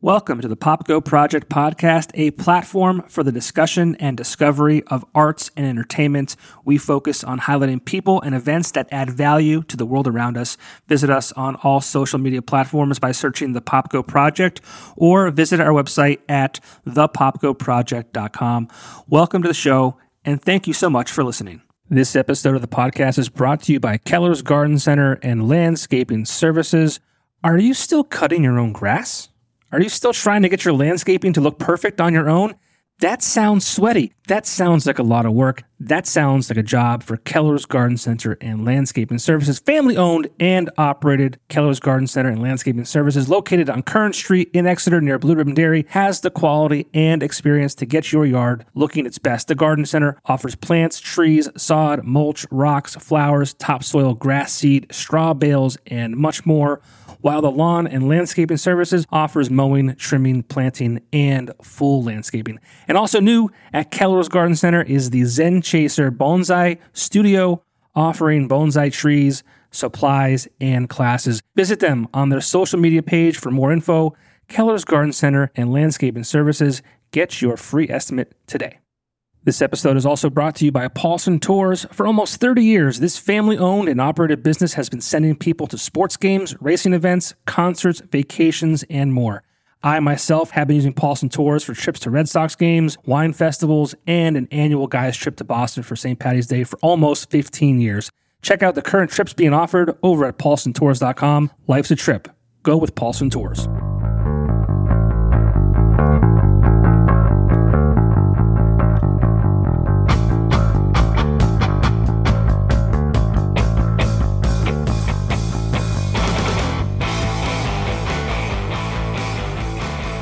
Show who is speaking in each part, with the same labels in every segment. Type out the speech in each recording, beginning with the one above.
Speaker 1: Welcome to the PopGo Project Podcast, a platform for the discussion and discovery of arts and entertainment. We focus on highlighting people and events that add value to the world around us. Visit us on all social media platforms by searching the PopGo Project or visit our website at thepopgoproject.com. Welcome to the show, and thank you so much for listening. This episode of the podcast is brought to you by Keller's Garden Center and Landscaping Services. Are you still cutting your own grass? Are you still trying to get your landscaping to look perfect on your own? That sounds sweaty. That sounds like a lot of work. That sounds like a job for Keller's Garden Center and Landscaping Services, family owned and operated. Keller's Garden Center and Landscaping Services, located on Kern Street in Exeter near Blue Ribbon Dairy, has the quality and experience to get your yard looking its best. The Garden Center offers plants, trees, sod, mulch, rocks, flowers, topsoil, grass seed, straw bales, and much more while the lawn and landscaping services offers mowing, trimming, planting, and full landscaping. And also new at Keller's Garden Center is the Zen Chaser Bonsai Studio, offering bonsai trees, supplies, and classes. Visit them on their social media page for more info. Keller's Garden Center and Landscaping Services. Get your free estimate today. This episode is also brought to you by Paulson Tours. For almost 30 years, this family owned and operated business has been sending people to sports games, racing events, concerts, vacations, and more. I myself have been using Paulson Tours for trips to Red Sox games, wine festivals, and an annual guys trip to Boston for St. Patty's Day for almost 15 years. Check out the current trips being offered over at paulsontours.com. Life's a trip. Go with Paulson Tours.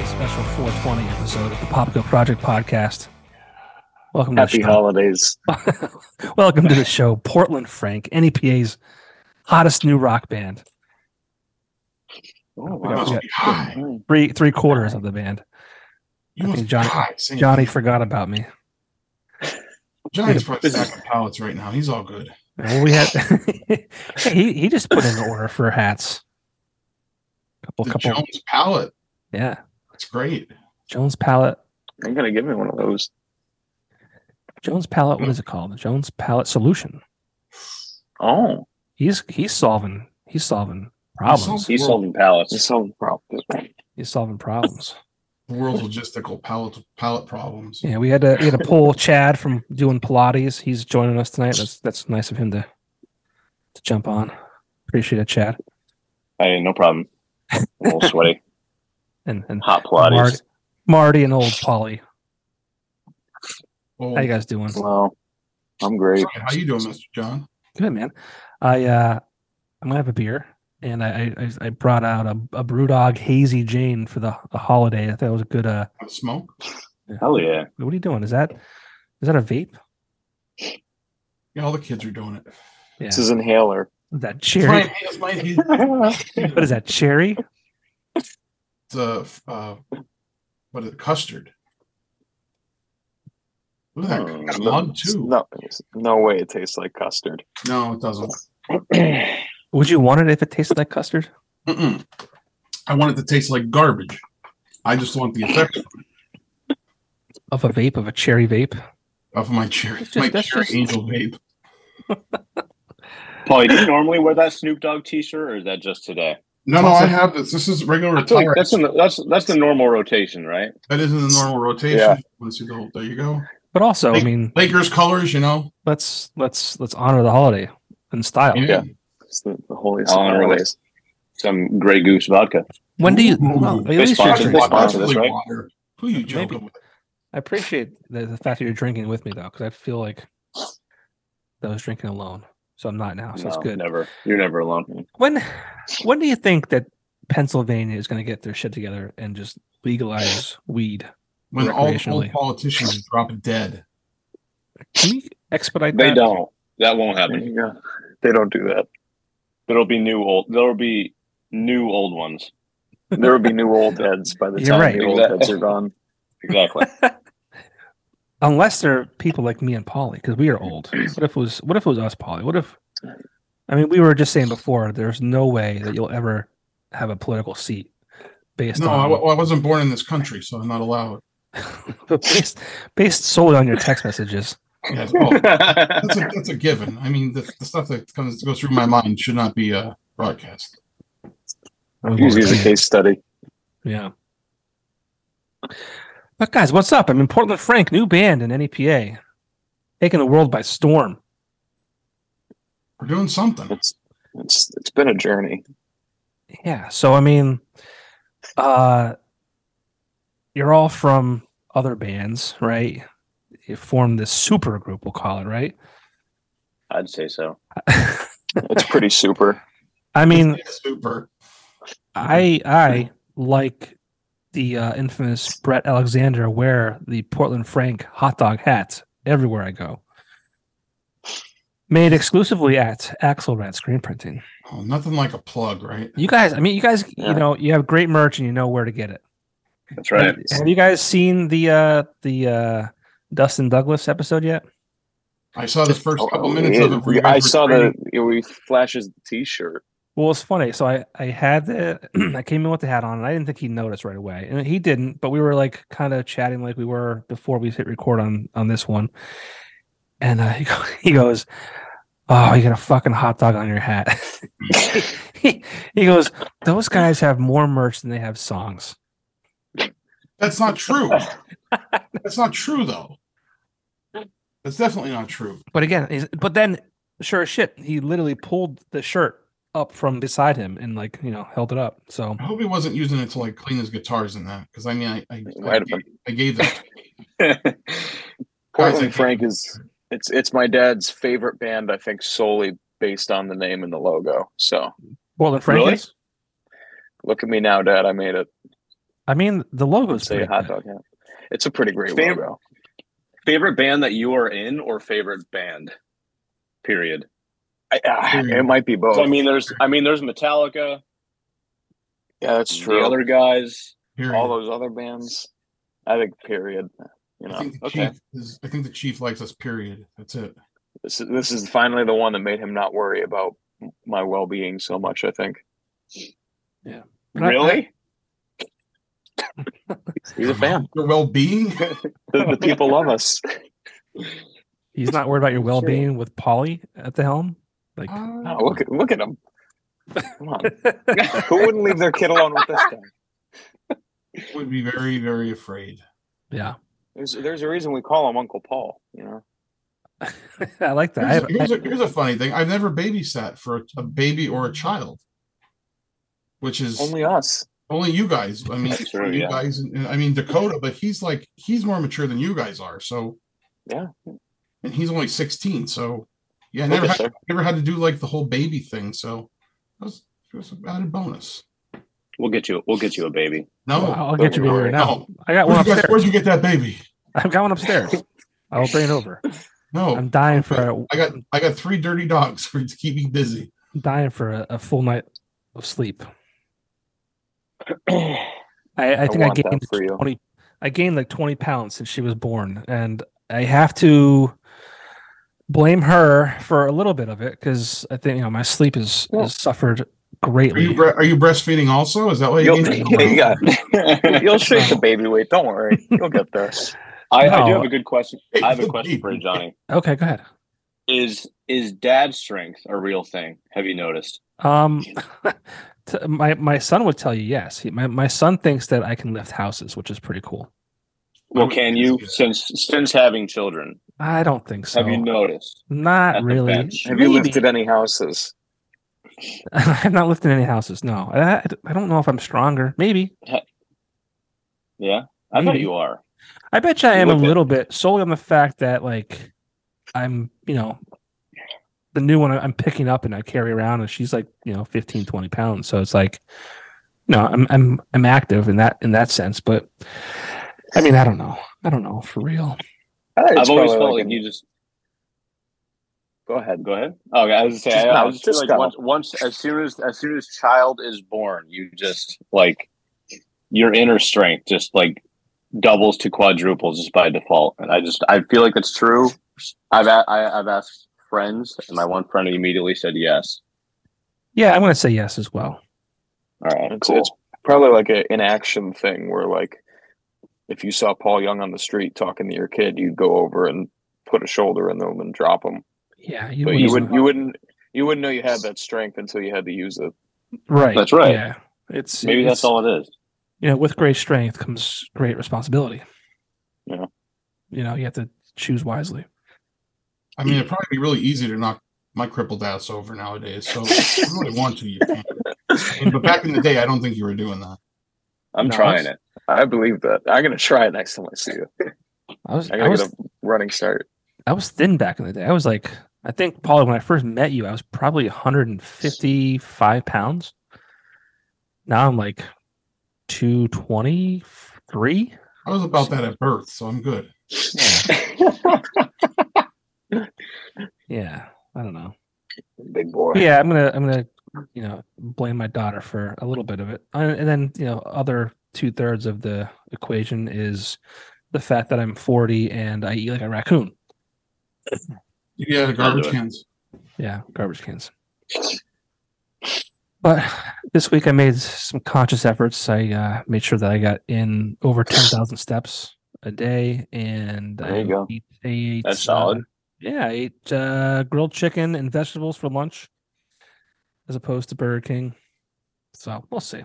Speaker 1: special 420 episode of the Pop Go Project podcast. Welcome to
Speaker 2: Happy
Speaker 1: the show.
Speaker 2: holidays.
Speaker 1: Welcome to the show, Portland Frank, NEPA's hottest new rock band. We
Speaker 2: Oh,
Speaker 3: You
Speaker 1: got-
Speaker 3: must
Speaker 1: we
Speaker 3: be high.
Speaker 2: Mm.
Speaker 1: Three three quarters of the band.
Speaker 3: You
Speaker 1: I
Speaker 3: must
Speaker 1: think
Speaker 3: be
Speaker 1: Johnny-
Speaker 3: high. Singing.
Speaker 1: Johnny forgot about me.
Speaker 3: Johnny's probably stacking pallets right now. He's all good.
Speaker 1: Well, we had hey, he he just put in an order for hats. Couple
Speaker 3: The
Speaker 1: couple
Speaker 3: Jones pallet.
Speaker 1: yeah.
Speaker 3: That's great.
Speaker 1: Jones palette.
Speaker 2: I'm gonna give me one of those.
Speaker 1: Jones palette, what is it called? The Jones palette solution.
Speaker 2: Oh,
Speaker 1: He's he's solving he's solving problems.
Speaker 3: solving-
Speaker 2: he's solving pallets. He's solving problems.
Speaker 1: He's solving problems.
Speaker 3: The world's logistical pallet pallet problems.
Speaker 1: Yeah, we had to we had to pull Chad from doing Pilates. He's joining us tonight. That's that's nice of him to to jump on. Appreciate it, Chad.
Speaker 2: Hey, no problem. I'm a little sweaty.
Speaker 1: And and
Speaker 2: Hot
Speaker 1: Marty,
Speaker 2: Pilates.
Speaker 1: Marty and old Polly.
Speaker 3: Oh,
Speaker 1: How you guys doing?
Speaker 2: Well, I'm great.
Speaker 3: sorry, how you doing, Mr. John?
Speaker 1: Good man. I uh I'm gonna have a beer and I I- I, I brought out a, a Brewdog Hazy Jane for the, the holiday. I thought it was a good uh
Speaker 3: Have a smoke?
Speaker 2: Hell yeah.
Speaker 1: what are you doing? Is that is that a vape?
Speaker 3: Yeah, all the kids are doing it.
Speaker 1: Yeah.
Speaker 2: This is inhaler.
Speaker 1: that
Speaker 3: Mine,
Speaker 1: cherry.
Speaker 3: it's mine.
Speaker 1: What is that? Cherry?
Speaker 3: It's a uh, what is it? Custard. Look at
Speaker 4: Mm,
Speaker 3: that.
Speaker 2: Hmm,
Speaker 3: Got mud too.
Speaker 2: no, no way it tastes like custard.
Speaker 3: No, it doesn't.
Speaker 2: I
Speaker 1: Would you want it if it tasted like custard?
Speaker 3: Mm-mm. I want it to taste like garbage. I just want the effect
Speaker 1: Of a vape, of a cherry vape.
Speaker 3: of my cherry,
Speaker 1: That's just-
Speaker 3: my
Speaker 1: that's
Speaker 3: cherry
Speaker 1: just-
Speaker 3: angel vape.
Speaker 4: Paulie, do you normally wear that Snoop Dogg T-shirt, or is that just today?
Speaker 3: No,
Speaker 1: It's
Speaker 3: no,
Speaker 1: also-
Speaker 3: I have this. This is regular
Speaker 4: I feel like
Speaker 3: attire.
Speaker 4: that's in the, that's that's the normal rotation, right?
Speaker 3: That isn't the normal rotation.
Speaker 2: Yeah.
Speaker 3: Let's see the whole- there you go.
Speaker 1: But also, I
Speaker 3: Like-
Speaker 1: mean,
Speaker 3: Lakers colors, you know.
Speaker 1: let's let's let's honor the holiday in style.
Speaker 3: You
Speaker 2: Yeah.
Speaker 3: know?
Speaker 2: It's the, the holiest
Speaker 4: Oh,
Speaker 2: of holidays.
Speaker 4: Some Grey Goose vodka.
Speaker 1: When do you?
Speaker 3: Ooh.
Speaker 1: well, at
Speaker 3: They
Speaker 1: least you're
Speaker 2: sponsor-
Speaker 1: drinking.
Speaker 3: Actually,
Speaker 2: they
Speaker 3: water,
Speaker 2: sponsor this,
Speaker 3: really
Speaker 2: right?
Speaker 3: water. Who you
Speaker 1: Maybe.
Speaker 3: joking with?
Speaker 1: I appreciate the, the fact that you're drinking with me though, because I feel like I was drinking alone, so I'm not now. Oh, So it's
Speaker 2: No,
Speaker 1: good.
Speaker 2: Never. You're never alone.
Speaker 1: When when do you think that Pennsylvania is going to get their shit together and just legalize weed?
Speaker 3: When all old
Speaker 1: Recreationally.
Speaker 3: politicians drop dead.
Speaker 1: Can we expedite
Speaker 4: They
Speaker 1: that?
Speaker 4: don't. That won't happen.
Speaker 2: Yeah. They don't do that.
Speaker 4: There'll be new old. There'll be new old ones.
Speaker 2: There will be new old heads by the
Speaker 1: You're
Speaker 2: time
Speaker 1: right.
Speaker 2: the old heads are gone.
Speaker 4: Exactly.
Speaker 1: Unless they're people like me and Polly, because we are old. What if it was what if it was us, Polly? What if I mean we were just saying before, there's no way that you'll ever have a political seat based
Speaker 3: No, I,
Speaker 1: on
Speaker 3: wa- I wasn't born in this country, so I'm not allowed.
Speaker 1: based, based solely on your text messages.
Speaker 3: Yeah, oh, that's, a, that's a given. I mean, the, the stuff that comes goes through my mind should not be uh, broadcast.
Speaker 2: Usually it's a case study.
Speaker 1: Yeah. But guys, what's up? I'm in Portland Frank, new band in NEPA, taking the world by storm.
Speaker 3: We're doing something.
Speaker 2: It's it's it's been a journey.
Speaker 1: Yeah. So I mean, uh, you're all from other bands, right? You formed this super group, we'll call it, right?
Speaker 4: I'd say so.
Speaker 2: It's pretty super.
Speaker 1: I mean,
Speaker 3: super.
Speaker 1: I I like the uh, infamous Brett Alexander wear the Portland Frank hot dog hat everywhere I go. Made exclusively at Axelrad Screen Printing.
Speaker 3: Oh, nothing like a plug, right?
Speaker 1: You guys, I mean, you guys,
Speaker 2: Yeah.
Speaker 1: you know, you have great merch and you know where to get it.
Speaker 4: That's right.
Speaker 1: Have- Have you guys seen the uh the uh Dustin Douglas episode yet?
Speaker 3: I saw the first couple minutes
Speaker 2: Yeah,
Speaker 3: of it. where you
Speaker 2: I
Speaker 3: guys were
Speaker 2: saw
Speaker 3: training.
Speaker 2: the it, we flashes the T-shirt.
Speaker 1: Well, it's funny. So I I had the I came in with the hat on, and I didn't think he noticed right away, and he didn't. But we were like kind of chatting like we were before we hit record on on this one, and uh, he, go, he goes, "Oh, you got a fucking hot dog on your hat." he, he goes, "Those guys have more merch than they have songs."
Speaker 3: That's not true. That's not true, though. That's definitely not true.
Speaker 1: But again, is- but then sure as shit, he literally pulled the shirt up from beside him and like you know held it up. So
Speaker 3: I hope he wasn't using it to like clean his guitars and that. Because I mean, I I, I,
Speaker 2: Might have been.
Speaker 3: I gave that. Guys, I
Speaker 2: Portland Frank is it's it's my dad's favorite band. I think solely based on the name and the logo. So
Speaker 1: Portland Frank
Speaker 4: Really?
Speaker 1: is.
Speaker 2: look at me now, Dad. I made it.
Speaker 1: I mean, the logo's
Speaker 2: Say
Speaker 1: pretty
Speaker 2: a hot
Speaker 1: good.
Speaker 2: dog. Yeah. It's a pretty great
Speaker 4: Favorite-
Speaker 2: logo.
Speaker 4: Favorite band that you are in, or favorite band? Period.
Speaker 2: I, uh, it might be both.
Speaker 4: So, I mean, there's, I mean, there's Metallica,
Speaker 2: yeah, that's
Speaker 4: the
Speaker 2: true.
Speaker 4: other guys.
Speaker 3: period.
Speaker 2: all those other bands, I think. Period. You
Speaker 3: I
Speaker 2: know.
Speaker 3: think the
Speaker 2: Okay.
Speaker 3: chief is, I think the chief likes us. Period. That's it.
Speaker 2: This is, this is finally the one that made him not worry about my well being so much. I think.
Speaker 1: But I-
Speaker 4: Really?
Speaker 2: He's a fan.
Speaker 3: Your well-being.
Speaker 2: The, the people love us.
Speaker 1: He's not worried about your well being with Polly at the helm. Like,
Speaker 2: Oh, look at look at him. Come on. Who wouldn't leave their kid alone with this guy?
Speaker 3: I would be very very afraid.
Speaker 1: yeah,
Speaker 2: There's there's a reason we call him Uncle Paul. You know.
Speaker 1: I like that. I
Speaker 3: Here's
Speaker 1: have,
Speaker 3: a, here's, a, here's a funny thing. I've never babysat for a, a baby or a child, which is only,
Speaker 2: Only us.
Speaker 3: you guys. I mean,
Speaker 4: That's true,
Speaker 3: you
Speaker 4: yeah.
Speaker 3: guys. And, and I mean Dakota, but he's like he's more mature than you guys are. So
Speaker 2: Yeah.
Speaker 3: and he's only sixteen. So yeah, I
Speaker 2: Look
Speaker 3: never
Speaker 2: at
Speaker 3: had,
Speaker 2: her.
Speaker 3: never had to do like the whole baby thing. So that was, that was an added bonus.
Speaker 4: We'll get you. We'll get you a baby.
Speaker 3: No,
Speaker 1: I'll I'll get you
Speaker 2: don't
Speaker 1: one
Speaker 2: worry.
Speaker 1: right now.
Speaker 3: No.
Speaker 1: I got one
Speaker 3: Where'd you, guys,
Speaker 1: upstairs.
Speaker 3: where'd you get that baby?
Speaker 1: I've got one upstairs. I will bring it over.
Speaker 3: No,
Speaker 1: I'm dying for a,
Speaker 3: I got I got three dirty dogs for to keep me busy.
Speaker 1: dying for a, a full night of sleep.
Speaker 2: I
Speaker 1: I, I think I,
Speaker 2: want
Speaker 1: gained
Speaker 2: that for you.
Speaker 1: twenty. I gained like twenty pounds since she was born, and I have to blame her for a little bit of it because I think you know my sleep is,
Speaker 2: Well-
Speaker 1: has suffered
Speaker 3: Are
Speaker 1: greatly.
Speaker 3: you bre- are you breastfeeding also? Is that why you
Speaker 2: You'll,
Speaker 3: gained that?
Speaker 2: yeah, you'll shake the baby weight. Don't worry. You'll get there.
Speaker 4: I, I do
Speaker 1: No.
Speaker 4: have a good question. I have a question for you, Johnny.
Speaker 1: Oh. okay, go ahead.
Speaker 4: Is is dad strength a real thing? Have you noticed?
Speaker 1: Um, t- my my son would tell you yes. He, my my son thinks that I can lift houses, which is pretty cool. Oh,
Speaker 4: Well, can you since since having children?
Speaker 1: I don't think so.
Speaker 4: Have you noticed? at
Speaker 1: Not
Speaker 4: the
Speaker 1: really.
Speaker 4: bench?
Speaker 2: Have you
Speaker 1: Maybe.
Speaker 2: lifted any houses?
Speaker 1: I'm not lifting any houses. No, I, I don't know if I'm stronger. Maybe
Speaker 4: Yeah, I bet
Speaker 1: Maybe.
Speaker 4: you are.
Speaker 1: I bet you I
Speaker 4: You
Speaker 1: am a
Speaker 4: look it.
Speaker 1: little bit solely on the fact that like I'm you know the new one I'm picking up and I carry around and she's like you know 15 20 pounds so it's like no I'm I'm I'm active in that in that sense but I mean I don't know I don't know for real
Speaker 2: I think it's
Speaker 4: I've always
Speaker 2: probably
Speaker 4: felt like
Speaker 2: an-
Speaker 4: you just
Speaker 2: Go ahead.
Speaker 4: Go ahead. Oh, I was saying,
Speaker 2: Just
Speaker 4: I, I
Speaker 2: go,
Speaker 4: was just
Speaker 2: just
Speaker 4: like
Speaker 2: go.
Speaker 4: once, once, as soon as, as soon as child is born, you just like your inner strength just like doubles to quadruples just by default. And I just, I feel like it's true. I've, a- I, I've asked friends, and my one friend immediately said yes.
Speaker 1: yeah I'm gonna say yes as well
Speaker 4: All right,
Speaker 2: It's,
Speaker 4: cool.
Speaker 2: it's probably like an inaction thing where like if you saw Paul Young on the street talking to your kid, you'd go over and put a shoulder in them and drop them.
Speaker 1: Yeah,
Speaker 2: But you wouldn't you wouldn't you wouldn't know you had that strength until you had to use it.
Speaker 1: Right.
Speaker 4: That's right.
Speaker 1: Yeah. It's
Speaker 4: Maybe
Speaker 1: it's-
Speaker 4: that's all it is.
Speaker 1: you know, with great strength comes great responsibility.
Speaker 2: Yeah.
Speaker 1: You know, you have to choose wisely.
Speaker 3: I mean, it'd probably be really easy to knock my crippled ass over nowadays. So if you really want to, you can. And- But back in the day, I don't think you were doing that.
Speaker 4: I'm
Speaker 1: No,
Speaker 4: trying
Speaker 1: that's-
Speaker 4: it.
Speaker 2: I believe that. I'm gonna try it next time I see you.
Speaker 1: I was
Speaker 2: I
Speaker 1: I
Speaker 2: gotta
Speaker 1: was,
Speaker 2: get a running start.
Speaker 1: I was thin back in the day. I was like I think Paul, when I first met you, I was probably 155 pounds. Now I'm like 223.
Speaker 3: I was about that at birth, so I'm good.
Speaker 1: Yeah. I don't know.
Speaker 2: Big boy.
Speaker 1: yeah, I'm gonna I'm gonna you know blame my daughter for a little bit of it, Uh, and and then you know other two thirds of the equation is the fact that I'm 40 and I eat like a raccoon.
Speaker 3: You had a garbage
Speaker 4: it.
Speaker 3: cans.
Speaker 1: Yeah, garbage cans. But this week I made some conscious efforts. I uh, made sure that I got in over 10,000 steps a day, and
Speaker 4: There
Speaker 1: I
Speaker 4: you go.
Speaker 1: ate- I ate,
Speaker 4: That's solid.
Speaker 1: uh, yeah, I ate uh, grilled chicken and vegetables for lunch, as opposed to Burger King. So we'll see.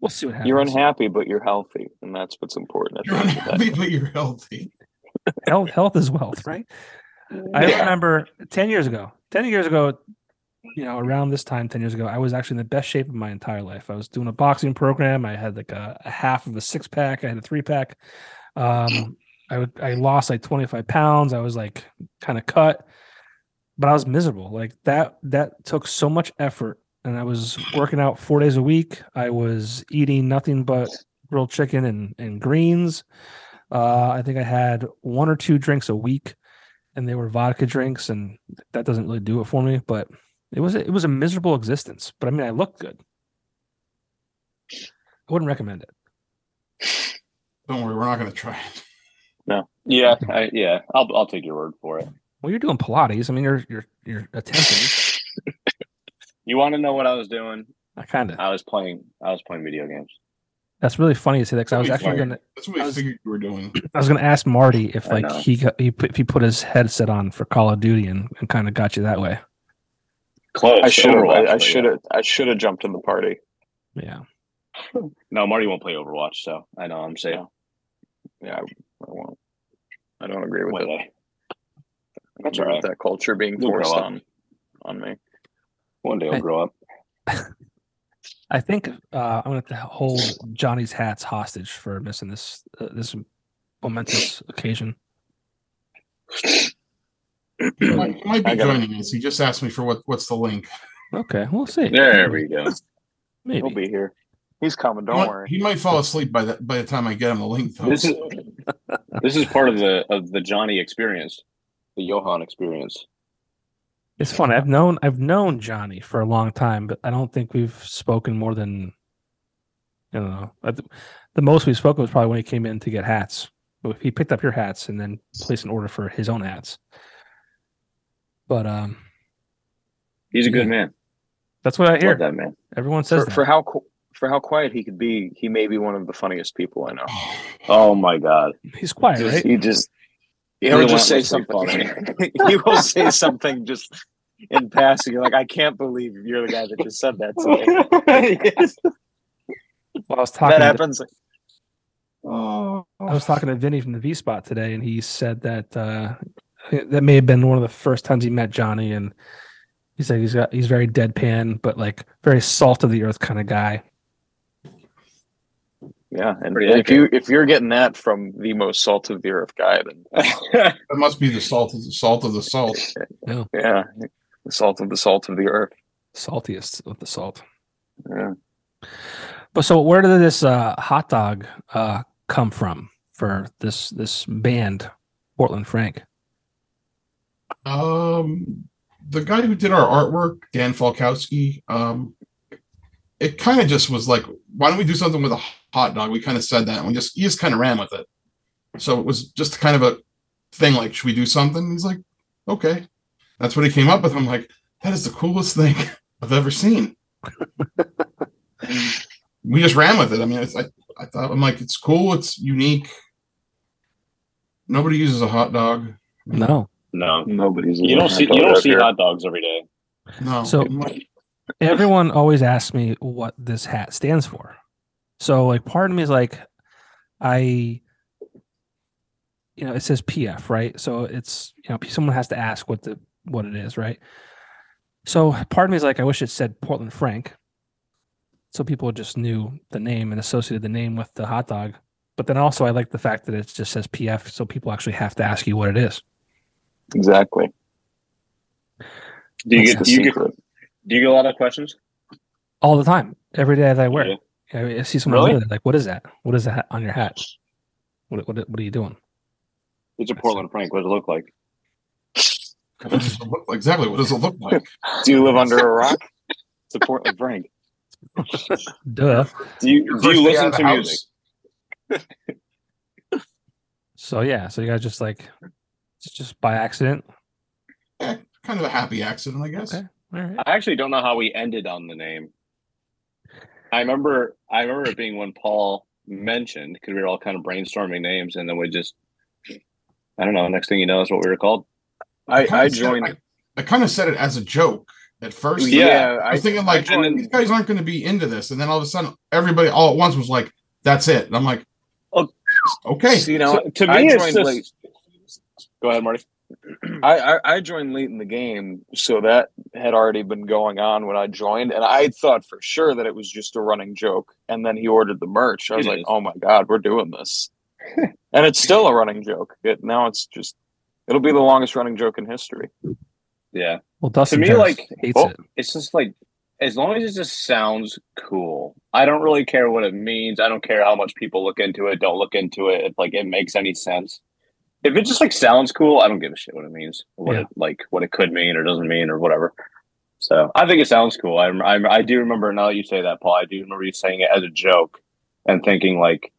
Speaker 1: We'll see what happens.
Speaker 2: You're unhappy, but you're healthy, and that's what's important. at the
Speaker 3: You're
Speaker 2: end of the day.
Speaker 3: unhappy, but you're healthy.
Speaker 1: health, health is wealth, right? I
Speaker 2: Yeah.
Speaker 1: remember 10 years ago, 10 years ago, you know, around this time, 10 years ago, I was actually in the best shape of my entire life. I was doing a boxing program. I had like a, a half of a six pack. I had a three pack. Um, I, would, I lost like 25 pounds. I was like kind of cut, but I was miserable. Like that, that took so much effort. And I was working out four days a week. I was eating nothing but grilled chicken and, and greens. Uh, I think I had one or two drinks a week, and they were vodka drinks, and that doesn't really do it for me. But it was it was a miserable existence. But I mean, I looked good. I wouldn't recommend it.
Speaker 3: Don't worry, we're not going to try it.
Speaker 4: yeah, I, yeah. I'll I'll take your word for it.
Speaker 1: Well, you're doing Pilates. I mean, you're you're you're attempting.
Speaker 4: You want to know what I was doing?
Speaker 1: I kind of.
Speaker 4: I was playing. I was playing video games.
Speaker 1: That's really funny to say that because I was actually
Speaker 3: Sorry.
Speaker 1: gonna
Speaker 3: That's what
Speaker 1: I
Speaker 3: I
Speaker 1: was-
Speaker 3: figured you were doing.
Speaker 1: I was gonna ask Marty if
Speaker 4: I
Speaker 1: like
Speaker 4: know.
Speaker 1: he got, he put, if he put his headset on for Call of Duty and, and kind of got you that way.
Speaker 4: Close.
Speaker 2: I should have.
Speaker 4: Overwatch,
Speaker 2: I
Speaker 4: but yeah.
Speaker 2: should have. I should have jumped in the party.
Speaker 1: Yeah.
Speaker 4: No, Marty won't play Overwatch, so I know I'm safe.
Speaker 2: Yeah, I, I won't. I don't agree with
Speaker 4: One
Speaker 2: it.
Speaker 4: day.
Speaker 2: I
Speaker 4: That's
Speaker 2: don't
Speaker 4: all
Speaker 2: agree
Speaker 4: right.
Speaker 2: with that culture being
Speaker 4: You'll grow
Speaker 2: forced
Speaker 4: up.
Speaker 2: on on me.
Speaker 4: One day
Speaker 1: I-
Speaker 4: I'll grow up.
Speaker 1: I think uh, I'm going to hold Johnny's hats hostage for missing this uh, this momentous occasion.
Speaker 3: He might, he might
Speaker 2: I
Speaker 3: be
Speaker 2: gotta-
Speaker 3: joining us. He just asked me for what what's the link.
Speaker 1: Okay, we'll see.
Speaker 4: There we go.
Speaker 1: Maybe.
Speaker 2: He'll be here. He's coming.
Speaker 3: he
Speaker 2: Don't
Speaker 3: might,
Speaker 2: worry.
Speaker 3: He might fall asleep by the by the time I get him the link. Though.
Speaker 4: This is this is part of the of the Johnny experience, the Johan experience.
Speaker 1: It's funny. I've known I've known Johnny for a long time, but I don't think we've spoken more than I don't know. I th- the most we've spoken was probably when he came in to get hats. But He picked up your hats and then placed an order for his own hats. But um,
Speaker 4: He's a good man.
Speaker 1: that's what I
Speaker 4: Love
Speaker 1: hear.
Speaker 4: that man.
Speaker 1: Everyone says
Speaker 2: For,
Speaker 1: that.
Speaker 2: for how qu- for how quiet he could be, he may be one of the funniest people I know.
Speaker 4: Oh my god.
Speaker 1: he's quiet,
Speaker 4: Just-
Speaker 1: right?
Speaker 2: He just he'll just say
Speaker 4: Relentlessly
Speaker 2: something. he will say something just in passing. You're like, I can't believe you're the guy that just said that. To me.
Speaker 1: Well, I was talking.
Speaker 2: That
Speaker 1: to-
Speaker 2: happens.
Speaker 4: Oh,
Speaker 1: I was talking to Vinny from the V Spot today, and he said that uh, that may have been one of the first times he met Johnny, and he said he's got he's very deadpan, but like very salt of the earth kind of guy.
Speaker 2: Yeah, and
Speaker 4: Pretty
Speaker 2: if you if you're getting that from the most salt of the earth guy, then
Speaker 3: That must be the salt of the salt of the salt.
Speaker 2: yeah, the salt of the salt of the earth.
Speaker 1: Saltiest of the salt.
Speaker 2: Yeah.
Speaker 1: But so, where did this uh, hot dog uh, come from for this this band, Portland Frank?
Speaker 3: Um, the guy who did our artwork, Dan Falkowski, um, it kind of just was like, why don't we do something with a hot dog? We kind of said that, and we just he just kind of ran with it. So it was just kind of a thing like, should we do something? He's like, okay, that's what he came up with. I'm like, that is the coolest thing I've ever seen. we just ran with it. I mean, it's, I, I thought I'm like, it's cool, it's unique. Nobody uses a hot dog.
Speaker 1: No.
Speaker 4: No,
Speaker 2: Nobody's.
Speaker 4: you don't see you don't see hot dogs every day.
Speaker 3: No.
Speaker 1: So- Everyone always asks me what this hat stands for. So like part of me is like I you know, it says PF, right? So it's you know, someone has to ask what the what it is, right? So part of me is like I wish it said Portland Frank. So people just knew the name and associated the name with the hot dog. But then also I like the fact that it just says PF, so people actually have to ask you what it is.
Speaker 2: exactly.
Speaker 4: Do you
Speaker 2: That's
Speaker 4: get
Speaker 2: the
Speaker 4: do you get
Speaker 2: secret.
Speaker 4: do you get a lot of questions?
Speaker 1: All the time. Every day that I wear it.
Speaker 4: Yeah.
Speaker 1: I, mean, I see someone
Speaker 4: Really?
Speaker 1: wear that, like, what is that? What is that on your hat? What what what are you doing?
Speaker 4: It's a Portland Frank. What does it look like?
Speaker 3: What does it look- exactly. What does it look like?
Speaker 4: Do you live under a rock? It's a Portland Frank.
Speaker 1: Duh.
Speaker 4: Do you do
Speaker 3: First
Speaker 4: you
Speaker 3: day
Speaker 4: listen
Speaker 3: out of
Speaker 4: to
Speaker 3: the
Speaker 4: music?
Speaker 3: house.
Speaker 1: So yeah, so you guys just like it's just by accident.
Speaker 3: Yeah, kind of a happy accident, I guess.
Speaker 1: Okay. All right.
Speaker 4: I actually don't know how we ended on the name. I remember I remember it being when Paul mentioned because we were all kind of brainstorming names, and then we just I don't know. Next thing you know, is what we were called.
Speaker 2: I,
Speaker 3: kinda
Speaker 2: I
Speaker 3: said-
Speaker 2: joined.
Speaker 3: I, kind of said it as a joke at first.
Speaker 4: Yeah,
Speaker 3: I was thinking like "Oh,
Speaker 4: I joined-
Speaker 3: these guys aren't going to be into this, and then all of a sudden, everybody all at once was like, "That's it." And I'm like,
Speaker 4: Oh,
Speaker 3: "Okay,
Speaker 2: you know,
Speaker 4: So, to me,
Speaker 2: I
Speaker 4: it's
Speaker 2: joined
Speaker 4: just.
Speaker 2: late.
Speaker 4: Go ahead, Marty.
Speaker 2: I, I I joined late in the game, so that had already been going on when I joined, and I thought for sure that it was just a running joke. And then he ordered the merch. I was
Speaker 4: It
Speaker 2: like,
Speaker 4: is.
Speaker 2: "Oh my god, we're doing this!" and it's still a running joke. It now it's just it'll be the longest running joke in history.
Speaker 4: Yeah,
Speaker 1: Well, Dustin
Speaker 4: me,
Speaker 1: Jones
Speaker 4: like,
Speaker 1: hates
Speaker 4: oh,
Speaker 1: it.
Speaker 4: it's just like as long as it just sounds cool. I don't really care what it means. I don't care how much people look into it. Don't look into it. If like it makes any sense. If it just like sounds cool, I don't give a shit what it means, what
Speaker 1: Yeah.
Speaker 4: it like, what it could mean or doesn't mean or whatever. So I think it sounds cool. I I, I do remember now that you say that, Paul. I do remember you saying it as a joke and thinking like,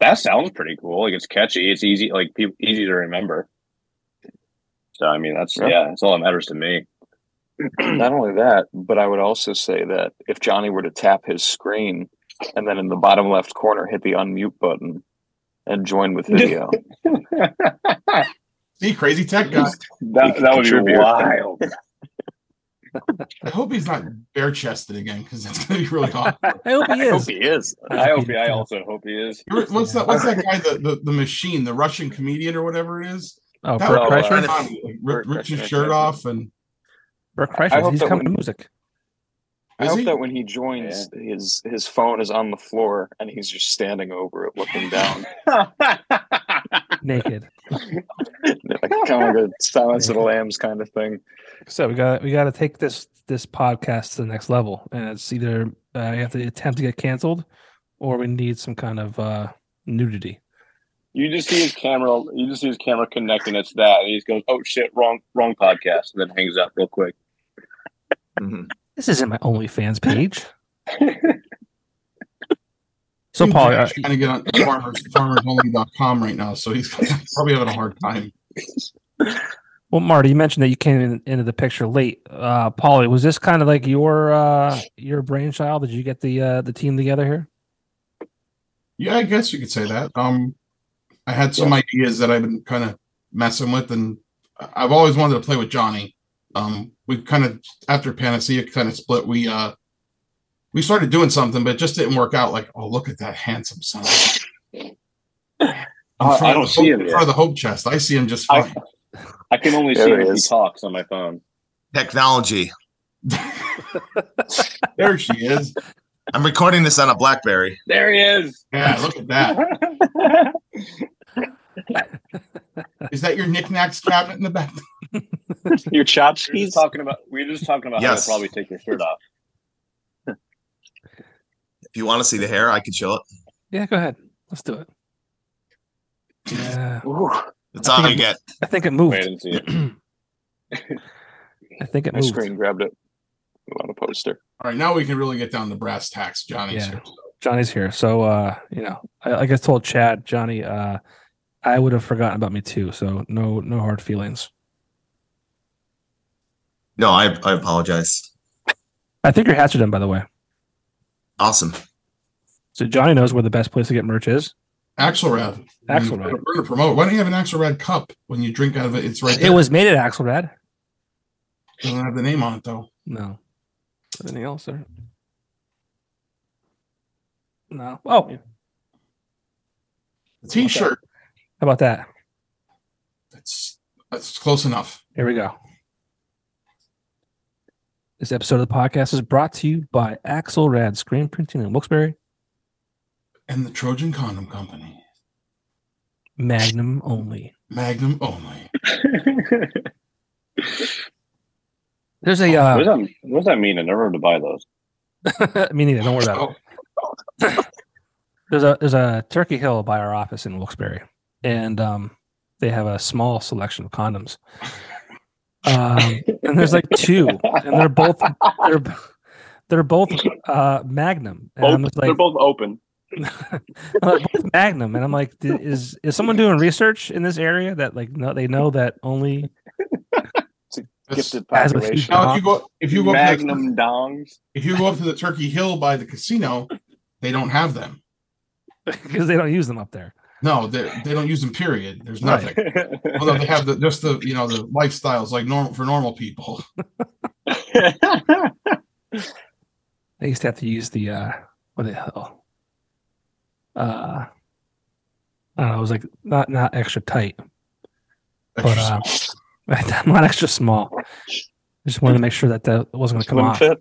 Speaker 4: that sounds pretty cool. Like it's catchy. It's easy. Like people easy to remember. So I mean, that's
Speaker 2: Yeah.
Speaker 4: yeah, that's all that matters to me.
Speaker 2: Not only that, but I would also say that if Johnny were to tap his screen and then in the bottom left corner hit the unmute button and join with video,
Speaker 3: see, crazy tech guy."
Speaker 4: That,
Speaker 2: could
Speaker 4: that would be
Speaker 2: contribute.
Speaker 4: wild.
Speaker 3: I hope he's not bare chested again because that's going to be really hot.
Speaker 1: I hope he is.
Speaker 4: he is.
Speaker 1: I
Speaker 4: I
Speaker 1: hope
Speaker 4: hope.
Speaker 1: he
Speaker 4: I
Speaker 1: is.
Speaker 4: also hope he is.
Speaker 3: What's that? What's that guy? The, the the machine, the Russian comedian or whatever it is.
Speaker 1: Oh,
Speaker 3: That
Speaker 1: Bert
Speaker 2: Oh,
Speaker 3: was-
Speaker 2: uh,
Speaker 1: Kreischer.
Speaker 3: Like, rip-
Speaker 2: Bert
Speaker 3: ripped his
Speaker 2: Kreischer,
Speaker 3: shirt
Speaker 2: yeah.
Speaker 3: off and
Speaker 1: Bert
Speaker 2: I
Speaker 1: Kreischer.
Speaker 2: hope
Speaker 1: He's
Speaker 2: that
Speaker 1: coming to
Speaker 2: when-
Speaker 1: music.
Speaker 2: I
Speaker 3: Is
Speaker 2: hope
Speaker 3: he?
Speaker 2: that when he joins, his his phone is on the floor and he's just standing over it, looking down.
Speaker 1: Naked.
Speaker 2: like kind of like a Silence of the Lambs kind of thing.
Speaker 1: So we got we got to take this this podcast to the next level, and it's either uh, I have to attempt to get canceled, or we need some kind of uh nudity.
Speaker 4: you just see his camera. You just see his camera connecting. It's that, and he just goes, "Oh shit, wrong, wrong podcast," and then hangs up real quick.
Speaker 1: This isn't my OnlyFans page. so Paul, uh,
Speaker 3: he's trying to get on farmers farmersonly.com right now, so he's probably having a hard time.
Speaker 1: Well, Marty, you mentioned that you came in, into the picture late. Uh, Polly, was this kind of like your uh, your brainchild? Did you get the uh, the team together here?
Speaker 3: Yeah, I guess you could say that. Um, I had some ideas that I've been kind of messing with, and I- I've always wanted to play with Johnny. Um, we kind of after Panacea kind of split. We uh, we started doing something, but it just didn't work out. Like, oh, look at that handsome son. of a- In
Speaker 4: I- I
Speaker 3: front of
Speaker 4: don't
Speaker 3: the
Speaker 4: see
Speaker 3: hope-
Speaker 4: him
Speaker 3: in
Speaker 4: yet.
Speaker 3: front of the hope chest. I see him just
Speaker 4: I-
Speaker 3: fine.
Speaker 4: I can only
Speaker 2: There
Speaker 4: see
Speaker 2: it
Speaker 4: when he
Speaker 2: is.
Speaker 4: talks on my phone.
Speaker 5: Technology.
Speaker 3: there she is.
Speaker 5: I'm recording this on a BlackBerry.
Speaker 4: There he is.
Speaker 3: Yeah, look at that. Is that your knickknacks cabinet in the back?
Speaker 2: Your
Speaker 4: We We're
Speaker 2: tchotchkes?
Speaker 4: just talking about. We We're just talking about how
Speaker 5: Yes.
Speaker 4: to probably take your shirt off.
Speaker 5: If you want to see the hair, I can show it.
Speaker 1: Yeah, go ahead. Let's do it. Yeah,
Speaker 2: Ooh,
Speaker 5: That's all I get.
Speaker 1: I think it moved.
Speaker 4: Wait and see.
Speaker 1: Uh, I think it
Speaker 2: my
Speaker 1: moved.
Speaker 2: screen grabbed it on the poster.
Speaker 3: All right, now we can really get down to brass tacks, Johnny.
Speaker 1: Yeah. Johnny's here, so uh, you know, I, like I told Chad, Johnny, uh, I would have forgotten about me too. So no, no hard feelings.
Speaker 5: No, I, I apologize.
Speaker 1: I think your hats are done, by the way.
Speaker 5: Awesome.
Speaker 1: So Johnny knows where the best place to get merch is.
Speaker 3: Axelrad.
Speaker 1: Axelrad.
Speaker 3: We're going to promote. Why don't you have an Axelrad cup when you drink out of it? It's right there.
Speaker 1: It was made at Axelrad.
Speaker 3: doesn't have the name on it though.
Speaker 1: No. Anything else there? No. Oh, how
Speaker 3: The T-shirt.
Speaker 1: about that?
Speaker 3: That's that's close enough.
Speaker 1: Here we go. This episode of the podcast is brought to you by Axelrad Screen Printing in Wilkesbury,
Speaker 3: And the Trojan Condom Company,
Speaker 1: Magnum only.
Speaker 3: Magnum only.
Speaker 1: There's a
Speaker 4: what,
Speaker 1: uh,
Speaker 4: does that, what does that mean? I never heard to buy those.
Speaker 1: me neither. Don't worry about it. There's a there's a Turkey Hill by our office in Wilkesbury, and um, they have a small selection of condoms. Um, and there's like two, and they're both they're they're both uh, Magnum. And I'm
Speaker 4: Open-
Speaker 1: just
Speaker 4: they're
Speaker 1: like,
Speaker 4: both open.
Speaker 1: Well, they're both Magnum, and I'm like, "D- is is someone doing research in this area that like no, they know that only
Speaker 3: That's-
Speaker 4: Gifted
Speaker 1: As with-
Speaker 4: population.
Speaker 3: Now, if you go if you go up to the,
Speaker 4: Magnum dongs.
Speaker 3: if you go up to the Turkey Hill by the casino, they don't have them.
Speaker 1: because they don't use them up there.
Speaker 3: No, they they don't use them. Period. There's
Speaker 1: Right.
Speaker 3: nothing. Although they have the just the you know the lifestyles like normal for normal people.
Speaker 1: They used to have to use the uh, what the hell? Uh, I don't know. It was like not not extra tight, but uh, not extra small. I just wanted to make sure that that wasn't going to come
Speaker 4: Slim
Speaker 1: off.
Speaker 4: fit.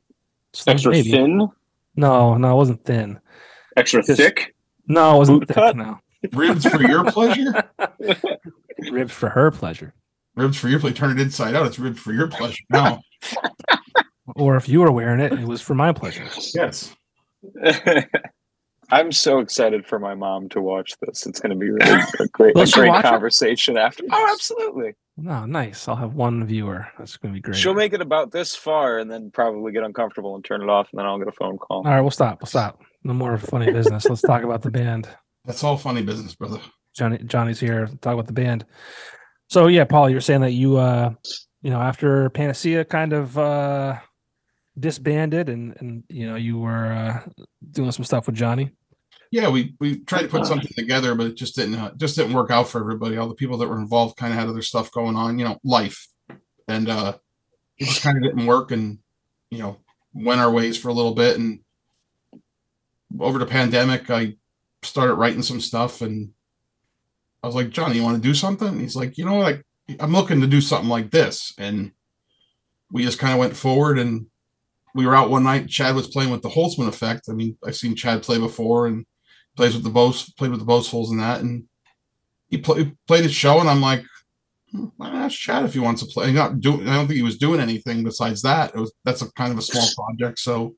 Speaker 1: Slim,
Speaker 4: Extra
Speaker 1: maybe.
Speaker 4: thin.
Speaker 1: No, no, it wasn't thin.
Speaker 4: Extra
Speaker 1: Just-
Speaker 4: thick.
Speaker 1: No, it wasn't
Speaker 4: Boot
Speaker 1: thick.
Speaker 4: cut?
Speaker 1: No,
Speaker 3: Ribs for your pleasure.
Speaker 1: ribs for her pleasure.
Speaker 3: Ribs for your pleasure. Turn it inside out. It's ribs for your pleasure. No.
Speaker 1: Or if you were wearing it, it was for my pleasure.
Speaker 3: Yes.
Speaker 2: I'm so excited for my mom to watch this. It's going to be really a great,
Speaker 1: Will
Speaker 2: a
Speaker 1: she
Speaker 2: great
Speaker 1: watch it?
Speaker 2: conversation after. Oh, absolutely.
Speaker 1: No, nice. I'll have one viewer. That's going to be great.
Speaker 2: She'll make it about this far and then probably get uncomfortable and turn it off, and then I'll get a phone call.
Speaker 1: All right, we'll stop. We'll stop. No more funny business. Let's talk about the band.
Speaker 3: That's all funny business, brother.
Speaker 1: Johnny Johnny's here. Talk about the band. So yeah, Paul, you're saying that you uh you know after Panacea kind of uh disbanded and and you know you were uh doing some stuff with Johnny.
Speaker 3: Yeah, we we tried to put something together, but it just didn't uh, just didn't work out for everybody. All the people that were involved kind of had other stuff going on, you know, life, and uh, it just kind of didn't work. And you know, went our ways for a little bit. And over the pandemic, I started writing some stuff, and I was like, Johnny, you want to do something? And he's like, you know, like I'm looking to do something like this, and we just kind of went forward. And we were out one night. Chad was playing with the Holtzman effect. I mean, I've seen Chad play before, and plays with the boast played with the boastfuls and that and he, pl- he played his show and i'm like hmm, why not ask chad if he wants to play He not do i don't think he was doing anything besides that it was that's a kind of a small project so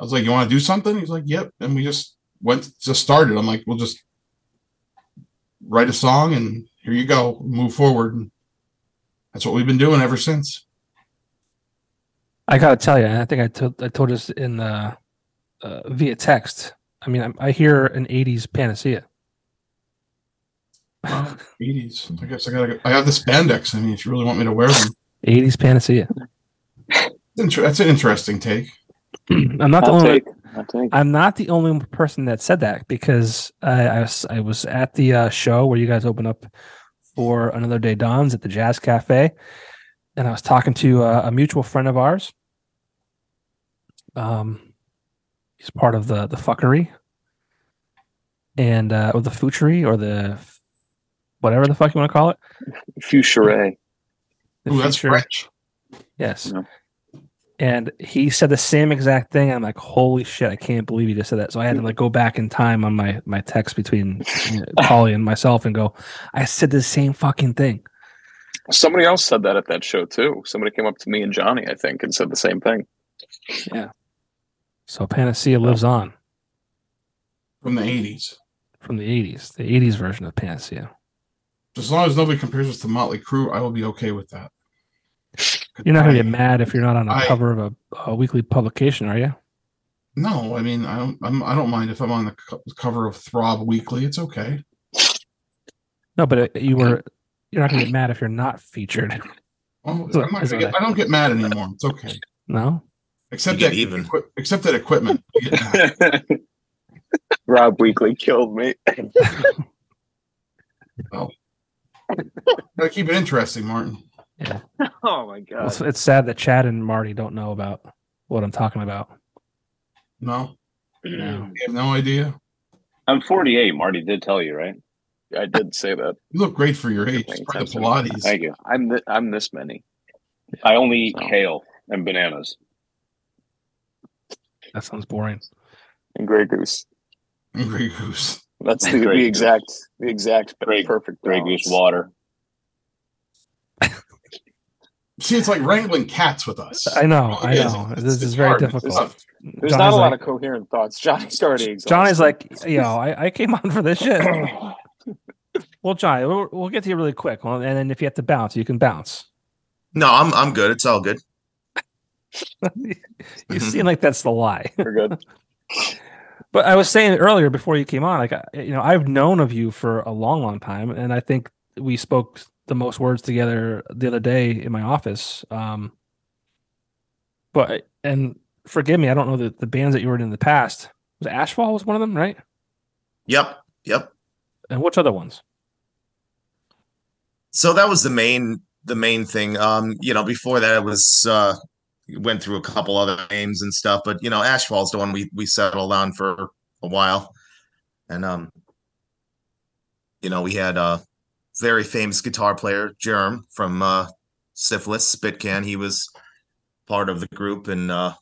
Speaker 3: i was like you want to do something he's like yep and we just went just started i'm like we'll just write a song and here you go move forward and that's what we've been doing ever since
Speaker 1: I gotta tell you, and I think I told I told us in uh, uh via text. I mean, I, I hear an '80s Panacea.
Speaker 3: Well, 80s i guess i gotta go. i have the spandex i mean if you really want me to wear them
Speaker 1: '80s Panacea.
Speaker 3: Inter- that's an interesting take
Speaker 1: I'm not the
Speaker 2: I'll
Speaker 1: only.
Speaker 2: take. I'll take.
Speaker 1: I'm not the only person that said that because I, I, was, I was at the uh, show where you guys opened up for Another Day Dawns at the Jazz Cafe, and I was talking to uh, a mutual friend of ours. Um, he's part of the the fuckery, and uh, or the futury or the f- whatever the fuck you want to call it.
Speaker 2: Fuchsia.
Speaker 1: The
Speaker 3: Ooh, that's
Speaker 1: future-
Speaker 3: french
Speaker 1: Yes.
Speaker 2: Yeah.
Speaker 1: And he said the same exact thing. I'm like, holy shit, I can't believe he just said that. So I had to like go back in time on my my text between you know, Polly and myself and go, I said the same fucking thing.
Speaker 2: Somebody else said that at that show too. Somebody came up to me and Johnny, I think, and said the same thing.
Speaker 1: So Panacea lives on
Speaker 3: from the 80s
Speaker 1: from the 80s, the 80s version of Panacea.
Speaker 3: As long as nobody compares us to Motley Crue, I will be okay with that.
Speaker 1: You're not gonna
Speaker 3: I-
Speaker 1: get mad if you're not on a
Speaker 3: I-
Speaker 1: cover of a, a weekly publication, are you?
Speaker 3: No, I mean I don't. I'm, I don't mind if I'm on the co- cover of Throb Weekly. It's okay.
Speaker 1: No, but uh, you were. You're not gonna get mad if you're not featured.
Speaker 3: Oh,
Speaker 1: So-
Speaker 3: I'm not
Speaker 1: it's
Speaker 3: gonna get,
Speaker 1: okay.
Speaker 3: I don't get mad anymore. It's okay.
Speaker 1: No,
Speaker 3: Except
Speaker 5: You get
Speaker 3: that
Speaker 5: even.
Speaker 3: equi- except that equipment. I get mad.
Speaker 2: Rob Weekly killed me.
Speaker 3: Gotta keep it interesting, Martin.
Speaker 4: Oh my god.
Speaker 1: It's, it's sad that Chad and Marty don't know about what I'm talking about.
Speaker 3: No, you have no idea.
Speaker 4: I'm 48. Marty did tell you, right?
Speaker 2: I did say that.
Speaker 3: You look great for your age.
Speaker 2: Thanks,
Speaker 3: Try the
Speaker 2: that's-
Speaker 3: Pilates.
Speaker 4: Thank you.
Speaker 2: I'm th- I'm this many.
Speaker 4: I only eat
Speaker 2: So.
Speaker 4: kale and bananas.
Speaker 1: That sounds boring.
Speaker 2: And Grey Goose.
Speaker 3: Grey Goose.
Speaker 2: That's the,
Speaker 4: Grey
Speaker 2: the
Speaker 4: Goose.
Speaker 2: exact the exact
Speaker 4: Grey-
Speaker 2: perfect
Speaker 4: Grey
Speaker 2: balance.
Speaker 4: goose water.
Speaker 3: See, it's like wrangling cats with us.
Speaker 1: I know. I
Speaker 3: It is.
Speaker 1: know.
Speaker 3: It's-
Speaker 1: This
Speaker 3: it's
Speaker 1: is very
Speaker 3: hard. It's
Speaker 1: difficult.
Speaker 3: tough.
Speaker 2: There's
Speaker 1: Johnny's
Speaker 2: not a lot
Speaker 1: like-
Speaker 2: of coherent thoughts. Johnny's already exhausted.
Speaker 1: Johnny's like, yo, I, I came on for this shit. well, Johnny, we'll, we'll get to you really quick. Well, and then if you have to bounce, you can bounce.
Speaker 5: No, I'm I'm good. It's all good.
Speaker 1: you seem like that's the lie.
Speaker 2: we're good.
Speaker 1: But I was saying earlier before you came on, like I- you know, I've known of you for a long, long time, and I think we spoke the most words together the other day in my office. Um, but and forgive me, I don't know the, the bands that you were in in the past. Was it Ashfall was one of them, right?
Speaker 5: Yep. Yep.
Speaker 1: And which other ones?
Speaker 5: so that was the main the main thing um you know before that it was uh went through a couple other names and stuff but you know ashfall's the one we we settled on for a while and um you know we had a very famous guitar player germ from uh syphilis spit can he was part of the group and uh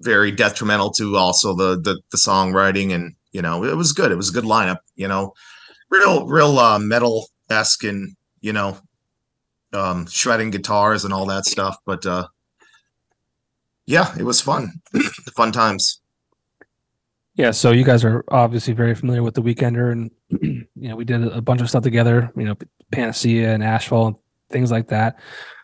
Speaker 5: very detrimental to also the the, the songwriting and you know it was good it was a good lineup you know real real uh, metal esque and you know um shredding guitars and all that stuff but uh yeah it was fun fun times
Speaker 1: Yeah, so you guys are obviously very familiar with the Weekender, and you know we did a bunch of stuff together. You know, Panacea and Ashfall and things like that.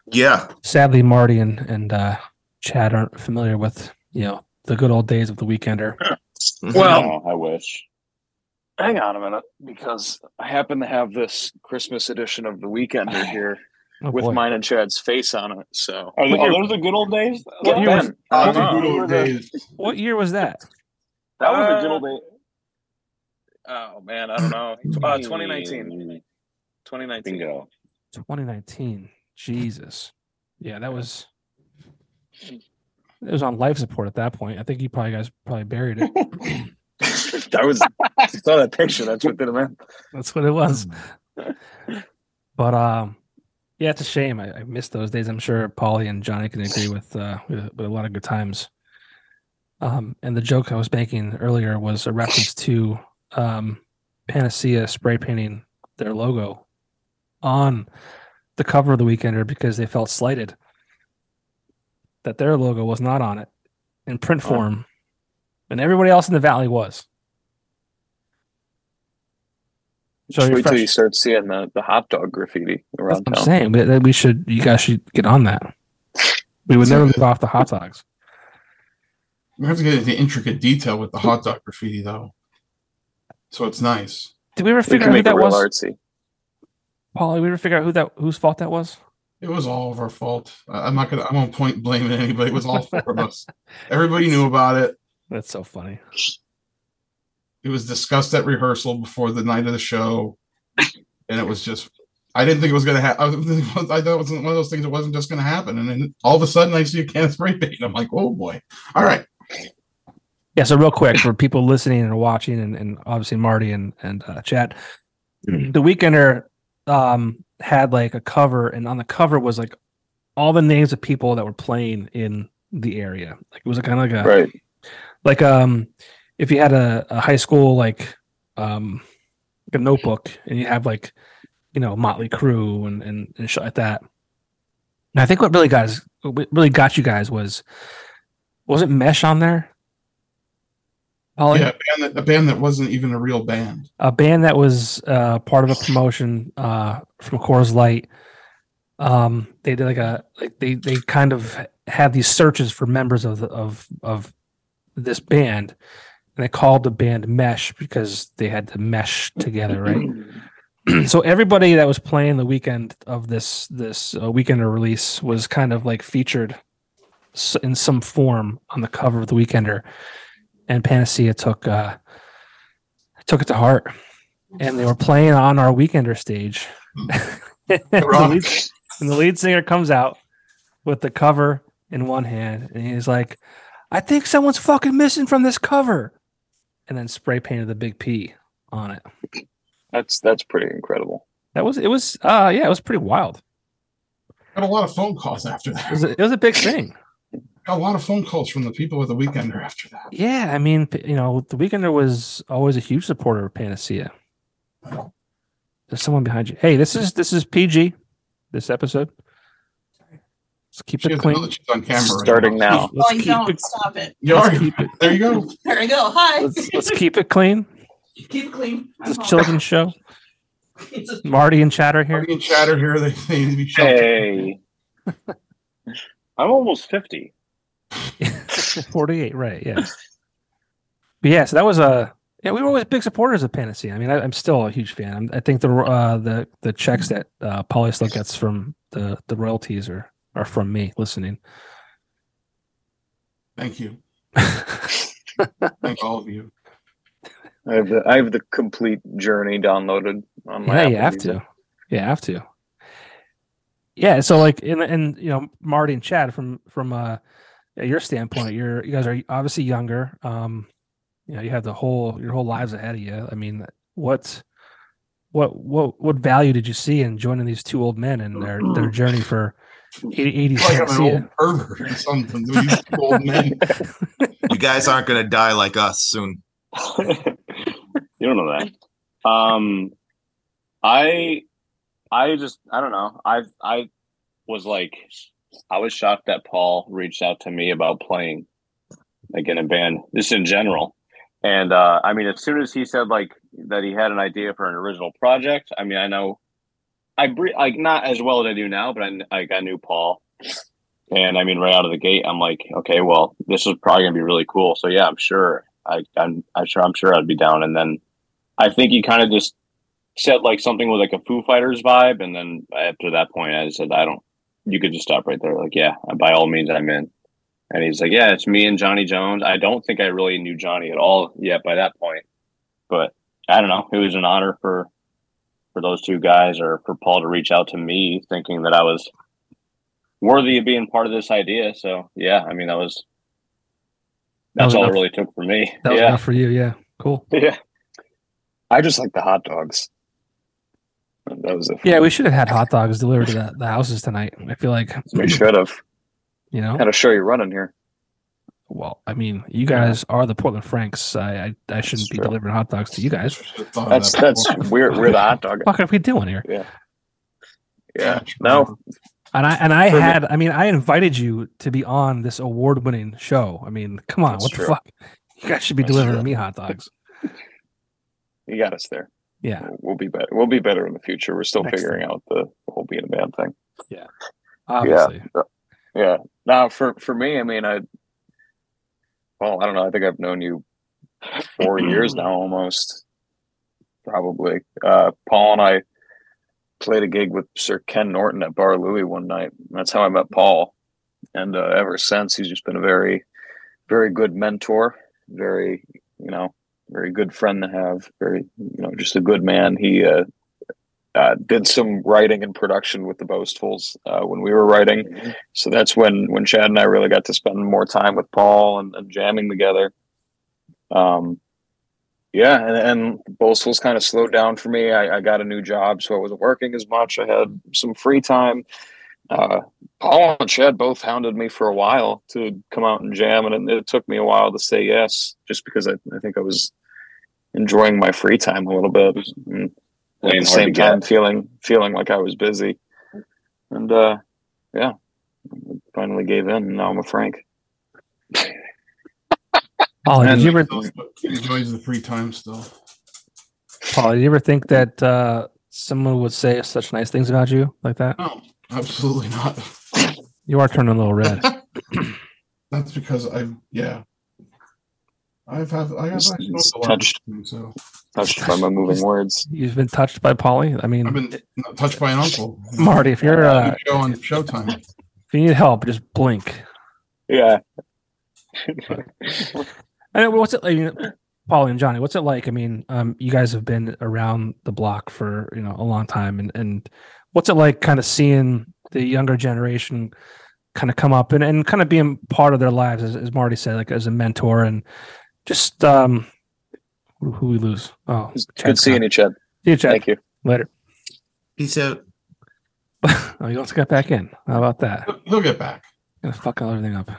Speaker 5: yeah
Speaker 1: Sadly, Marty and and uh, Chad aren't familiar with you know the good old days of the Weekender.
Speaker 2: Well-
Speaker 4: No, Oh, I wish.
Speaker 2: Hang on a minute, because I happen to have this Christmas edition of the Weekender here
Speaker 1: Oh,
Speaker 2: with
Speaker 1: boy.
Speaker 2: mine and Chad's face on it. So
Speaker 4: Are,
Speaker 2: Look at-
Speaker 4: those the good old days?
Speaker 2: look at
Speaker 1: you
Speaker 2: Ben.
Speaker 3: Oh, the
Speaker 2: I don't
Speaker 3: good
Speaker 2: know.
Speaker 3: old days.
Speaker 1: what year was that?
Speaker 2: That was a good
Speaker 4: Uh,
Speaker 2: old day. Oh man, I don't know. Uh, 2019. 2019.
Speaker 4: Bingo.
Speaker 1: 2019. Jesus. Yeah, that was. It was on life support at that point. I think you probably guys probably buried it.
Speaker 2: that was I saw that picture. That's what did it meant.
Speaker 1: That's what it was. But um, yeah, it's a shame. I, I missed those days. I'm sure Polly and Johnny can agree with uh, with, with a lot of good times. Um, and the joke I was making earlier was a reference to um, Panacea spray painting their logo on the cover of the Weekender because they felt slighted that their logo was not on it in print
Speaker 2: Oh.
Speaker 1: form, and everybody else in the valley was. So
Speaker 2: Just
Speaker 1: you're
Speaker 2: wait till
Speaker 1: fresh-
Speaker 2: you start seeing the, the hot dog graffiti
Speaker 1: that's
Speaker 2: around
Speaker 1: what I'm
Speaker 2: town.
Speaker 1: saying. But we should, you guys should get on that. We would never move off the hot dogs.
Speaker 3: We have to get into intricate detail with the hot dog graffiti, though. So it's nice.
Speaker 1: Did we ever
Speaker 2: We
Speaker 1: figure
Speaker 2: can
Speaker 1: out who
Speaker 2: make it
Speaker 1: that
Speaker 2: real
Speaker 1: was?
Speaker 2: artsy.
Speaker 1: Paul, did we ever figure out who that whose fault that was?
Speaker 3: It was all of our fault. I- I'm not gonna. I won't point blame at anybody. It was all four of us. Everybody knew about it.
Speaker 1: That's so funny.
Speaker 3: It was discussed at rehearsal before the night of the show, and it was just. I didn't think it was gonna happen. I thought it was one of those things that wasn't just gonna happen, and then all of a sudden I see a can of spray paint. and I'm like, oh boy! All right,
Speaker 1: Yeah. So real quick for people listening and watching, and, and obviously Marty and and uh, Chad, the Weekender um, had like a cover, and on the cover was like all the names of people that were playing in the area. Like it was kind of like a
Speaker 2: Right.
Speaker 1: like um if you had a, a high school like um like a notebook and you have like you know motley crew and and, and shit like that and i think what really got us what really got you guys was wasn't mesh on there Polly?
Speaker 3: yeah, a band, that, a band that wasn't even a real band.
Speaker 1: a band that was uh, part of a promotion uh, from Coors Light. Um, they did like a like they they kind of had these searches for members of the, of of this band, and they called the band Mesh because they had to mesh together, right? so everybody that was playing the weekend of this this uh, weekender release was kind of like featured s- in some form on the cover of the Weekender, and Panacea took uh, took it to heart, and they were playing on our Weekender stage. and, the
Speaker 3: Ironic.
Speaker 1: lead, and the lead singer comes out with the cover in one hand, and he's like, "I think someone's fucking missing from this cover," and then spray painted the big P on it.
Speaker 2: That's that's pretty incredible.
Speaker 1: That was it. Was uh, yeah, it was pretty wild.
Speaker 3: Got a lot of phone calls after
Speaker 1: It
Speaker 3: that.
Speaker 1: was a, it was a big thing.
Speaker 3: Got a lot of phone calls from the people at the Weekender after that.
Speaker 1: Yeah, I mean, p- you know, the Weekender was always a huge supporter of Panacea. There's someone behind you. Hey, this is this is PG. This episode. Let's keep
Speaker 3: She
Speaker 1: it
Speaker 3: has
Speaker 1: clean.
Speaker 3: another- she's on camera. right
Speaker 2: Starting now.
Speaker 1: Let's
Speaker 6: oh, you
Speaker 1: keep
Speaker 6: don't
Speaker 1: it.
Speaker 6: stop it.
Speaker 3: You
Speaker 1: let's
Speaker 3: are.
Speaker 1: keep it-
Speaker 3: There you go.
Speaker 6: There we go. Hi.
Speaker 1: Let's, let's keep it clean.
Speaker 6: Keep it clean. I'm
Speaker 1: This
Speaker 6: home.
Speaker 1: children's show.
Speaker 6: It's a-
Speaker 1: Marty and Chatter here.
Speaker 3: Marty and Chatter here. They, they need to be sheltered.
Speaker 4: Hey. I'm almost 50.
Speaker 1: 48, right? Yeah. But yeah, so that was a yeah. We were always big supporters of Panacea. I mean, I, I'm still a huge fan. I'm, I think the uh, the the checks that uh, Polly still gets from the the royalties are are from me listening.
Speaker 3: Thank you. Thank all of you.
Speaker 2: I have the I have the complete journey downloaded on
Speaker 1: yeah,
Speaker 2: my. Apple
Speaker 1: you have
Speaker 2: Music.
Speaker 1: to. You have to. Yeah, so like in and you know Marty and Chad from from uh your standpoint, you're you guys are obviously younger. Um you know, you have the whole your whole lives ahead of you. I mean, what what what what value did you see in joining these two old men and their their journey for 80, 80
Speaker 3: I feel Like I'm an
Speaker 1: Panacea?
Speaker 3: old pervert or something. These old men.
Speaker 5: You guys aren't going to die like us soon.
Speaker 4: you don't know that. Um, I, I just, I don't know. I, I was like, I was shocked that Paul reached out to me about playing like in a band, just in general. And uh, I mean, as soon as he said like that he had an idea for an original project, I mean, I know, I bre- like not as well as I do now, but I kn- like I knew Paul. And I mean, right out of the gate, I'm like, okay, well, this is probably gonna be really cool. So yeah, I'm sure I, I'm, I'm sure I'm sure I'd be down. And then I think he kind of just said like something with like a Foo Fighters vibe, and then after that point, I said I don't. You could just stop right there. Like yeah, by all means, I'm in. And he's like, yeah, it's me and Johnny Jones. I don't think I really knew Johnny at all yet by that point, but I don't know. It was an honor for for those two guys or for Paul to reach out to me, thinking that I was worthy of being part of this idea. So yeah, I mean that was.
Speaker 1: That was
Speaker 4: That's all
Speaker 1: enough.
Speaker 4: it really took for me.
Speaker 1: That was
Speaker 4: yeah.
Speaker 1: enough for you, yeah. Cool.
Speaker 4: Yeah.
Speaker 2: I just like the hot dogs. That was it.
Speaker 1: Yeah, we should have had hot dogs delivered to the, the houses tonight. I feel like
Speaker 2: We should have
Speaker 1: you know
Speaker 2: had a show you running here.
Speaker 1: Well, I mean, you guys are the Portland Franks. I I, I shouldn't be
Speaker 2: true.
Speaker 1: delivering hot dogs to you guys.
Speaker 3: Oh,
Speaker 2: That's that's we're we're the hot dog.
Speaker 1: Fuck, are we doing here?
Speaker 2: Yeah. No.
Speaker 1: And I and I
Speaker 2: For me-
Speaker 1: had, I mean, I invited you to be on this award-winning show. I mean, come on,
Speaker 2: That's
Speaker 1: what
Speaker 2: true.
Speaker 1: the fuck? You guys should be
Speaker 2: That's
Speaker 1: delivering
Speaker 2: true.
Speaker 1: me hot dogs.
Speaker 2: You got us there.
Speaker 1: Yeah,
Speaker 2: We'll be better. We'll be better in the future. We're still
Speaker 1: Next
Speaker 2: figuring out the, the whole being a bad thing.
Speaker 1: obviously.
Speaker 2: Yeah. Now for for me, I mean, I well, I don't know. I think I've known you four years now, almost probably. Uh, Paul and I played a gig with Sir Ken Norton at Bar Louie one night. That's how I met Paul, and uh, ever since he's just been a very, very good mentor. Very, you know, very good friend to have. Very, you know, just a good man. He uh, uh, did some writing and production with the Boastfuls uh, when we were writing. So that's when when Chad and I really got to spend more time with Paul and, and jamming together. Um, yeah, and, and Boastfuls kind of slowed down for me. I, I got a new job, so I wasn't working as much. I had some free time. Uh, Paul and Chad both hounded me for a while to come out and jam, and it, it took me a while to say yes, just because I, I think I was enjoying my free time a little bit. And at
Speaker 4: Playing hard
Speaker 2: the same
Speaker 4: to get.
Speaker 2: time feeling feeling like I was busy. And uh yeah. Finally gave in and now I'm a Frank.
Speaker 1: Paul, did
Speaker 2: And-
Speaker 1: you ever,
Speaker 3: He enjoys the free time still.
Speaker 1: Paul, did you ever think that uh, someone would say such nice things about you like that?
Speaker 3: No, absolutely not.
Speaker 1: You are turning a little red.
Speaker 3: That's because I, yeah. I've had, I have
Speaker 2: It's-
Speaker 3: actually
Speaker 2: it's
Speaker 3: a lot of
Speaker 2: touched.
Speaker 3: things, so
Speaker 2: Touched by my moving words.
Speaker 1: You've been touched by Polly. I mean,
Speaker 3: I've been touched by an uncle.
Speaker 1: Marty, if you're uh,
Speaker 3: show on Showtime.
Speaker 1: if you need help, just blink.
Speaker 2: Yeah.
Speaker 1: I know, what's it like, you know, Paul and Johnny? What's it like? I mean, um, you guys have been around the block for you know a long time, and and what's it like, kind of seeing the younger generation kind of come up and, and kind of being part of their lives, as, as Marty said, like as a mentor and just um, who, who we lose? Oh,
Speaker 2: It's good
Speaker 1: Chad's
Speaker 2: seeing
Speaker 1: gone.
Speaker 2: you, Chad.
Speaker 1: See you, Chad.
Speaker 2: Thank you.
Speaker 1: Later.
Speaker 5: Peace out.
Speaker 1: oh, you also got back in. How about that?
Speaker 3: He'll- He'll get back.
Speaker 1: Gonna fuck all everything up.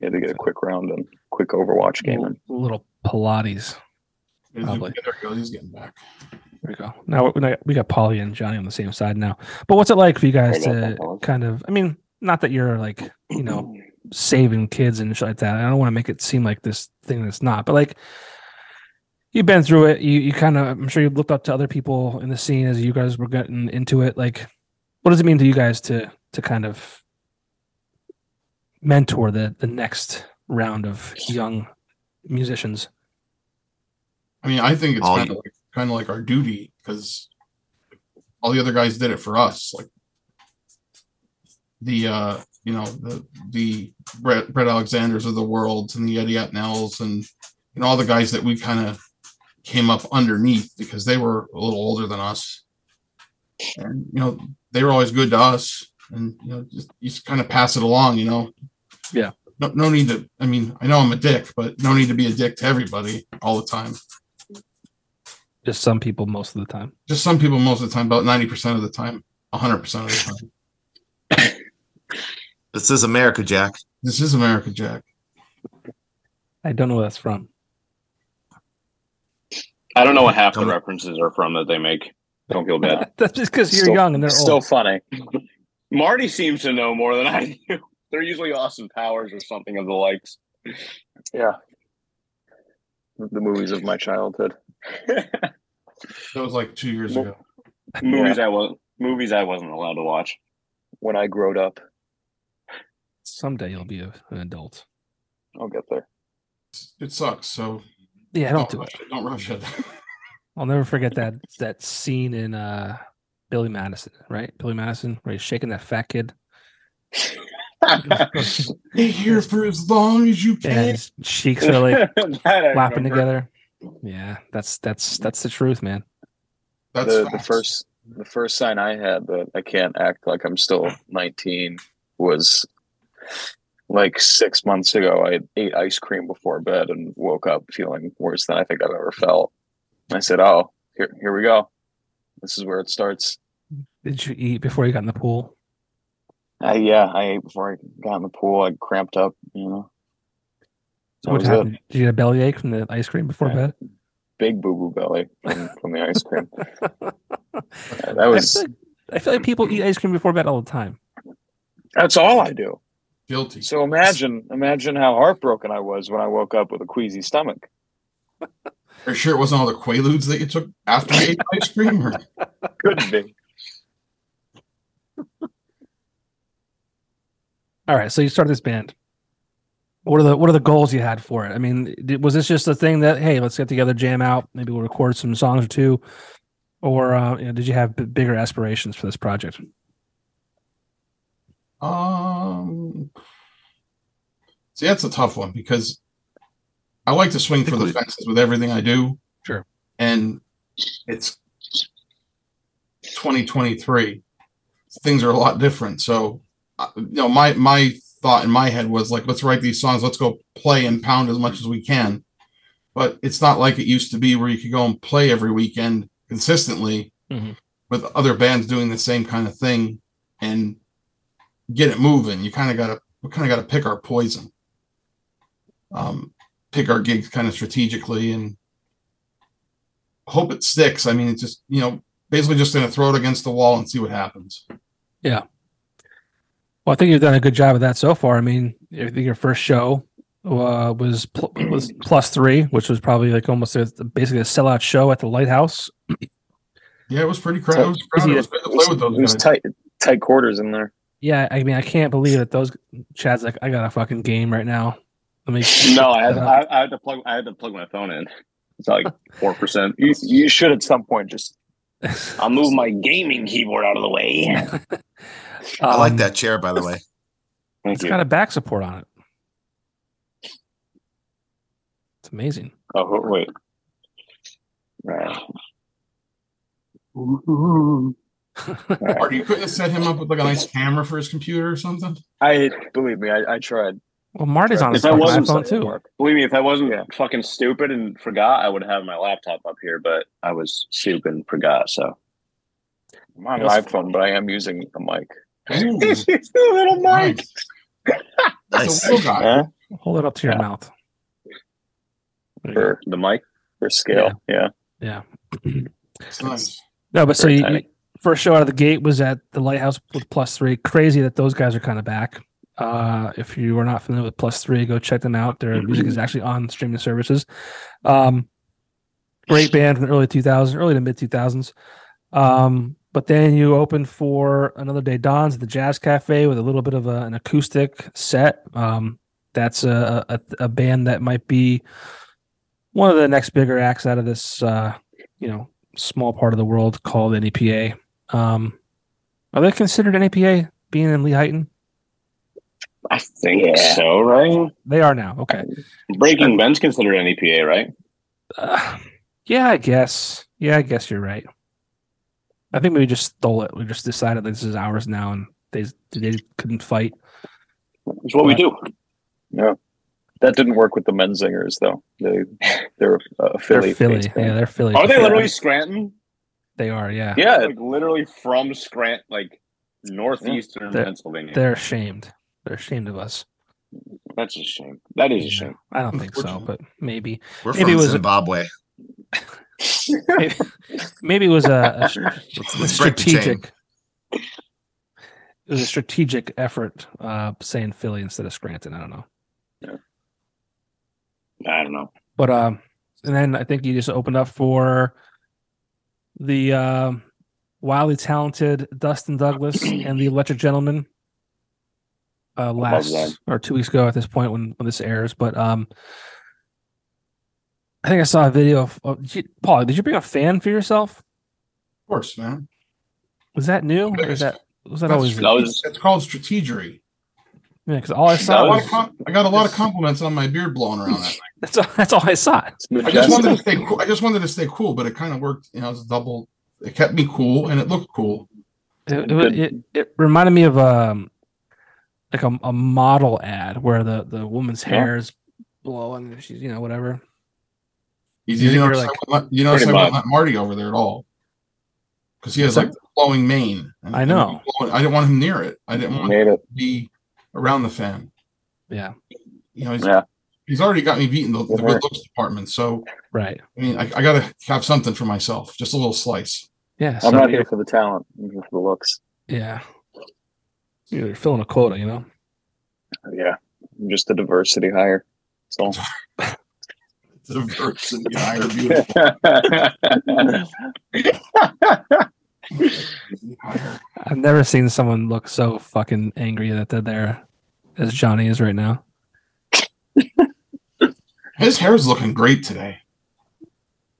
Speaker 2: Yeah, to get a quick round and quick Overwatch game. in.
Speaker 1: Little Pilates.
Speaker 3: There
Speaker 1: Probably.
Speaker 3: he goes. He's getting back.
Speaker 1: There we go. Now we we got Polly and Johnny on the same side now. But what's it like for you guys
Speaker 2: There you go,
Speaker 1: to
Speaker 2: Paul.
Speaker 1: kind of? I mean, not that you're like you know saving kids and shit like that. I don't want to make it seem like this thing that's not. But like you've been through it. You you kind of I'm sure you looked up to other people in the scene as you guys were getting into it. Like, what does it mean to you guys to to kind of mentor the the next round of young musicians?
Speaker 3: I mean, I think it's
Speaker 5: All
Speaker 3: kind of
Speaker 5: you-
Speaker 3: like, kind of like our duty because all the other guys did it for us. Like the uh, you know the the Brett, Brett Alexanders of the world and the Eddie Atnells and and all the guys that we kind of came up underneath because they were a little older than us. And you know they were always good to us, and you know just you just kind of pass it along. You know.
Speaker 1: Yeah.
Speaker 3: No, no need to. I mean, I know I'm a dick, but no need to be a dick to everybody all the time
Speaker 1: Just some people most of the time.
Speaker 3: just some people most of the time, about 90% of the time, 100% of the time.
Speaker 5: This is America, Jack.
Speaker 3: This is America Jack.
Speaker 1: I don't know where that's from.
Speaker 4: I don't know what half the
Speaker 5: Come-
Speaker 4: references are from that they make. Don't feel bad.
Speaker 1: That's just because you're
Speaker 2: Still-
Speaker 1: young and they're
Speaker 2: Still
Speaker 1: old.
Speaker 2: funny.
Speaker 4: Marty seems to know more than I do. They're usually Austin Powers or something of the likes.
Speaker 2: Yeah. The movies of my childhood.
Speaker 3: That was like two years
Speaker 2: Well-
Speaker 3: ago.
Speaker 4: Movies I was movies I wasn't allowed to watch.
Speaker 2: When I growed up,
Speaker 1: Someday you'll be a, an adult.
Speaker 2: I'll get there.
Speaker 3: It sucks. So
Speaker 1: Yeah, don't do it.
Speaker 3: rush Don't rush it.
Speaker 1: I'll never forget that that scene in uh Billy Madison, right? Billy Madison, where he's shaking that fat kid.
Speaker 3: Be here for as long as you
Speaker 1: Yeah,
Speaker 3: can.
Speaker 1: his cheeks are like
Speaker 4: That I
Speaker 1: flapping
Speaker 4: remember.
Speaker 1: together. Yeah, that's that's that's the truth, man.
Speaker 3: That's
Speaker 2: the, the
Speaker 3: facts.
Speaker 2: first the first sign I had that I can't act like I'm still 19 was like six months ago. I ate ice cream before bed and woke up feeling worse than I think I've ever felt. I said, "Oh, here here we go. This is where it starts."
Speaker 1: Did you eat before you got in the pool?
Speaker 2: Uh, yeah, I ate before I got in the pool. I cramped up, you know. That
Speaker 1: what
Speaker 2: was
Speaker 1: happened?
Speaker 2: it.
Speaker 1: Did you get a bellyache from the ice cream before
Speaker 2: Yeah.
Speaker 1: bed?
Speaker 2: Big boo boo belly from, from the ice cream. Uh, that
Speaker 1: I
Speaker 2: was
Speaker 1: feel, like, I feel like people eat ice cream before bed all the time.
Speaker 2: that's all I do.
Speaker 3: Guilty.
Speaker 2: So imagine imagine how heartbroken I was when I woke up with a queasy stomach.
Speaker 3: Are you sure it wasn't all the Quaaludes that you took after you ate ice cream? Or
Speaker 2: Couldn't be.
Speaker 1: All right, so you started this band. What are the what are the goals you had for it? I mean, did, was this just a thing that hey, let's get together, jam out, maybe we'll record some songs or two, or uh, you know, did you have b- bigger aspirations for this project?
Speaker 3: um, see, that's a tough one because I like to swing for the fences with everything I do.
Speaker 1: Sure.
Speaker 3: And it's 2023. Things are a lot different. So, uh, you know, my my thought in my head was like, let's write these songs. Let's go play and pound as much as we can. But it's not like it used to be where you could go and play every weekend consistently
Speaker 1: Mhm.
Speaker 3: with other bands doing the same kind of thing and get it moving. You kind of got to we kind of got to pick our poison. Um, pick our gigs kind of strategically and hope it sticks. I mean, it's just you know basically just gonna throw it against the wall and see what happens.
Speaker 1: Well, I think you've done a good job of that so far. I mean, I think your first show uh, was pl- was plus three, which was probably like almost a, basically a sellout show at the Lighthouse.
Speaker 3: Yeah, it was pretty crowded. It was, crowded. It was good to play with
Speaker 2: It was
Speaker 3: those guys.
Speaker 2: tight, tight quarters in there.
Speaker 1: Yeah, I mean, I can't believe that those Chad's like, I got a fucking game right now. Let me
Speaker 4: No, I had, I, I had to plug I had to plug my phone in. It's like four percent.
Speaker 2: You, you should at some point just
Speaker 4: I'll move my gaming keyboard out of the way.
Speaker 5: I like
Speaker 1: Um,
Speaker 5: that chair, by the way.
Speaker 4: Thank
Speaker 1: It's
Speaker 4: you.
Speaker 1: got a back support on it. It's amazing.
Speaker 2: Oh wait. Right.
Speaker 3: Or you couldn't have set him up with like a nice camera for his computer or something.
Speaker 2: I believe me. I, I tried.
Speaker 1: Well, Marty's on his
Speaker 4: If I
Speaker 1: fucking
Speaker 4: wasn't
Speaker 1: iPhone too.
Speaker 4: Believe me, if I wasn't
Speaker 2: Yeah.
Speaker 4: fucking stupid and forgot, I would have my laptop up here. But I was stupid and forgot, so
Speaker 2: I'm on an
Speaker 1: Yes.
Speaker 2: iPhone, but I am using a mic.
Speaker 3: Ooh,
Speaker 4: it's a little mic.
Speaker 3: nice.
Speaker 5: Nice.
Speaker 3: That's a real guy.
Speaker 2: Huh?
Speaker 1: Hold it up to your mouth. There you go.
Speaker 2: For the mic for scale. Yeah.
Speaker 3: It's nice.
Speaker 1: No, but so
Speaker 2: Very
Speaker 1: you,
Speaker 2: tiny.
Speaker 1: you- first show out of the gate was at the Lighthouse with Plus Three. Crazy that those guys are kind of back. Uh, if you are not familiar with Plus Three, go check them out. Their music is actually on streaming services. Um, great band from the early 2000s, early to mid 2000s. Um, but then you open for another day dawns at the Jazz Cafe with a little bit of a, an acoustic set. Um, that's a, a a band that might be one of the next bigger acts out of this uh, you know small part of the world called E NEPA. Um, are they considered NEPA being in Lehighton?
Speaker 4: I think
Speaker 2: Yeah.
Speaker 4: so, right?
Speaker 1: They are now. Okay.
Speaker 4: Breaking Ben's considered an EPA, right?
Speaker 1: Uh, yeah, I guess. Yeah, I guess you're right. I think we just stole it. We just decided that this is ours now, and they they couldn't fight.
Speaker 4: It's what we do.
Speaker 2: That didn't work with the men singers though. They they're uh, Philly.
Speaker 1: they're Philly.
Speaker 2: based band.
Speaker 1: Yeah, they're Philly.
Speaker 4: Are they
Speaker 2: Yeah.
Speaker 4: literally Scranton?
Speaker 1: They are. Yeah.
Speaker 2: Yeah.
Speaker 4: Like literally from Scranton, like northeastern
Speaker 1: They're-
Speaker 4: Pennsylvania.
Speaker 1: They're ashamed. They're ashamed of us.
Speaker 4: That's a shame. That is a
Speaker 1: Yeah.
Speaker 4: shame.
Speaker 1: I don't think so, but maybe.
Speaker 5: We're
Speaker 1: Maybe it
Speaker 5: from
Speaker 1: was-
Speaker 5: Zimbabwe.
Speaker 1: maybe, maybe it was a, a str-
Speaker 5: let's break the chain.
Speaker 1: strategic. It was a strategic effort, uh, saying Philly instead of Scranton. I don't know,
Speaker 4: I don't know.
Speaker 1: but um, and then I think you just opened up for the um, wildly talented Dustin Douglas and the Electric Gentleman. Uh, last
Speaker 4: them.
Speaker 1: or two weeks ago at this point when when this airs, but um, I think I saw a video of, of did you- Paul. Did you bring a fan for yourself?
Speaker 3: Of course, man.
Speaker 1: Was that new? Or is that was that always
Speaker 3: That's-
Speaker 1: new?
Speaker 4: That was
Speaker 3: It's called strategery.
Speaker 1: Yeah, because all I
Speaker 3: I
Speaker 1: saw
Speaker 3: got a lot
Speaker 1: was,
Speaker 3: of com- I got a lot of compliments on my beard blowing around. That.
Speaker 1: that's all, that's all I saw.
Speaker 3: I just wanted to stay cool. I just wanted to stay cool, but it kind of worked. You know, it was a double. It kept me cool and it looked cool.
Speaker 1: It, it, was- it, it reminded me of um like a, a model ad where the the woman's
Speaker 2: Uh-huh.
Speaker 1: hair is blowing and she's you know whatever. You
Speaker 3: You, you,
Speaker 1: think you're
Speaker 3: notice,
Speaker 1: like-
Speaker 3: I wouldn't let, you notice I
Speaker 4: Pretty
Speaker 3: wouldn't let Marty over there at all because he has like flowing mane. and-
Speaker 1: I
Speaker 3: and
Speaker 1: know.
Speaker 3: blowing- I didn't want him near it. I didn't want him
Speaker 2: made it.
Speaker 3: to be around the fan.
Speaker 1: Yeah,
Speaker 3: You know, he's,
Speaker 2: Yeah.
Speaker 3: he's already got me beaten the, the
Speaker 2: Mhm.
Speaker 3: good looks department. So
Speaker 1: right.
Speaker 3: I mean, I, I got to have something for myself, just a little slice.
Speaker 1: Yeah,
Speaker 2: I'm
Speaker 1: so
Speaker 2: not
Speaker 1: you're-
Speaker 2: here for the talent. I'm here for the looks.
Speaker 1: yeah. You're filling a quota, you know.
Speaker 2: Yeah. I'm just the diversity hire. So
Speaker 3: Diversity, I review-
Speaker 1: I've never seen someone look so fucking angry that they're there as Johnny is right now.
Speaker 3: His hair's looking great today.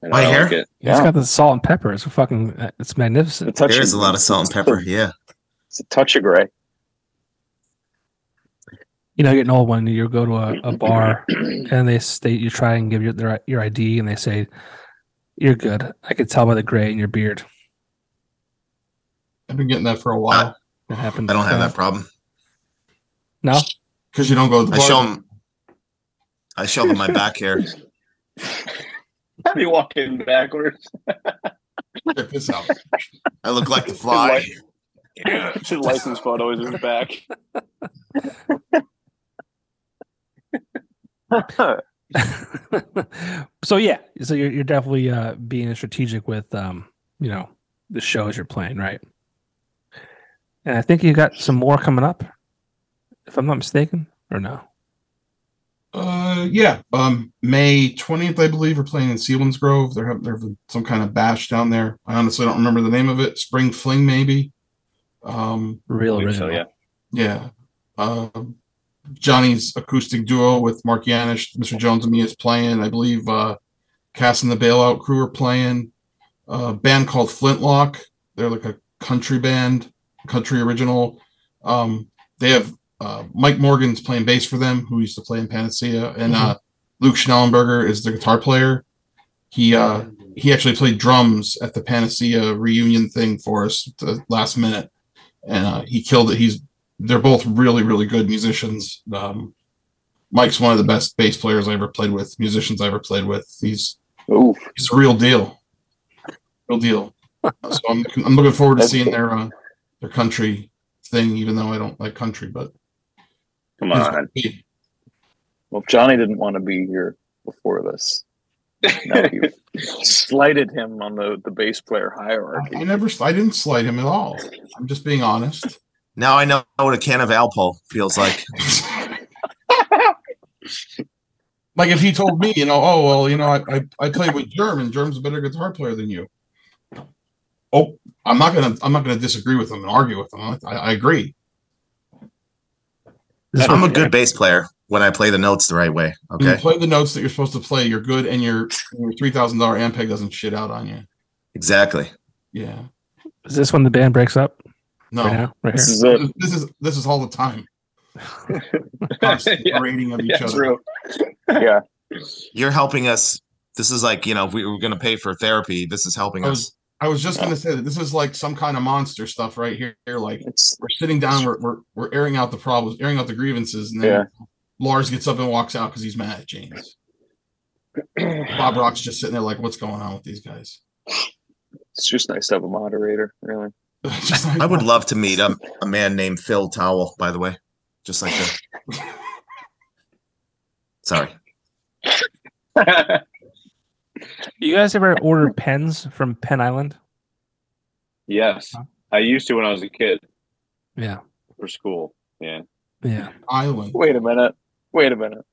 Speaker 4: And
Speaker 5: My
Speaker 4: I
Speaker 5: hair?
Speaker 4: like it.
Speaker 1: He's got the salt and pepper. It's fucking uh, it's
Speaker 2: It's a
Speaker 1: magnificent.
Speaker 2: touch
Speaker 5: There is a lot of salt and pepper. Yeah.
Speaker 2: It's a touch of gray.
Speaker 1: you know, getting old when you go to a, a bar and they state you try and give your their, your ID and they say you're good. I could tell by the gray in your beard.
Speaker 3: I've been getting that for a while
Speaker 1: That happened.
Speaker 5: I don't have
Speaker 1: uh,
Speaker 5: that problem.
Speaker 1: No,
Speaker 3: because you don't go to the
Speaker 5: I
Speaker 3: bar.
Speaker 5: show them. I show them my back hair.
Speaker 4: I'd be walking backwards.
Speaker 3: Check this out.
Speaker 5: I look like the fly.
Speaker 4: His license photo is in the back.
Speaker 1: so yeah, so you're you're definitely uh, being strategic with um, you know, the shows you're playing, right? And I think you got some more coming up, if I'm not mistaken, or no?
Speaker 3: Uh, yeah. Um, May twentieth, I believe, we're playing in Sealands Grove. They're having they're having some kind of bash down there. I honestly don't remember the name of it. Spring Fling, maybe. Um,
Speaker 1: Real
Speaker 4: believe
Speaker 1: original.
Speaker 4: so, yeah.
Speaker 3: yeah. Um, Johnny's acoustic duo with Mark Yanish, Mr. Jones, and me is playing. I believe uh, Cass and the Bailout Crew are playing. A band called Flintlock. They're like a country band, country original. Um, they have uh, Mike Morgan's playing bass for them, who used to play in Panacea, and uh, Luke Schnellenberger is the guitar player. He uh, he actually played drums at the Panacea reunion thing for us at the last minute, and uh, he killed it. He's they're both really really good musicians. Um, Mike's one of the best bass players I ever played with, musicians I ever played with. He's
Speaker 2: Ooh,
Speaker 3: he's a real deal, real deal. so I'm I'm looking forward to seeing their uh, their country thing, even though I don't like country, but
Speaker 4: Come on.
Speaker 2: well, Johnny didn't want to be here before this. Now you slighted him on the, the bass player hierarchy.
Speaker 3: I never, I didn't slight him at all. I'm just being honest.
Speaker 5: Now I know what a can of Alpo feels like.
Speaker 3: like if he told me, you know, oh well, you know, I I, I played with Germ and Germ's a better guitar player than you. Oh, I'm not gonna I'm not gonna disagree with him and argue with him. I, I agree.
Speaker 1: This is
Speaker 5: I'm a
Speaker 1: what-
Speaker 5: good bass player when I play the notes the right way.
Speaker 3: When
Speaker 5: Okay.
Speaker 3: You play the notes that you're supposed to play. You're good, and your your three thousand dollar Ampeg doesn't shit out on you.
Speaker 5: Exactly.
Speaker 3: Yeah.
Speaker 1: is this when the band breaks up? Right
Speaker 3: No.
Speaker 1: now, right
Speaker 2: This
Speaker 1: here.
Speaker 2: is it.
Speaker 3: This is this is all the time. Constant
Speaker 2: Yeah.
Speaker 3: rating of each
Speaker 2: Yeah,
Speaker 3: other.
Speaker 2: true. yeah.
Speaker 5: You're helping us. This is like, you know, if we were going to pay for therapy. This is helping
Speaker 3: Oh,
Speaker 5: us.
Speaker 3: I was just gonna say that this is like some kind of monster stuff right here. Like
Speaker 2: It's
Speaker 3: we're sitting down, we're we're, we're airing out the problems, airing out the grievances, and then Lars gets up and walks out because he's mad at James. Bob Rock's just sitting there like, what's going on with these guys?
Speaker 2: it's just nice to have a moderator, really.
Speaker 3: Just like-
Speaker 5: I would love to meet a, a man named Phil Towel, by the way. Just like that. Sorry.
Speaker 1: You guys ever order pens from Pen Island?
Speaker 4: Yes. I used to when I was a kid
Speaker 1: Yeah,
Speaker 4: for school.
Speaker 1: yeah.
Speaker 3: Island.
Speaker 2: Wait a minute. Wait a minute.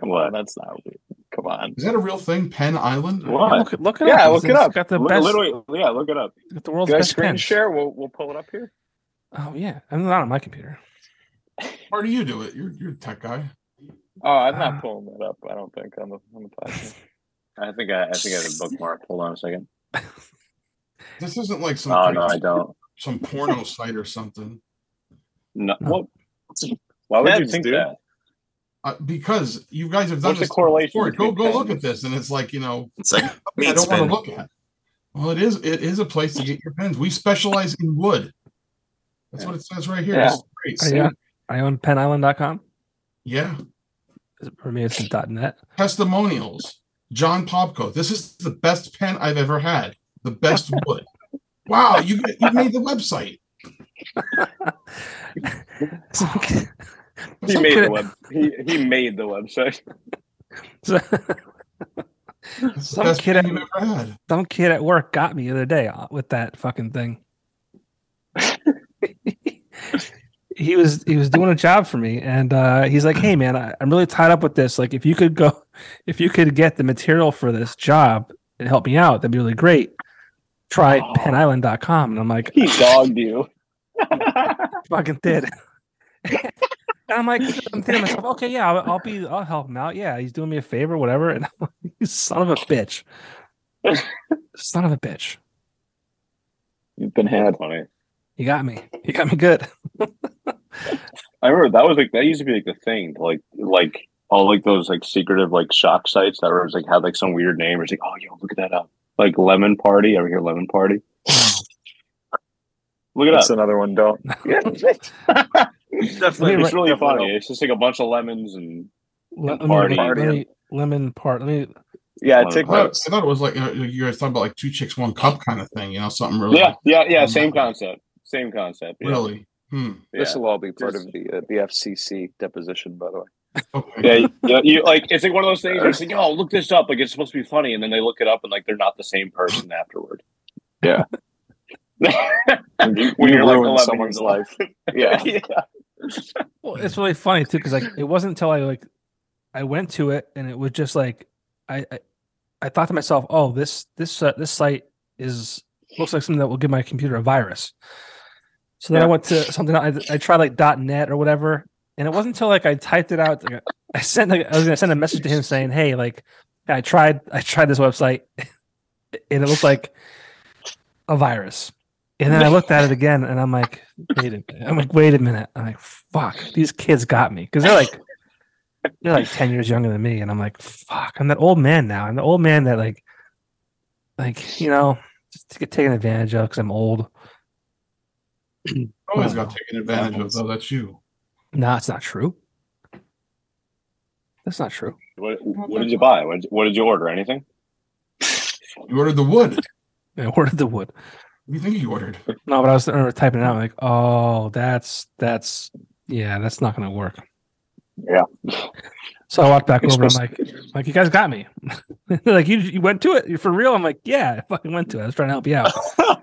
Speaker 2: Come
Speaker 4: What?
Speaker 2: on, that's not weird. Come on.
Speaker 3: Is that a real thing? Penn Island?
Speaker 2: What?
Speaker 1: Oh, Look, look it
Speaker 2: Yeah,
Speaker 1: up. It's-
Speaker 2: look it
Speaker 1: it's
Speaker 2: up.
Speaker 1: Got the
Speaker 4: Li-
Speaker 1: best,
Speaker 4: Literally, yeah, look it up.
Speaker 1: got the world's
Speaker 2: Guys,
Speaker 1: best
Speaker 2: screen
Speaker 1: pens.
Speaker 2: share. We'll, we'll pull it up here.
Speaker 1: Oh yeah, I'm not on my computer.
Speaker 3: Or do you do it? You're you're a tech guy.
Speaker 2: Oh, I'm
Speaker 1: Ah.
Speaker 2: not pulling that up. I don't think on the on the podcast.
Speaker 4: I think I, I think I have a bookmark. Hold on a second.
Speaker 3: This isn't like some
Speaker 4: Oh no, I don't.
Speaker 3: some porno site or something.
Speaker 4: No.
Speaker 1: No.
Speaker 4: What?
Speaker 2: Why would you
Speaker 4: Pens,
Speaker 2: think
Speaker 4: dude.
Speaker 2: that?
Speaker 3: Uh, because you guys have done
Speaker 2: What's the
Speaker 3: this
Speaker 2: correlation
Speaker 3: before. Go
Speaker 2: between
Speaker 3: go look
Speaker 2: pens?
Speaker 3: at this, and it's like you know
Speaker 5: It's like,
Speaker 3: I
Speaker 5: meat
Speaker 3: don't want
Speaker 5: spin.
Speaker 3: to look at. Well, it is it is a place to get your pens. We specialize in wood. That's what it says right here.
Speaker 2: Yeah.
Speaker 3: This is great.
Speaker 1: I,
Speaker 3: See?
Speaker 1: own- I own PenIsland.com.
Speaker 3: yeah.
Speaker 1: For me, it's a .net.
Speaker 3: testimonials. John Popko. This is the best pen I've ever had. The best wood. Wow, you you made the website.
Speaker 1: So-
Speaker 2: He
Speaker 1: so
Speaker 2: made
Speaker 1: could
Speaker 2: the
Speaker 1: it-
Speaker 2: web. He, he made the website.
Speaker 3: That's the
Speaker 1: Some
Speaker 3: best
Speaker 1: kid
Speaker 3: pen
Speaker 1: at-
Speaker 3: you've ever had.
Speaker 1: some kid at work got me the other day uh, with that fucking thing. he was he was doing a job for me, and uh, he's like, "Hey, man, I, I'm really tied up with this. Like, if you could go, if you could get the material for this job and help me out, that'd be really great. Try
Speaker 2: Oh.
Speaker 1: PenIsland.com." And I'm like,
Speaker 2: He dogged you.
Speaker 1: fucking did. and I'm like, I'm thinking to myself, okay, yeah, I'll, I'll be, I'll help him out. Yeah, he's doing me a favor, whatever. And I'm like, you son of a bitch, son of a bitch,
Speaker 2: You've been had.
Speaker 4: Funny.
Speaker 1: you got me, you got me good.
Speaker 4: I remember that was like that used to be like the thing. Like like all like those like secretive like shock sites that were like had like some weird name or it's like oh yo look at that up like Lemon Party. Ever hear Lemon Party? Look it up.
Speaker 2: That's another one. Don't.
Speaker 4: It's
Speaker 1: Let me
Speaker 4: definitely, it's
Speaker 1: write-
Speaker 4: really
Speaker 2: definitely
Speaker 4: funny. It's just like a bunch of lemons and
Speaker 1: Le- let me-
Speaker 4: Party.
Speaker 1: let me- lemon part. Let me.
Speaker 2: Yeah,
Speaker 4: Well,
Speaker 3: I thought,
Speaker 2: TikToks.
Speaker 3: I thought it was like you, know, you guys talking about like two chicks, one cup kind of thing. You know, something really,
Speaker 4: yeah, yeah, yeah.
Speaker 3: Um,
Speaker 4: Same concept. Same concept. Yeah.
Speaker 3: really. Hmm.
Speaker 4: Yeah.
Speaker 2: This will all be part
Speaker 4: Just-
Speaker 2: of the uh, the FCC deposition, by the way.
Speaker 3: Okay.
Speaker 4: yeah, you, you like it's like one of those things. Where it's like, oh, look this up. Like it's supposed to be funny, and then they look it up, and like they're not the same person afterward.
Speaker 2: Yeah.
Speaker 4: when you,
Speaker 2: You
Speaker 4: are like 11
Speaker 2: ruined someone's
Speaker 4: years old.
Speaker 2: life. Yeah.
Speaker 4: yeah.
Speaker 1: Well, it's really funny too because like it wasn't until I like I went to it and it was just like I I, I thought to myself, oh this this uh, this site is looks like something that will give my computer a virus. So then I
Speaker 2: Yeah.
Speaker 1: went to something I I tried like .net or whatever, and it wasn't until like I typed it out. like, I sent like I was gonna send a message to him saying, hey, like I tried I tried this website and it looked like a virus. And then I looked at it again, and I'm like, wait a minute. I'm like, wait a minute. I'm like, fuck, these kids got me because they're like, You're like ten years younger than me, and I'm like, fuck, I'm that old man now. I'm the old man that like, like you know, just get taken advantage of because I'm old.
Speaker 3: Always got taken advantage of, though. That's you.
Speaker 1: Nah, it's not true. That's not true.
Speaker 4: What, what did you buy? What, what did you order? Anything?
Speaker 3: You ordered the wood.
Speaker 1: I
Speaker 3: What
Speaker 1: ordered the wood.
Speaker 3: do you think you ordered?
Speaker 1: No, but I was I remember typing it out. I'm like, oh, that's that's yeah, that's not gonna work.
Speaker 4: Yeah.
Speaker 1: So I walked back
Speaker 4: It's
Speaker 1: over. and I'm like, like you guys got me. They're like you, you went to it You're for real. I'm like, yeah, I fucking went to it. I was trying to help you out.
Speaker 4: That's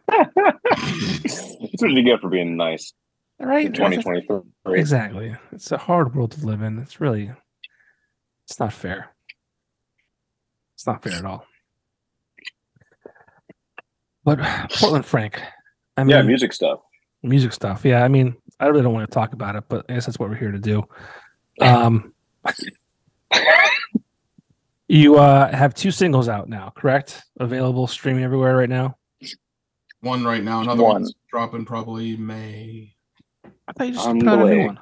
Speaker 4: what you get for being nice
Speaker 1: All right,
Speaker 4: in 2023.
Speaker 1: Exactly. It's a hard world to live in. It's really, it's not fair. It's not fair at all. But Portland Frank, I mean,
Speaker 4: Yeah, music stuff.
Speaker 1: music stuff. Yeah, I mean, I really don't want to talk about it, but I guess that's what we're here to do. Um, you uh, have two singles out now, correct? Available streaming everywhere right now.
Speaker 3: One right now. Another
Speaker 4: One.
Speaker 3: one's dropping probably May.
Speaker 1: I thought you just
Speaker 4: On
Speaker 1: put out
Speaker 4: the
Speaker 1: a new
Speaker 4: way.
Speaker 1: one.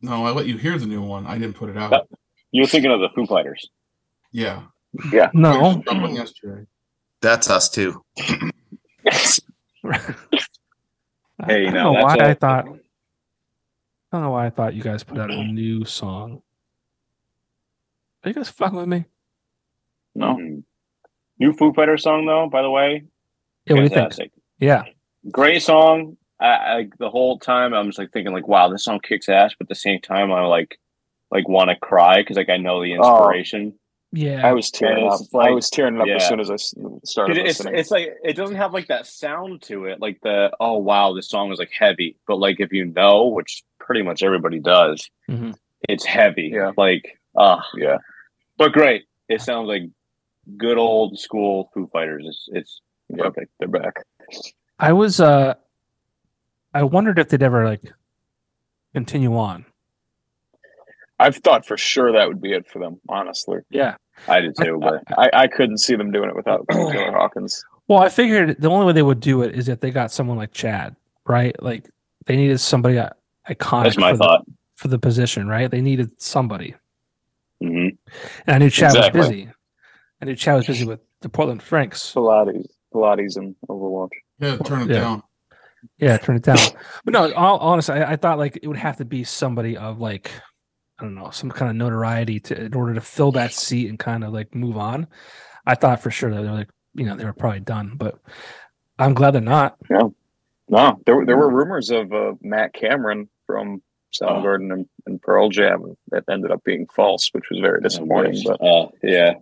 Speaker 3: No, I let you hear the new one. I didn't put it out.
Speaker 4: Yep. You're thinking of the Foo Fighters.
Speaker 3: Yeah. I
Speaker 1: No,
Speaker 3: just dropped one yesterday.
Speaker 5: That's us too.
Speaker 1: I-
Speaker 4: Hey,
Speaker 1: I don't
Speaker 4: now
Speaker 1: know why
Speaker 4: that's
Speaker 1: I
Speaker 4: a-
Speaker 1: thought. I don't know why I thought you guys put out a new song. Are you guys fucking with me?
Speaker 2: No.
Speaker 4: Mm. New Foo Fighters song though. By the way,
Speaker 1: Yeah, what do you think?
Speaker 4: fantastic.
Speaker 1: Yeah,
Speaker 4: Great song. I, I the whole time I'm just like thinking like, wow, this song kicks ass. But at the same time, I like like want to cry because like I know the
Speaker 2: Oh.
Speaker 4: inspiration.
Speaker 1: yeah.
Speaker 2: I was tearing
Speaker 4: Yeah,
Speaker 2: up.
Speaker 4: it's like-
Speaker 2: I was tearing it up
Speaker 4: yeah.
Speaker 2: as soon as I s- started
Speaker 4: It- it's,
Speaker 2: listening.
Speaker 4: it's like it doesn't have like that sound to it like the oh wow this song is like heavy but like if you know which pretty much everybody does
Speaker 1: Mhm.
Speaker 4: it's heavy
Speaker 2: Mm-hmm. Yeah.
Speaker 4: like uh
Speaker 2: yeah,
Speaker 4: but great it sounds like good old school foo fighters it's it's
Speaker 2: Yep.
Speaker 4: perfect
Speaker 2: they're back.
Speaker 1: I was. uh I wondered if they'd ever like continue on.
Speaker 2: I've thought for sure that would be it for them. Honestly,
Speaker 1: Yeah.
Speaker 4: i did too but
Speaker 2: I, I couldn't see them doing it without Taylor Hawkins.
Speaker 1: Well, I figured the only way they would do it is if they got someone like Chad, right? Like they needed somebody i- iconic
Speaker 4: that's my
Speaker 1: for,
Speaker 4: thought
Speaker 1: The, for the position, right? They needed somebody.
Speaker 4: Mhm.
Speaker 1: And I knew Chad
Speaker 2: Exactly.
Speaker 1: was busy. I knew Chad was busy with the Portland Franks.
Speaker 2: Pilates, Pilates, and Overwatch.
Speaker 3: Yeah, turn it
Speaker 1: Yeah.
Speaker 3: down.
Speaker 1: Yeah, turn it down. but no, all, honestly, I, I thought like it would have to be somebody of like I don't know some kind of notoriety to in order to fill that seat and kind of like move on. I thought for sure that they were like you know they were probably done, but I'm glad they're not.
Speaker 2: No, there were there were rumors of uh, Matt Cameron from Soundgarden and, and Pearl Jam and that ended up being false, which was very disappointing. But
Speaker 4: uh, yeah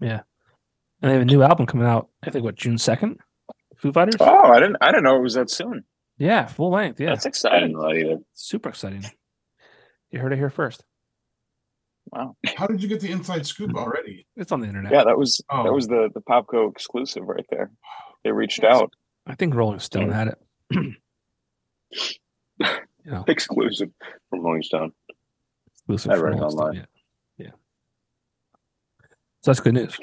Speaker 1: And they have a new album coming out. I think what June second. Foo Fighters.
Speaker 2: oh, I didn't I didn't know it was that soon.
Speaker 1: Yeah, full length. Yeah,
Speaker 2: That's
Speaker 4: i didn't
Speaker 2: exciting.
Speaker 4: know that either
Speaker 1: super exciting. You heard it here first.
Speaker 3: How did you get the inside scoop already?
Speaker 1: It's on the internet.
Speaker 2: Yeah, that was
Speaker 3: Oh,
Speaker 2: that was the the Popco exclusive right there. They reached
Speaker 1: Yes.
Speaker 2: out
Speaker 1: I think Rolling Stone had it. you know,
Speaker 4: exclusive from rolling stone
Speaker 1: exclusive
Speaker 4: I
Speaker 1: for
Speaker 4: read it
Speaker 1: Rolling Stone,
Speaker 4: online.
Speaker 1: Yeah. yeah. So that's good news.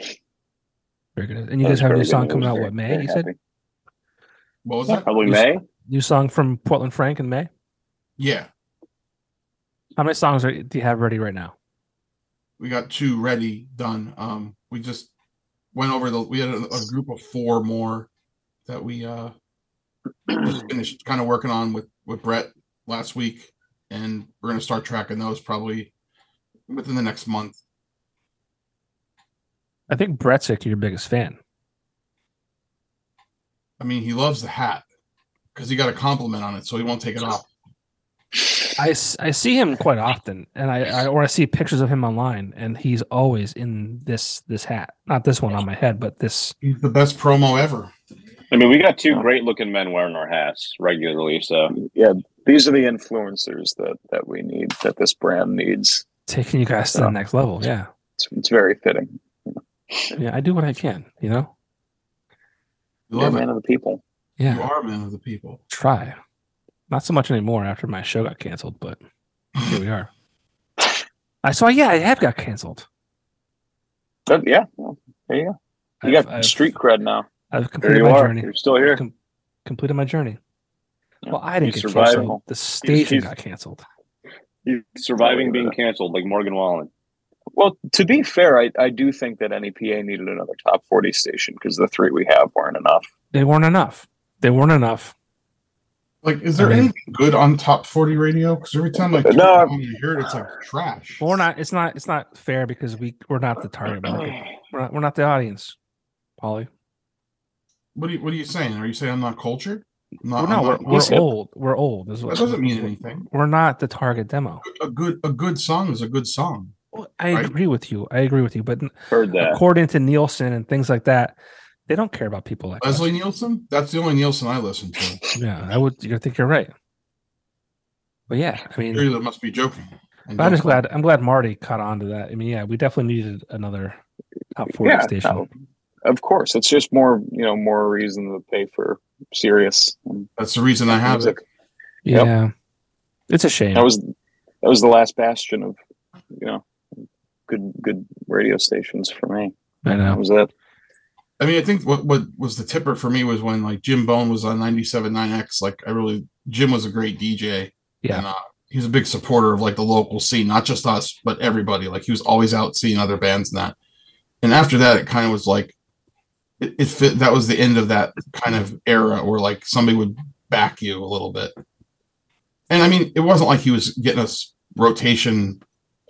Speaker 1: Very good. news. And you
Speaker 4: That
Speaker 1: guys
Speaker 4: was
Speaker 1: have a new
Speaker 4: very good
Speaker 1: song
Speaker 4: news.
Speaker 1: coming out,
Speaker 4: Very-
Speaker 1: what, May?
Speaker 4: very
Speaker 1: You said?
Speaker 4: happy.
Speaker 3: What was that?
Speaker 4: probably
Speaker 1: You
Speaker 4: may
Speaker 1: New song from Portland Frank in May?
Speaker 3: Yeah,
Speaker 1: How many songs are, do you have ready right now?
Speaker 3: we got two ready, done. Um, we just went over the. We had a, a group of four more that we uh just finished kind of working on with with Brett last week, and we're gonna start tracking those probably within the next month.
Speaker 1: I think Brett's like your biggest fan.
Speaker 3: I mean, he loves the hat because he got a compliment on it, so he won't take it off.
Speaker 1: I, s- I see him quite often, and I, I or I see pictures of him online, and he's always in this this hat, not this one on my head, but this.
Speaker 3: He's the best promo ever.
Speaker 4: i mean we got two great looking men wearing our hats regularly so
Speaker 2: yeah, these are the influencers that that we need that this brand needs.
Speaker 1: taking you guys to the
Speaker 4: Oh.
Speaker 2: Yeah.
Speaker 1: next level. Yeah.
Speaker 2: It's, it's very fitting.
Speaker 1: Yeah. I do what I can, you know?
Speaker 3: You
Speaker 2: You're a
Speaker 3: love it.
Speaker 2: man of the people.
Speaker 1: Yeah.
Speaker 3: You are a man of the people.
Speaker 1: Try. Not so much anymore after my show got canceled, but here we are. I saw, yeah, I have got canceled.
Speaker 2: But yeah, well, there you go. You
Speaker 1: I've-
Speaker 2: got
Speaker 1: I've-
Speaker 2: street cred now.
Speaker 1: I've
Speaker 2: There
Speaker 1: completed
Speaker 2: you
Speaker 1: my
Speaker 2: are.
Speaker 1: journey.
Speaker 2: You're still here.
Speaker 1: Com- completed my journey.
Speaker 2: Yeah,
Speaker 1: Well, I didn't
Speaker 2: you
Speaker 1: get
Speaker 2: survived.
Speaker 1: canceled. The station
Speaker 2: he's-
Speaker 1: got canceled.
Speaker 4: He's surviving being canceled like Morgan Wallen.
Speaker 2: Well, to be fair, I, I do think that NEPA needed another top 40 station because the three we have weren't enough.
Speaker 1: They weren't enough. They weren't enough.
Speaker 3: Like, is there
Speaker 1: I mean-
Speaker 3: anything good on top 40 radio? Because every time I turn
Speaker 2: No.
Speaker 3: it on, I hear it, it's like trash.
Speaker 1: Well, we're not. It's not. It's not fair because we we're not the target market. We're not. We're not the audience. Polly.
Speaker 3: What are you, what are you saying? Are you saying I'm not cultured? I'm
Speaker 1: We're
Speaker 3: not,
Speaker 1: no,
Speaker 3: Uh, I'm
Speaker 1: we're,
Speaker 3: not-
Speaker 1: we're old. We're old. is what-
Speaker 3: that doesn't mean anything.
Speaker 1: We're not the target demo.
Speaker 3: A good a good song is a good song.
Speaker 1: Well, I
Speaker 3: Right.
Speaker 1: agree with you. I agree with you. But
Speaker 4: Heard that.
Speaker 1: according to Nielsen and things like that, they don't care about people like us.
Speaker 3: Leslie Nielsen? That's the only Nielsen I listen to.
Speaker 1: Yeah, I would. I think you're right. But yeah, I mean,
Speaker 3: Clearly, that must be joking. And
Speaker 1: I'm
Speaker 3: don't-
Speaker 1: just glad. I'm glad Marty caught on to that. I mean, yeah, we definitely needed another top forty
Speaker 2: Yeah,
Speaker 1: station.
Speaker 2: no. Of course, it's just more you know more reason to pay for serious
Speaker 3: That's the reason I have it.
Speaker 2: music. Yep.
Speaker 1: Yeah, it's a shame.
Speaker 2: That was that was the last bastion of you know good good radio stations for me.
Speaker 1: I
Speaker 2: That
Speaker 1: know.
Speaker 2: was it.
Speaker 3: I mean, I think what, what was the tipper for me was when like Jim Bone was on 97.9X. Like, I really, Jim was a great DJ.
Speaker 1: Yeah.
Speaker 3: And, uh, he's a big supporter of like the local scene, not just us, but everybody. Like, he was always out seeing other bands and that. And after that, it kind of was like, it, it fit. That was the end of that kind of era where like somebody would back you a little bit. And I mean, it wasn't like he was getting us rotation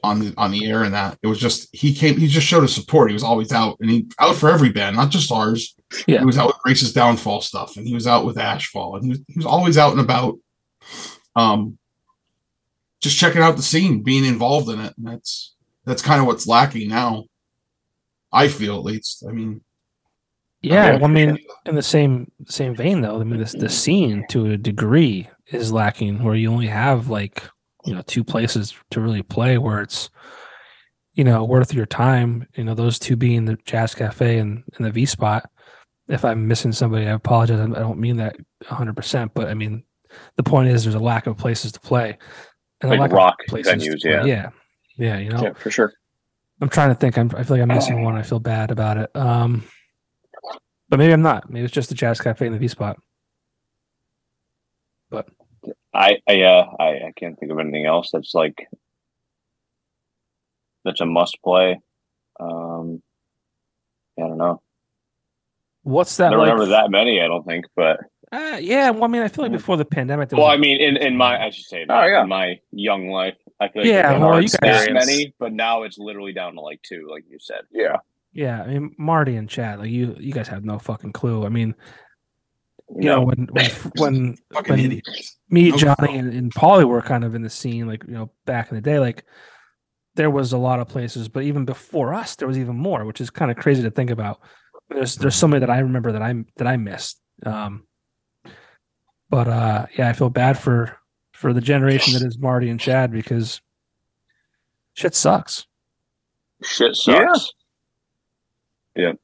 Speaker 3: on the on the air and that. It was just he came. He just showed his support. He was always out and he out for every band, not just ours.
Speaker 1: Yeah.
Speaker 3: he was out with Grace's Downfall stuff, and he was out with Ashfall, and he was, he was always out and about. Um, just checking out the scene, being involved in it. And that's that's kind of what's lacking now. I feel at least. I mean,
Speaker 1: Yeah, well, I mean, in the same same vein though, I mean, this the scene to a degree is lacking, where you only have like you know two places to really play where it's you know worth your time. You know, those two being the Jazz Cafe and, and the V Spot. If I'm missing somebody, I apologize. I don't mean that 100, percent but I mean the point is there's a lack of places to play and a lack
Speaker 4: Like rock
Speaker 1: of places to
Speaker 4: venues,
Speaker 1: play.
Speaker 4: yeah.
Speaker 1: yeah, yeah. You know,
Speaker 2: Yeah, for sure.
Speaker 1: I'm trying to think. I'm, I feel like I'm missing one. I feel bad about it. Um, but maybe I'm not. Maybe it's just the Jazz Cafe and the V Spot.
Speaker 4: I I, uh, I I can't think of anything else that's like that's a must play. Um, I don't know.
Speaker 1: What's that
Speaker 4: there
Speaker 1: like?
Speaker 4: were never that many, I don't think. But
Speaker 1: Uh, yeah. Well, I mean, I feel like before the pandemic, there
Speaker 4: well,
Speaker 1: was-
Speaker 4: I mean, in, in my I should say,
Speaker 2: Oh, yeah.
Speaker 4: in my young life, I feel like
Speaker 1: Yeah,
Speaker 4: there
Speaker 1: well,
Speaker 4: weren't
Speaker 1: you guys-
Speaker 4: that many, but now it's literally down to like two, like you said.
Speaker 2: Yeah,
Speaker 1: yeah. I mean, Marty and Chad, like you, you guys have no fucking clue. I mean, you know,
Speaker 4: No.
Speaker 1: when when when,
Speaker 3: fucking
Speaker 1: when
Speaker 3: idiots.
Speaker 1: me,
Speaker 3: No
Speaker 1: Johnny,
Speaker 3: problem.
Speaker 1: and, and Polly were kind of in the scene, like you know, back in the day, like there was a lot of places, but even before us, there was even more, which is kind of crazy to think about. There's there's so many that I remember that I that I missed. Um, but uh, yeah, I feel bad for for the generation that is Marty and Chad because shit sucks.
Speaker 4: Shit sucks.
Speaker 1: I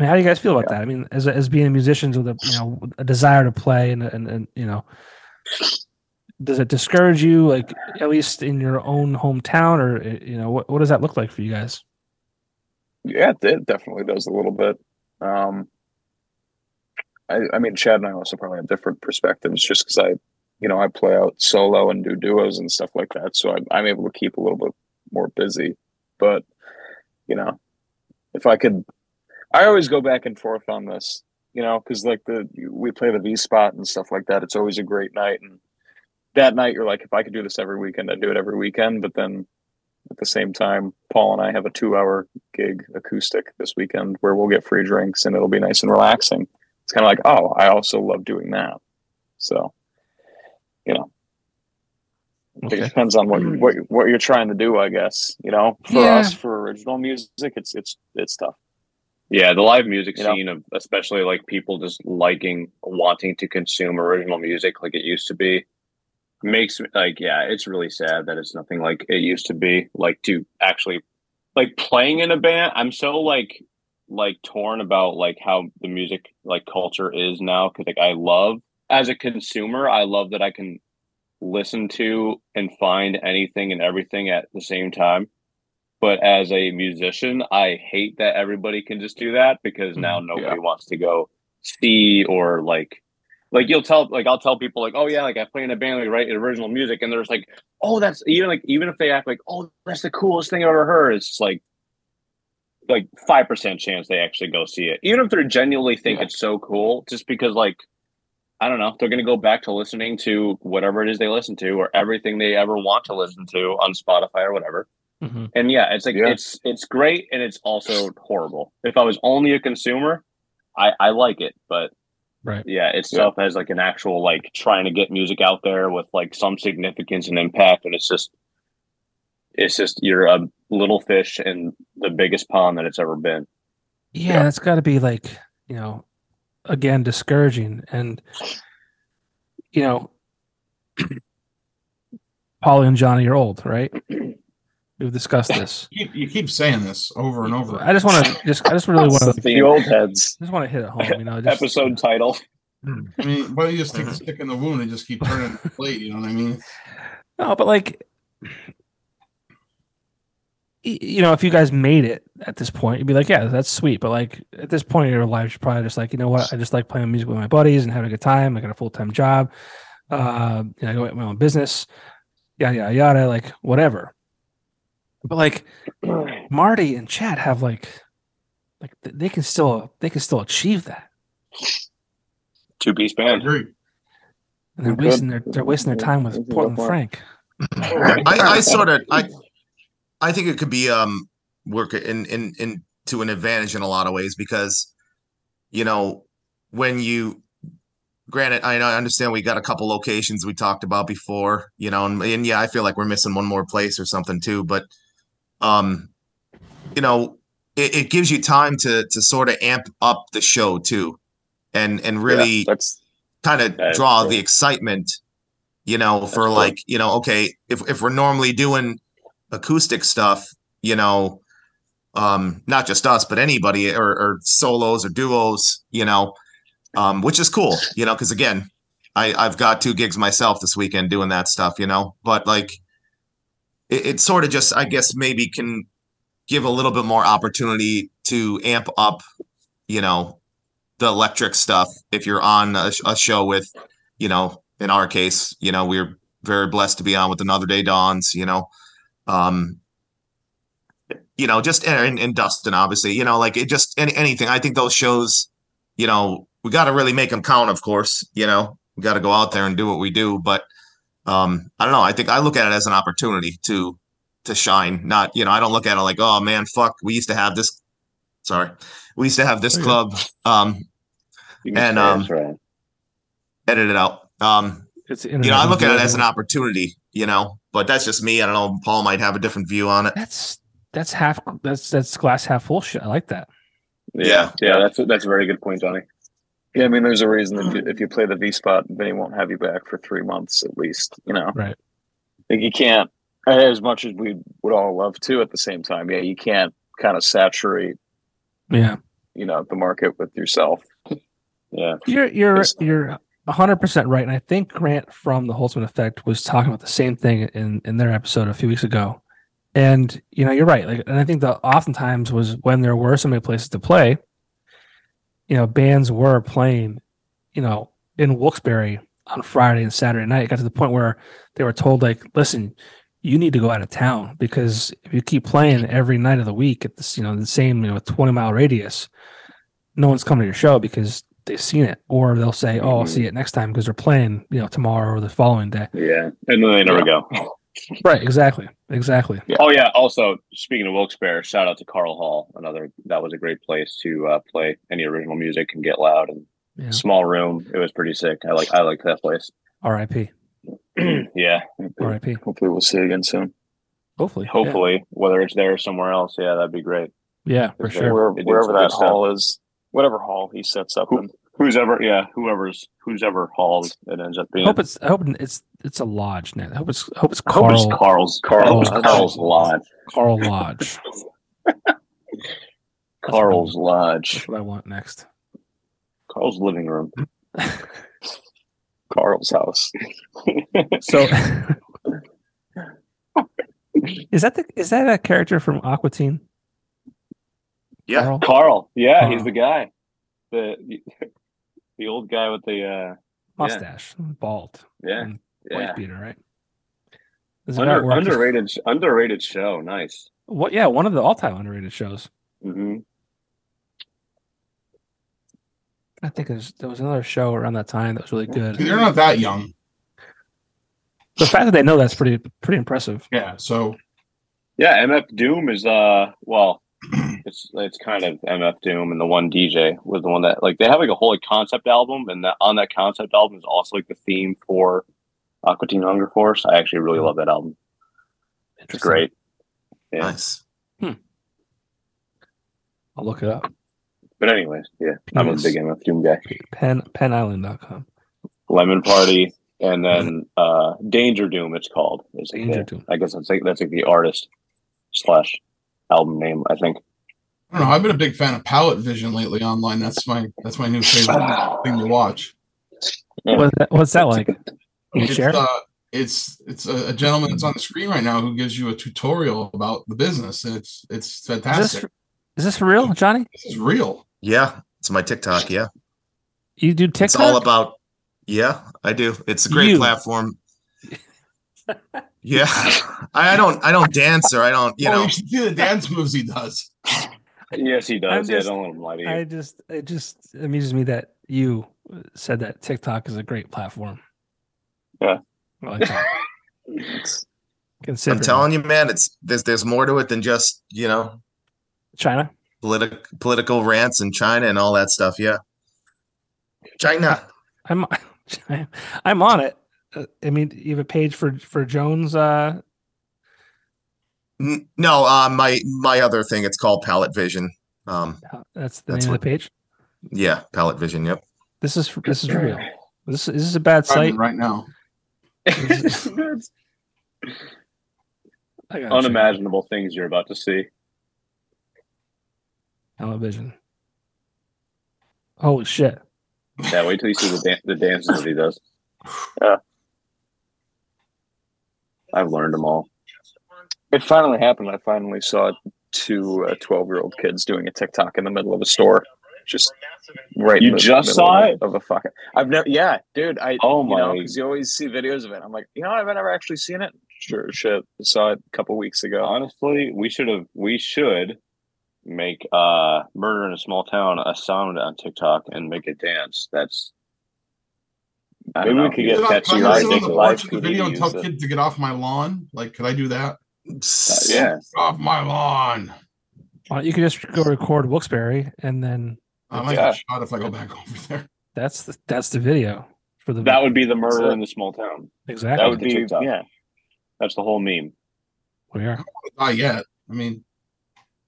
Speaker 1: mean, how do you guys feel about that? I mean, as as being musicians with a you know a desire to play and and, and you know, does it discourage you? Like at least in your own hometown, or uh, you know, what what does that look like for you guys?
Speaker 2: yeah, it did- definitely does a little bit. Um, I, I mean, Chad and I also probably have different perspectives, just because I, you know, I play out solo and do duos and stuff like that, so I'm, I'm able to keep a little bit more busy. But you know, if I could, I always go back and forth on this, you know, because like the we play the V spot and stuff like that. It's always a great night, and that night you're like, if I could do this every weekend, I'd do it every weekend. But then at the same time, Paul and I have a two-hour gig acoustic this weekend where we'll get free drinks and it'll be nice and relaxing. It's kind of like, oh, I also love doing that. So, you know, it
Speaker 1: Okay.
Speaker 2: depends on what what what you're trying to do, I guess. You know, for
Speaker 1: Yeah.
Speaker 2: us, for original music, it's it's it's tough.
Speaker 4: Yeah, the live music
Speaker 2: You know?
Speaker 4: scene of especially like people just liking wanting to consume original music like it used to be makes me like yeah, it's really sad that it's nothing like it used to be. Like to actually like playing in a band, I'm so like like torn about like how the music like culture is now cuz like I love as a consumer, I love that I can listen to and find anything and everything at the same time but as a musician i hate that everybody can just do that because now nobody wants to go see or like like you'll tell like I'll tell people like, oh yeah, like I play in a band, like write original music, and there's like, oh that's even like even if they act like, oh that's the coolest thing I've ever heard, it's just like like five percent chance they actually go see it. Even if they genuinely think it's so cool, just because like I don't know, they're gonna go back to listening to whatever it is they listen to or everything they ever want to listen to on Spotify or whatever.
Speaker 1: Mm-hmm.
Speaker 4: And yeah, it's like
Speaker 2: Yeah.
Speaker 4: it's it's great and it's also horrible. If I was only a consumer, I I like it, but
Speaker 1: Right.
Speaker 4: yeah, it's
Speaker 2: Yeah.
Speaker 4: stuff has like an actual like trying to get music out there with like some significance and impact, and it's just it's just you're a little fish in the biggest pond that it's ever been.
Speaker 1: yeah, that's got to be like you know again discouraging and you know polly and johnny are old right we've discussed this
Speaker 3: You keep, you keep saying this over and over.
Speaker 1: i just want to just i just really want to
Speaker 4: the old heads
Speaker 1: just want to hit it home you know just,
Speaker 4: episode title.
Speaker 3: I mean, why don't you just take the stick in the wound and just keep turning the plate? You know what I mean?
Speaker 1: no but like y- you know if you guys made it at this point you'd be like yeah that's sweet but like at this point in your life you're probably just like you know what i just like playing music with my buddies and having a good time i got a full-time job uh, you know, I go at my own business, yada yada yada, like whatever. But like Marty and Chad have like, like th- they can still they can still achieve that,
Speaker 4: Two piece
Speaker 3: I
Speaker 4: band.
Speaker 3: agree.
Speaker 1: and they're
Speaker 2: Good.
Speaker 1: wasting their they're wasting their time with
Speaker 2: Good
Speaker 1: Portland
Speaker 2: point.
Speaker 1: Frank.
Speaker 5: I, I sort of I I think it could be um work in in in to an advantage in a lot of ways because you know when you granted I, I understand we got a couple locations we talked about before you know and, and yeah I feel like we're missing one more place or something too but um you know it, it gives you time to to sort of amp up the show too and and really
Speaker 2: Yeah, that's
Speaker 5: kind of
Speaker 4: That's
Speaker 5: draw
Speaker 4: true.
Speaker 5: the excitement, you know, for
Speaker 4: true.
Speaker 5: like, you know, okay, if if we're normally doing acoustic stuff, you know, um, not just us, but anybody or, or solos or duos, you know, um, which is cool, you know, because again, I, I've got two gigs myself this weekend doing that stuff, you know, but like it, it sort of just, I guess, maybe can give a little bit more opportunity to amp up, you know, the electric stuff if you're on a, sh- a show with, you know, in our case, you know, we're very blessed to be on with Another Day Dawns, you know, um, you know, just and, and Dustin, obviously, you know, like it just any, anything. I think those shows, you know, we got to really make them count, of course, you know, we got to go out there and do what we do. But um, I don't know. I think I look at it as an opportunity to to shine. Not, you know, I don't look at it like, oh man, fuck, we used to have this. Sorry, we used to have this
Speaker 3: Oh, yeah.
Speaker 5: club. Um,
Speaker 4: You
Speaker 5: And,
Speaker 4: say
Speaker 5: um,
Speaker 4: it's right.
Speaker 5: edit it out. Um,
Speaker 1: It's
Speaker 5: you know, I look at it as an opportunity. You know, but that's just me. I don't know. Paul might have a different view on it.
Speaker 1: That's that's half that's that's glass half full shit. I like that.
Speaker 4: yeah, yeah, that's that's a very good point, Johnny.
Speaker 2: yeah. I mean, there's a reason that if you play the V spot, they won't have you back for three months at least. You know,
Speaker 1: Right.
Speaker 2: Like you can't, as much as we would all love to, at the same time, yeah, you can't kind of saturate,
Speaker 1: Yeah,
Speaker 2: you know, the market with yourself.
Speaker 4: Yeah.
Speaker 1: you're you're
Speaker 2: It's-
Speaker 1: you're hundred percent right, and I think Grant from the Holtzman Effect was talking about the same thing in in their episode a few weeks ago. And you know, you're right. Like, and I think that oftentimes was when there were so many places to play. You know, bands were playing, you know, in Wilkes-Barre on Friday and Saturday night. It got to the point where they were told, like, listen, you need to go out of town because if you keep playing every night of the week at this, you know, the same, you know, 20 mile radius, no one's coming to your show because they've seen it. Or they'll say, oh, I'll see it next time because they're playing, you know, tomorrow or the following day.
Speaker 4: Yeah. And then they never go.
Speaker 1: Right. Exactly. Exactly.
Speaker 4: Oh yeah. Also, speaking of Wilkes-Barre, shout out to Carl Hall. Another that was a great place to uh, play any original music and get loud and
Speaker 1: Yeah.
Speaker 4: small room. It was pretty sick. I like I like that place.
Speaker 1: RIP.
Speaker 4: yeah.
Speaker 1: RIP.
Speaker 2: Hopefully, we'll see you again soon.
Speaker 1: Hopefully. yeah.
Speaker 4: Hopefully, whether it's there or somewhere else, yeah, that'd be great.
Speaker 1: Yeah, for
Speaker 4: If
Speaker 1: sure.
Speaker 2: Where,
Speaker 4: They do
Speaker 2: wherever
Speaker 4: some
Speaker 2: that
Speaker 4: good stuff.
Speaker 2: hall is, whatever hall he sets up
Speaker 4: Who-
Speaker 2: in.
Speaker 4: Who's ever, yeah, whoever's who's ever hauled it ends up
Speaker 1: I
Speaker 4: being.
Speaker 1: hope it's. I hope it's. It's a lodge now. I hope it's. I hope it's
Speaker 4: I hope it's
Speaker 1: Carl. Oh,
Speaker 4: Carl's Carl,
Speaker 1: Carl-
Speaker 4: Carl's Lodge.
Speaker 1: Carl Lodge.
Speaker 4: Carl's Lodge.
Speaker 1: That's what I want next.
Speaker 4: Carl's living room.
Speaker 2: Carl's house.
Speaker 1: So, is that the is that a character from Aqua Teen?
Speaker 5: Yeah.
Speaker 1: Carl?
Speaker 4: Carl. Yeah,
Speaker 1: Carl.
Speaker 4: he's the guy. The the old guy with the uh
Speaker 1: mustache, bald,
Speaker 2: Yeah.
Speaker 1: Mm,
Speaker 2: Yeah.
Speaker 1: white beater, right? This is about
Speaker 2: Under,
Speaker 1: where-
Speaker 2: underrated underrated show. Nice.
Speaker 1: What? Yeah, one of the all-time underrated shows.
Speaker 2: hmm
Speaker 1: I think there's, there was another show around that time that was really good.
Speaker 3: They're not that young.
Speaker 1: The fact that they know that's pretty pretty impressive.
Speaker 3: Yeah. So
Speaker 2: Yeah, MF Doom is uh well, it's it's kind of MF Doom and the one DJ was the one that like they have like a whole like, concept album and that on that concept album is also like the theme for Aqua Teen Hunger Force. I actually really love that album. It's
Speaker 1: Mm. Interesting.
Speaker 2: great. Yeah.
Speaker 5: Nice.
Speaker 1: I'll look it up.
Speaker 2: But anyways, yeah, I'm a
Speaker 1: Penis.
Speaker 2: big MF Doom guy.
Speaker 1: Pen penisland.com.
Speaker 2: Lemon Party and then uh Danger Doom it's called. It's like
Speaker 1: Danger
Speaker 2: the-
Speaker 1: Doom.
Speaker 2: I guess that's like that's like the artist slash album name, I think.
Speaker 3: I don't know. I've been a big fan of Palette Vision lately online. That's my that's my new favorite thing to watch.
Speaker 1: What's that, what's that like? Can you
Speaker 3: It's
Speaker 1: share?
Speaker 3: uh, it's it's a, a gentleman that's on the screen right now who gives you a tutorial about the business. and It's it's
Speaker 1: Is
Speaker 3: fantastic.
Speaker 1: this is this for real, Johnny?
Speaker 3: This, is real.
Speaker 5: Yeah, it's my TikTok. Yeah,
Speaker 1: You do TikTok?
Speaker 5: it's all about. Yeah, I do. It's a great
Speaker 1: You.
Speaker 5: platform. yeah, I, I don't. I don't dance or I don't. You
Speaker 3: oh,
Speaker 5: know.
Speaker 3: you should see the dance moves he does.
Speaker 2: Yes he
Speaker 1: I'm
Speaker 2: does.
Speaker 1: just-
Speaker 2: yeah, don't let him lie to you.
Speaker 1: I just it just amuses me that you said that TikTok is a great platform.
Speaker 2: Yeah.
Speaker 1: I like that.
Speaker 5: I'm
Speaker 1: Considering
Speaker 5: telling you, man. It's there's there's more to it than just you know
Speaker 1: China.
Speaker 5: political political rants in China and all that stuff. Yeah, China.
Speaker 1: I'm I'm on it. Uh, I mean, you have a page for for Jones. Uh,
Speaker 5: N- No, uh, my my other thing. It's called Palette Vision. Um,
Speaker 1: that's the
Speaker 5: That's
Speaker 1: name
Speaker 5: what-
Speaker 1: of the page.
Speaker 5: yeah, Palette Vision. Yep.
Speaker 1: This is this is real. This is this a bad site.
Speaker 3: right now.
Speaker 2: That's
Speaker 1: I gotta check it out.
Speaker 2: unimaginable things you're about to see.
Speaker 1: television. Holy shit!
Speaker 2: Yeah, wait till you see the dan- the dances that he does. Yeah. I've learned them all. It finally happened. I finally saw two uh, 12-year-old kids doing a TikTok in the middle of a store. Just right.
Speaker 4: You just saw
Speaker 2: it of a fucking. I've never. Yeah, dude. I.
Speaker 4: Oh
Speaker 2: You know,
Speaker 4: my
Speaker 2: 'cause you always see videos of it. I'm like, you know, I've never actually seen it. Sure, shit. Saw it a couple weeks ago.
Speaker 4: honestly, we should have we should make uh murder in a small town a sound on TikTok and make it dance. That's
Speaker 2: I
Speaker 4: maybe
Speaker 2: don't
Speaker 4: we
Speaker 2: know.
Speaker 4: could
Speaker 3: Could
Speaker 4: get
Speaker 3: I,
Speaker 4: Patsy
Speaker 3: could I
Speaker 2: right,
Speaker 3: sit
Speaker 4: Rising
Speaker 3: on the
Speaker 2: Nick
Speaker 3: porch
Speaker 4: live
Speaker 3: of the
Speaker 4: PD
Speaker 3: video
Speaker 4: to
Speaker 3: and
Speaker 4: use
Speaker 3: tell
Speaker 4: it.
Speaker 3: kids to get off my lawn? Like, could I do that?
Speaker 2: yeah.
Speaker 3: Off my lawn.
Speaker 1: Why don't you can just go record Wilkes-Barre, and then
Speaker 3: I might
Speaker 2: Yeah.
Speaker 3: get shot if I go back over there.
Speaker 1: that's the that's the video for the
Speaker 4: That would be the murder
Speaker 2: That's it.
Speaker 4: in the small town.
Speaker 1: exactly.
Speaker 4: That would
Speaker 2: the
Speaker 4: be
Speaker 2: TikTok.
Speaker 4: yeah. That's the whole meme.
Speaker 1: we are.
Speaker 3: Not yet. I mean,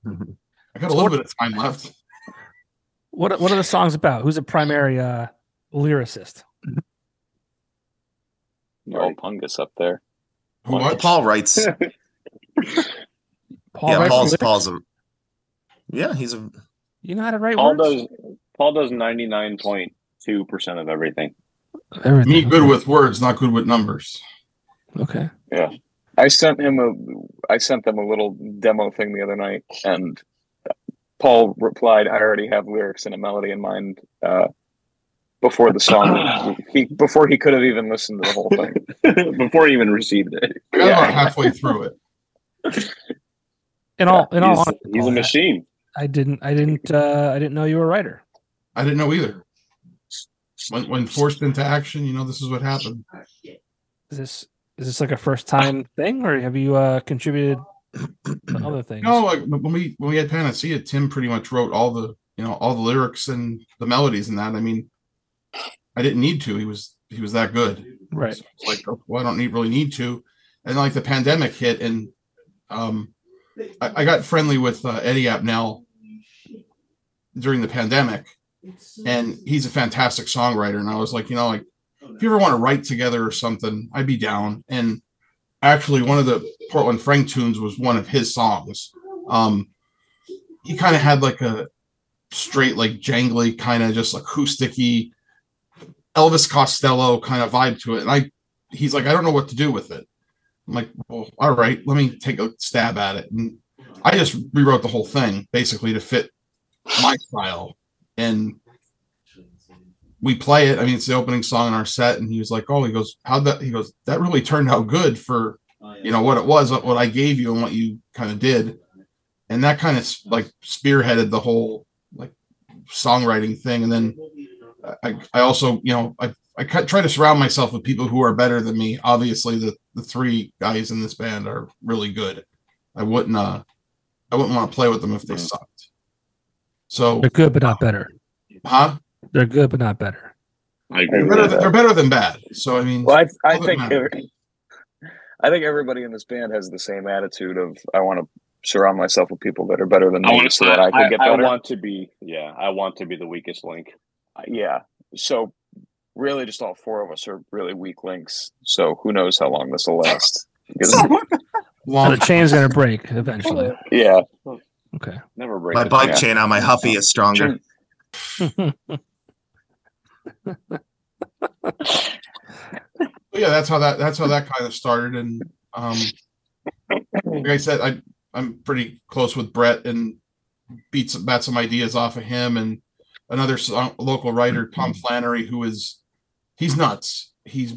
Speaker 3: I got a little bit of time left.
Speaker 1: What what are the songs about? Who's the primary uh, lyricist?
Speaker 2: All pungus up there.
Speaker 3: What?
Speaker 5: Paul writes.
Speaker 1: Paul.
Speaker 5: yeah,
Speaker 1: writes the
Speaker 5: Paul's
Speaker 1: lyrics?
Speaker 5: Paul's a. Yeah, he's a.
Speaker 1: You know how to write
Speaker 4: Paul
Speaker 1: words.
Speaker 4: does Paul does ninety nine point two percent of everything.
Speaker 1: Everything.
Speaker 3: Me good with words, not good with numbers.
Speaker 1: Okay.
Speaker 2: I sent him a I sent them a little demo thing the other night, and Paul replied, "I already have lyrics and a melody in mind." Uh, before the song, he before he could have even listened to the whole thing.
Speaker 4: Before he even received it.
Speaker 3: I got
Speaker 2: Yeah.
Speaker 3: about halfway through it.
Speaker 1: In all in all,
Speaker 4: he's,
Speaker 1: honesty,
Speaker 4: he's a
Speaker 1: Paul, I-
Speaker 4: machine.
Speaker 1: I didn't I didn't uh, I didn't know you were a writer.
Speaker 3: I didn't know either. When, when forced into action, you know, this is what happened.
Speaker 1: Is this is this like a first time thing, or have you uh, contributed to other things?
Speaker 3: No, like when we when we had Panacea, Tim pretty much wrote all the you know all the lyrics and the melodies and that. I mean, I didn't need to. He was he was that good.
Speaker 1: Right.
Speaker 3: So it's like, oh, well, I don't need, really need to. And like the pandemic hit, and um, I, I got friendly with uh, Eddie Apnell during the pandemic, and he's a fantastic songwriter. And I was like, you know, like if you ever want to write together or something, I'd be down. And actually, one of the Portland Frank tunes was one of his songs. Um, he kind of had like a straight, like jangly, kind of just acousticy, Elvis Costello kind of vibe to it. And I, he's like, I don't know what to do with it. I'm like, well, all right, let me take a stab at it. And I just rewrote the whole thing basically to fit my style. And we play it. I mean, it's the opening song in our set, and he was like, "Oh," he goes, "How that?" He goes, "That really turned out good for you know what it was, what, what I gave you, and what you kind of did," and that kind of like spearheaded the whole like songwriting thing. And then I, I also, you know, I I ca- try to surround myself with people who are better than me. Obviously, the the three guys in this band are really good. I wouldn't uh, I wouldn't want to play with them if they sucked. So,
Speaker 1: They're good, but not better.
Speaker 3: huh?
Speaker 1: They're good, but not better.
Speaker 4: I agree
Speaker 3: They're
Speaker 4: with
Speaker 3: better,
Speaker 4: that.
Speaker 3: than, they're better than bad. So I mean,
Speaker 2: Well, I, I
Speaker 3: Doesn't
Speaker 2: think
Speaker 3: matter.
Speaker 2: every- I think everybody in this band has the same attitude of I want to surround myself with people that are better than
Speaker 4: I
Speaker 2: me
Speaker 4: want to
Speaker 2: so that I can get
Speaker 4: I
Speaker 2: better.
Speaker 4: want to be. Yeah, I want to be the weakest link.
Speaker 2: yeah. So really, just all four of us are really weak links. So who knows how long this will last? Because-
Speaker 1: So
Speaker 3: long,
Speaker 1: the chain's gonna break eventually.
Speaker 2: yeah,
Speaker 1: Okay.
Speaker 2: never break
Speaker 5: My
Speaker 2: it,
Speaker 5: bike
Speaker 2: yeah.
Speaker 5: chain on my Huffy is stronger.
Speaker 3: yeah, that's how that that's how that kind of started. And um, like I said, I I'm pretty close with Brett and beat some bat some ideas off of him and another song, local writer Tom Flannery, who is he's nuts. He's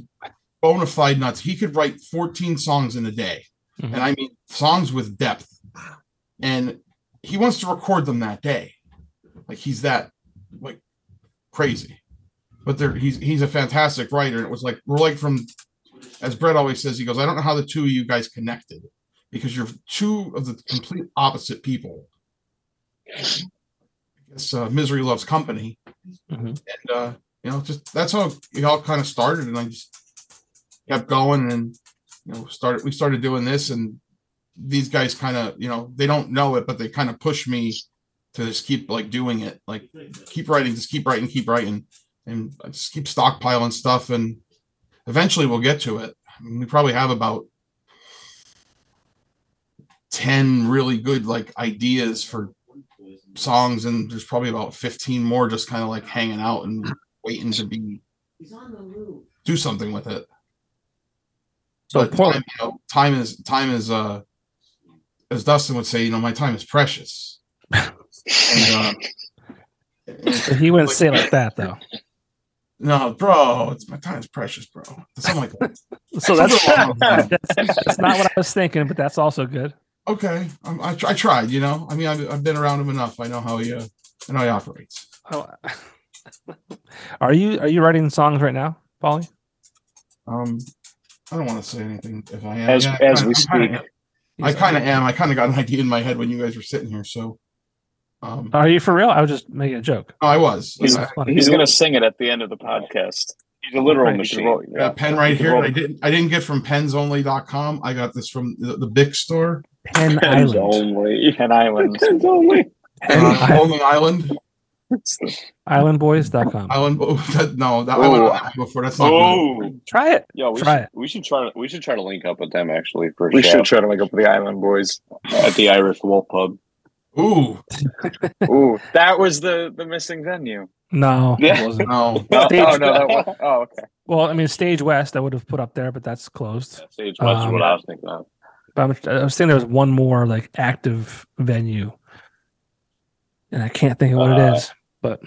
Speaker 3: bona fide nuts. He could write 14 songs in a day,
Speaker 1: Mhm.
Speaker 3: and I mean songs with depth. And he wants to record them that day, like he's that like crazy. But there, he's he's a fantastic writer. And it was like we're like from, as Brett always says, he goes, I don't know how the two of you guys connected because you're two of the complete opposite people. I guess uh, misery loves company,
Speaker 1: Mhm.
Speaker 3: and uh, you know, just that's how it all kind of started. And I just kept going, and you know, started we started doing this, and these guys kind of, you know, they don't know it, but they kind of push me to just keep like doing it, like keep writing, just keep writing, keep writing, and I just keep stockpiling stuff, and eventually we'll get to it. I mean, we probably have about 10 really good like ideas for songs and there's probably about 15 more just kind of like hanging out and waiting to be do something with it
Speaker 1: So
Speaker 3: but
Speaker 1: Paul,
Speaker 3: time, you know, time is time is uh as dustin would say you know my time is precious and, uh,
Speaker 1: so he wouldn't say it like that though.
Speaker 3: no bro it's my time is precious bro something like that.
Speaker 1: So that's
Speaker 3: Something along those lines.
Speaker 1: that's not what I was thinking, but that's also good.
Speaker 3: okay I'm, I, tr- I tried you know i mean I've, I've been around him enough i know how he uh, i know he operates
Speaker 1: Oh. Are you are you writing songs right now, Polly?
Speaker 3: Um, I don't want to say anything if I am.
Speaker 2: As
Speaker 3: Yeah, I
Speaker 2: as
Speaker 3: kinda-
Speaker 2: we
Speaker 3: I'm
Speaker 2: speak,
Speaker 3: kinda- I kind of am. I kind of got an idea in my head when you guys were sitting here. So, um,
Speaker 1: Are you for real? I was just making a joke.
Speaker 3: no, I was.
Speaker 1: It's
Speaker 2: He's-
Speaker 3: I
Speaker 1: funny.
Speaker 2: he's gonna sing it at the end of the podcast.
Speaker 4: He's a literal
Speaker 1: Right,
Speaker 2: He's a
Speaker 4: machine.
Speaker 2: ro-
Speaker 3: got a
Speaker 2: yeah.
Speaker 3: pen right
Speaker 2: You can
Speaker 3: here.
Speaker 2: roll
Speaker 3: and I
Speaker 2: the-
Speaker 3: didn't. I didn't get from pensonly.com. I got this from the, the Bic store.
Speaker 1: Penn
Speaker 2: Penn's
Speaker 1: Island.
Speaker 2: only Penn Island.
Speaker 4: It's only-
Speaker 1: Penn
Speaker 3: Uh,
Speaker 1: I-
Speaker 3: Lonely Island.
Speaker 1: Islandboys.com.
Speaker 3: Island. Oh, that, no, that I went
Speaker 4: Oh.
Speaker 3: on that before. That's not. good.
Speaker 4: Oh,
Speaker 1: Try it.
Speaker 4: yeah. We
Speaker 1: Try
Speaker 4: should,
Speaker 1: it.
Speaker 4: we should try. to- We should try to link up with them actually for a
Speaker 2: We
Speaker 4: show
Speaker 2: should try to link up with the Island Boys.
Speaker 4: at the Irish Wolf Pub.
Speaker 3: Ooh,
Speaker 2: Ooh, that was the the missing venue.
Speaker 1: No, it
Speaker 4: Yeah.
Speaker 1: wasn't.
Speaker 3: no.
Speaker 2: Oh,
Speaker 1: Stage-
Speaker 2: oh, no, that was, oh okay.
Speaker 1: Well, I mean, Stage West, I would have put up there, but that's closed.
Speaker 4: That's age West is
Speaker 1: Um,
Speaker 4: what I was thinking of.
Speaker 1: But I'm, I was saying there was one more like active venue, and I can't think of what
Speaker 4: Uh,
Speaker 1: it is.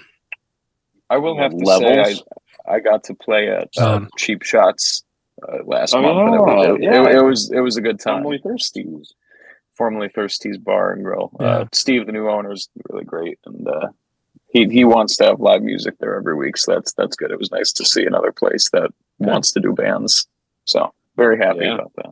Speaker 2: I will have to
Speaker 4: Levels?
Speaker 2: say I, I got to play at uh,
Speaker 1: Um,
Speaker 2: Cheap Shots uh, last
Speaker 4: Oh,
Speaker 2: month. and it, was, it,
Speaker 4: yeah.
Speaker 2: it, it was it was a good time.
Speaker 4: Emily Thirsties.
Speaker 2: Formerly Thirsty's Bar and Grill.
Speaker 1: Yeah.
Speaker 2: Uh, Steve, the new owner, is really great, and uh, he he wants to have live music there every week. So that's that's good. It was nice to see another place that wants to do bands. So very happy
Speaker 4: Yeah.
Speaker 2: about that.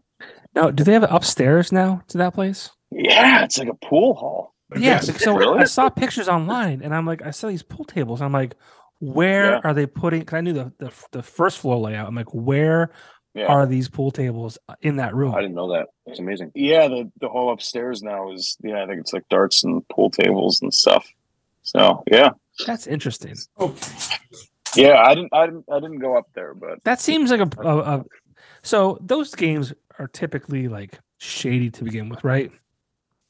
Speaker 1: Now, do they have it upstairs now to that place?
Speaker 4: Yeah, it's like a pool hall.
Speaker 1: Yeah, like, so
Speaker 4: Really?
Speaker 1: I saw pictures online, and I'm like, I saw these pool tables. I'm like, where
Speaker 4: Yeah.
Speaker 1: are they putting? Because I knew the, the the first floor layout. I'm like, where
Speaker 2: Yeah.
Speaker 1: are these pool tables in that room?
Speaker 4: I didn't know that. It's amazing.
Speaker 2: Yeah, the the whole upstairs now is yeah. I think it's like darts and pool tables and stuff. So yeah,
Speaker 1: That's interesting.
Speaker 2: yeah. I didn't I didn't I didn't go up there, but
Speaker 1: That seems like a, a, a so those games are typically like shady to begin with, right?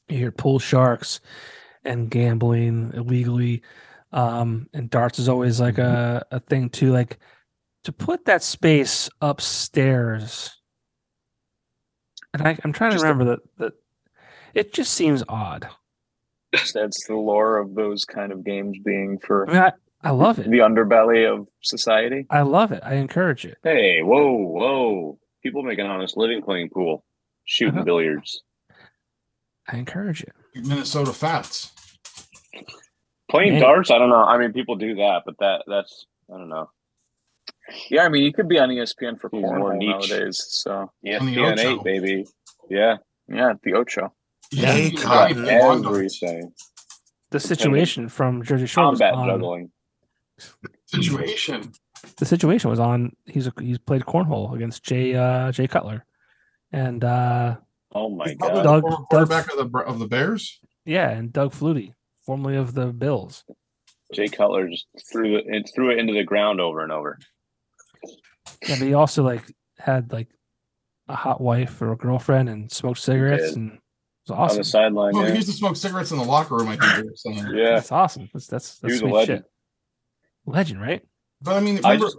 Speaker 1: You hear pool sharks and gambling illegally, um, and darts is always like a, a thing too. Like to put that space upstairs, and I, I'm trying
Speaker 2: Just
Speaker 1: to
Speaker 2: a-
Speaker 1: remember that that it just seems odd.
Speaker 2: that's the lore of those kind of games being for
Speaker 1: I mean, I, I love it.
Speaker 2: the underbelly of society.
Speaker 1: I love it. I encourage it.
Speaker 2: Hey, whoa, whoa! People make an honest living playing pool, shooting
Speaker 1: Uh-huh.
Speaker 2: billiards,
Speaker 1: I encourage it.
Speaker 3: Minnesota Fats.
Speaker 2: playing
Speaker 1: Man.
Speaker 2: darts. I don't know. I mean, people do that, but that that's I don't know. Yeah, I mean, you could be on E ESPN for
Speaker 4: He's
Speaker 2: porn
Speaker 4: more niche.
Speaker 2: nowadays. So
Speaker 3: On the
Speaker 2: ESPN
Speaker 3: Ocho.
Speaker 2: eight, baby. Yeah, yeah, the Ocho.
Speaker 5: Yeah,
Speaker 3: You
Speaker 5: he
Speaker 3: got
Speaker 5: caught
Speaker 3: me
Speaker 5: it.
Speaker 3: blind on it.
Speaker 2: Everything.
Speaker 1: The situation from Jersey Shore was
Speaker 2: Combat
Speaker 1: on,
Speaker 2: juggling.
Speaker 3: Situation.
Speaker 1: the situation was on. He's he's played cornhole against Jay uh, Jay Cutler, and uh,
Speaker 2: Oh my
Speaker 3: He's probably
Speaker 2: god!
Speaker 3: the
Speaker 1: Doug-
Speaker 3: former quarterback of the Bra- of the Bears.
Speaker 1: yeah, and Doug Flutie, formerly of the Bills.
Speaker 2: Jay Cutler just threw it and threw it into the ground over and over.
Speaker 1: Yeah, but he also like had like a hot wife or a girlfriend and smoked cigarettes
Speaker 2: did.
Speaker 1: and it was
Speaker 2: On the
Speaker 1: awesome.
Speaker 2: sideline.
Speaker 3: Oh,
Speaker 2: yeah.
Speaker 3: he used to smoke cigarettes in the locker room. I think they were saying.
Speaker 2: yeah.
Speaker 1: That's awesome. That's that's, that's
Speaker 2: was a
Speaker 1: sweet
Speaker 2: legend.
Speaker 1: shit. Legend, right?
Speaker 3: But I mean,
Speaker 2: I
Speaker 3: remember,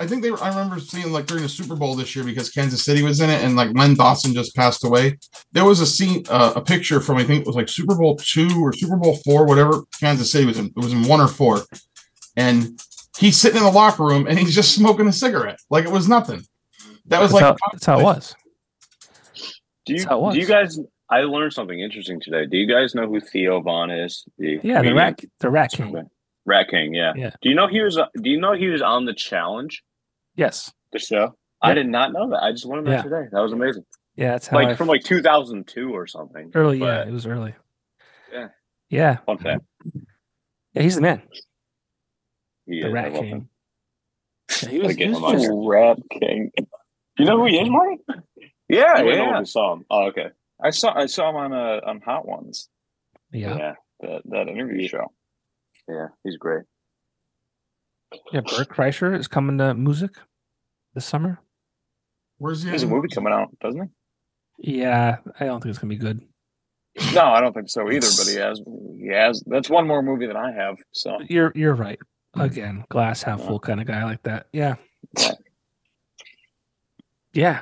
Speaker 3: I, I think they. Were, I remember seeing like during the Super Bowl this year because Kansas City was in it, and like Len Dawson just passed away. There was a scene, uh, a picture from I think it was like Super Bowl two or Super Bowl four, whatever Kansas City was in. It was in one or four, and he's sitting in the locker room and he's just smoking a cigarette like it was nothing. That
Speaker 1: That's,
Speaker 3: was like
Speaker 1: how, that's how it was.
Speaker 2: Do you
Speaker 1: That's how it
Speaker 2: do you
Speaker 1: was.
Speaker 2: guys? I learned something interesting today. Do you guys know who Theo Vaughn is? The
Speaker 1: Yeah, the
Speaker 2: comedian?
Speaker 1: rat the rat king.
Speaker 2: Rat King. Yeah.
Speaker 1: Yeah.
Speaker 2: Do you know he was? Do you know he was on the challenge?
Speaker 1: Yes.
Speaker 2: The show.
Speaker 1: Yeah.
Speaker 2: I did not know that. I just learned that today. That was amazing.
Speaker 1: Yeah, that's how
Speaker 2: like
Speaker 1: I-
Speaker 2: from like 2002 or something.
Speaker 1: early, yeah,
Speaker 2: but-
Speaker 1: it was early.
Speaker 2: Yeah.
Speaker 1: Yeah.
Speaker 2: Fun fact.
Speaker 1: Yeah, he's the man. The
Speaker 2: He is. I
Speaker 1: rat
Speaker 2: love him.
Speaker 1: king. Yeah, he was,
Speaker 2: Like, get
Speaker 1: he was
Speaker 2: him on
Speaker 1: just-
Speaker 2: here.
Speaker 4: Rat King. You know who he is, Marty?
Speaker 2: Yeah,
Speaker 4: I went
Speaker 2: yeah.
Speaker 4: over and saw him. Oh, okay.
Speaker 2: I saw I saw him on uh, on Hot Ones.
Speaker 1: yeah.
Speaker 2: That that interview show. Yeah, he's great.
Speaker 1: Yeah, Bert Kreischer is coming to music this summer.
Speaker 3: where's the
Speaker 2: There's a
Speaker 1: Hmm.
Speaker 2: movie coming out, doesn't he?
Speaker 1: Yeah, I don't think it's gonna be good.
Speaker 2: No, I don't think so either. But he has, he has. That's one more movie than I have. So
Speaker 1: You're you're right. Again, glass half full kind of guy like that. Yeah. Yeah.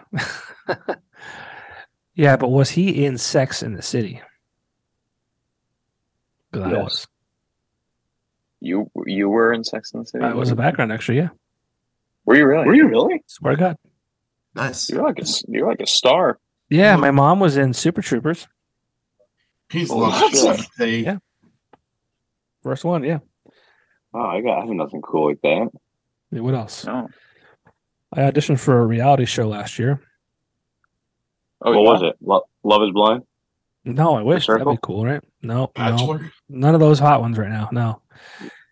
Speaker 1: yeah, but was he in Sex in the City? 'Cause I
Speaker 2: Yes.
Speaker 1: was.
Speaker 2: you you were in Sex and the City.
Speaker 1: I was a background extra, yeah.
Speaker 2: Were you really?
Speaker 4: Were you really?
Speaker 1: Swear to God.
Speaker 5: Nice.
Speaker 2: You're like a you're like a star.
Speaker 1: Yeah,
Speaker 3: Look.
Speaker 1: my mom was in Super Troopers.
Speaker 3: He's
Speaker 4: Oh,
Speaker 3: lucky.
Speaker 4: shit.
Speaker 3: They-
Speaker 1: Yeah. First one, yeah.
Speaker 4: Oh, I got I have nothing cool like that.
Speaker 1: Yeah, What else?
Speaker 2: No.
Speaker 1: I auditioned for a reality show last year.
Speaker 2: Oh,
Speaker 4: what
Speaker 2: yeah?
Speaker 4: was it? Lo- Love is blind.
Speaker 1: No, I wish that'd be
Speaker 4: Circle?
Speaker 1: cool, right? No, no,
Speaker 3: Bachelor.
Speaker 1: none of those hot ones right now. No,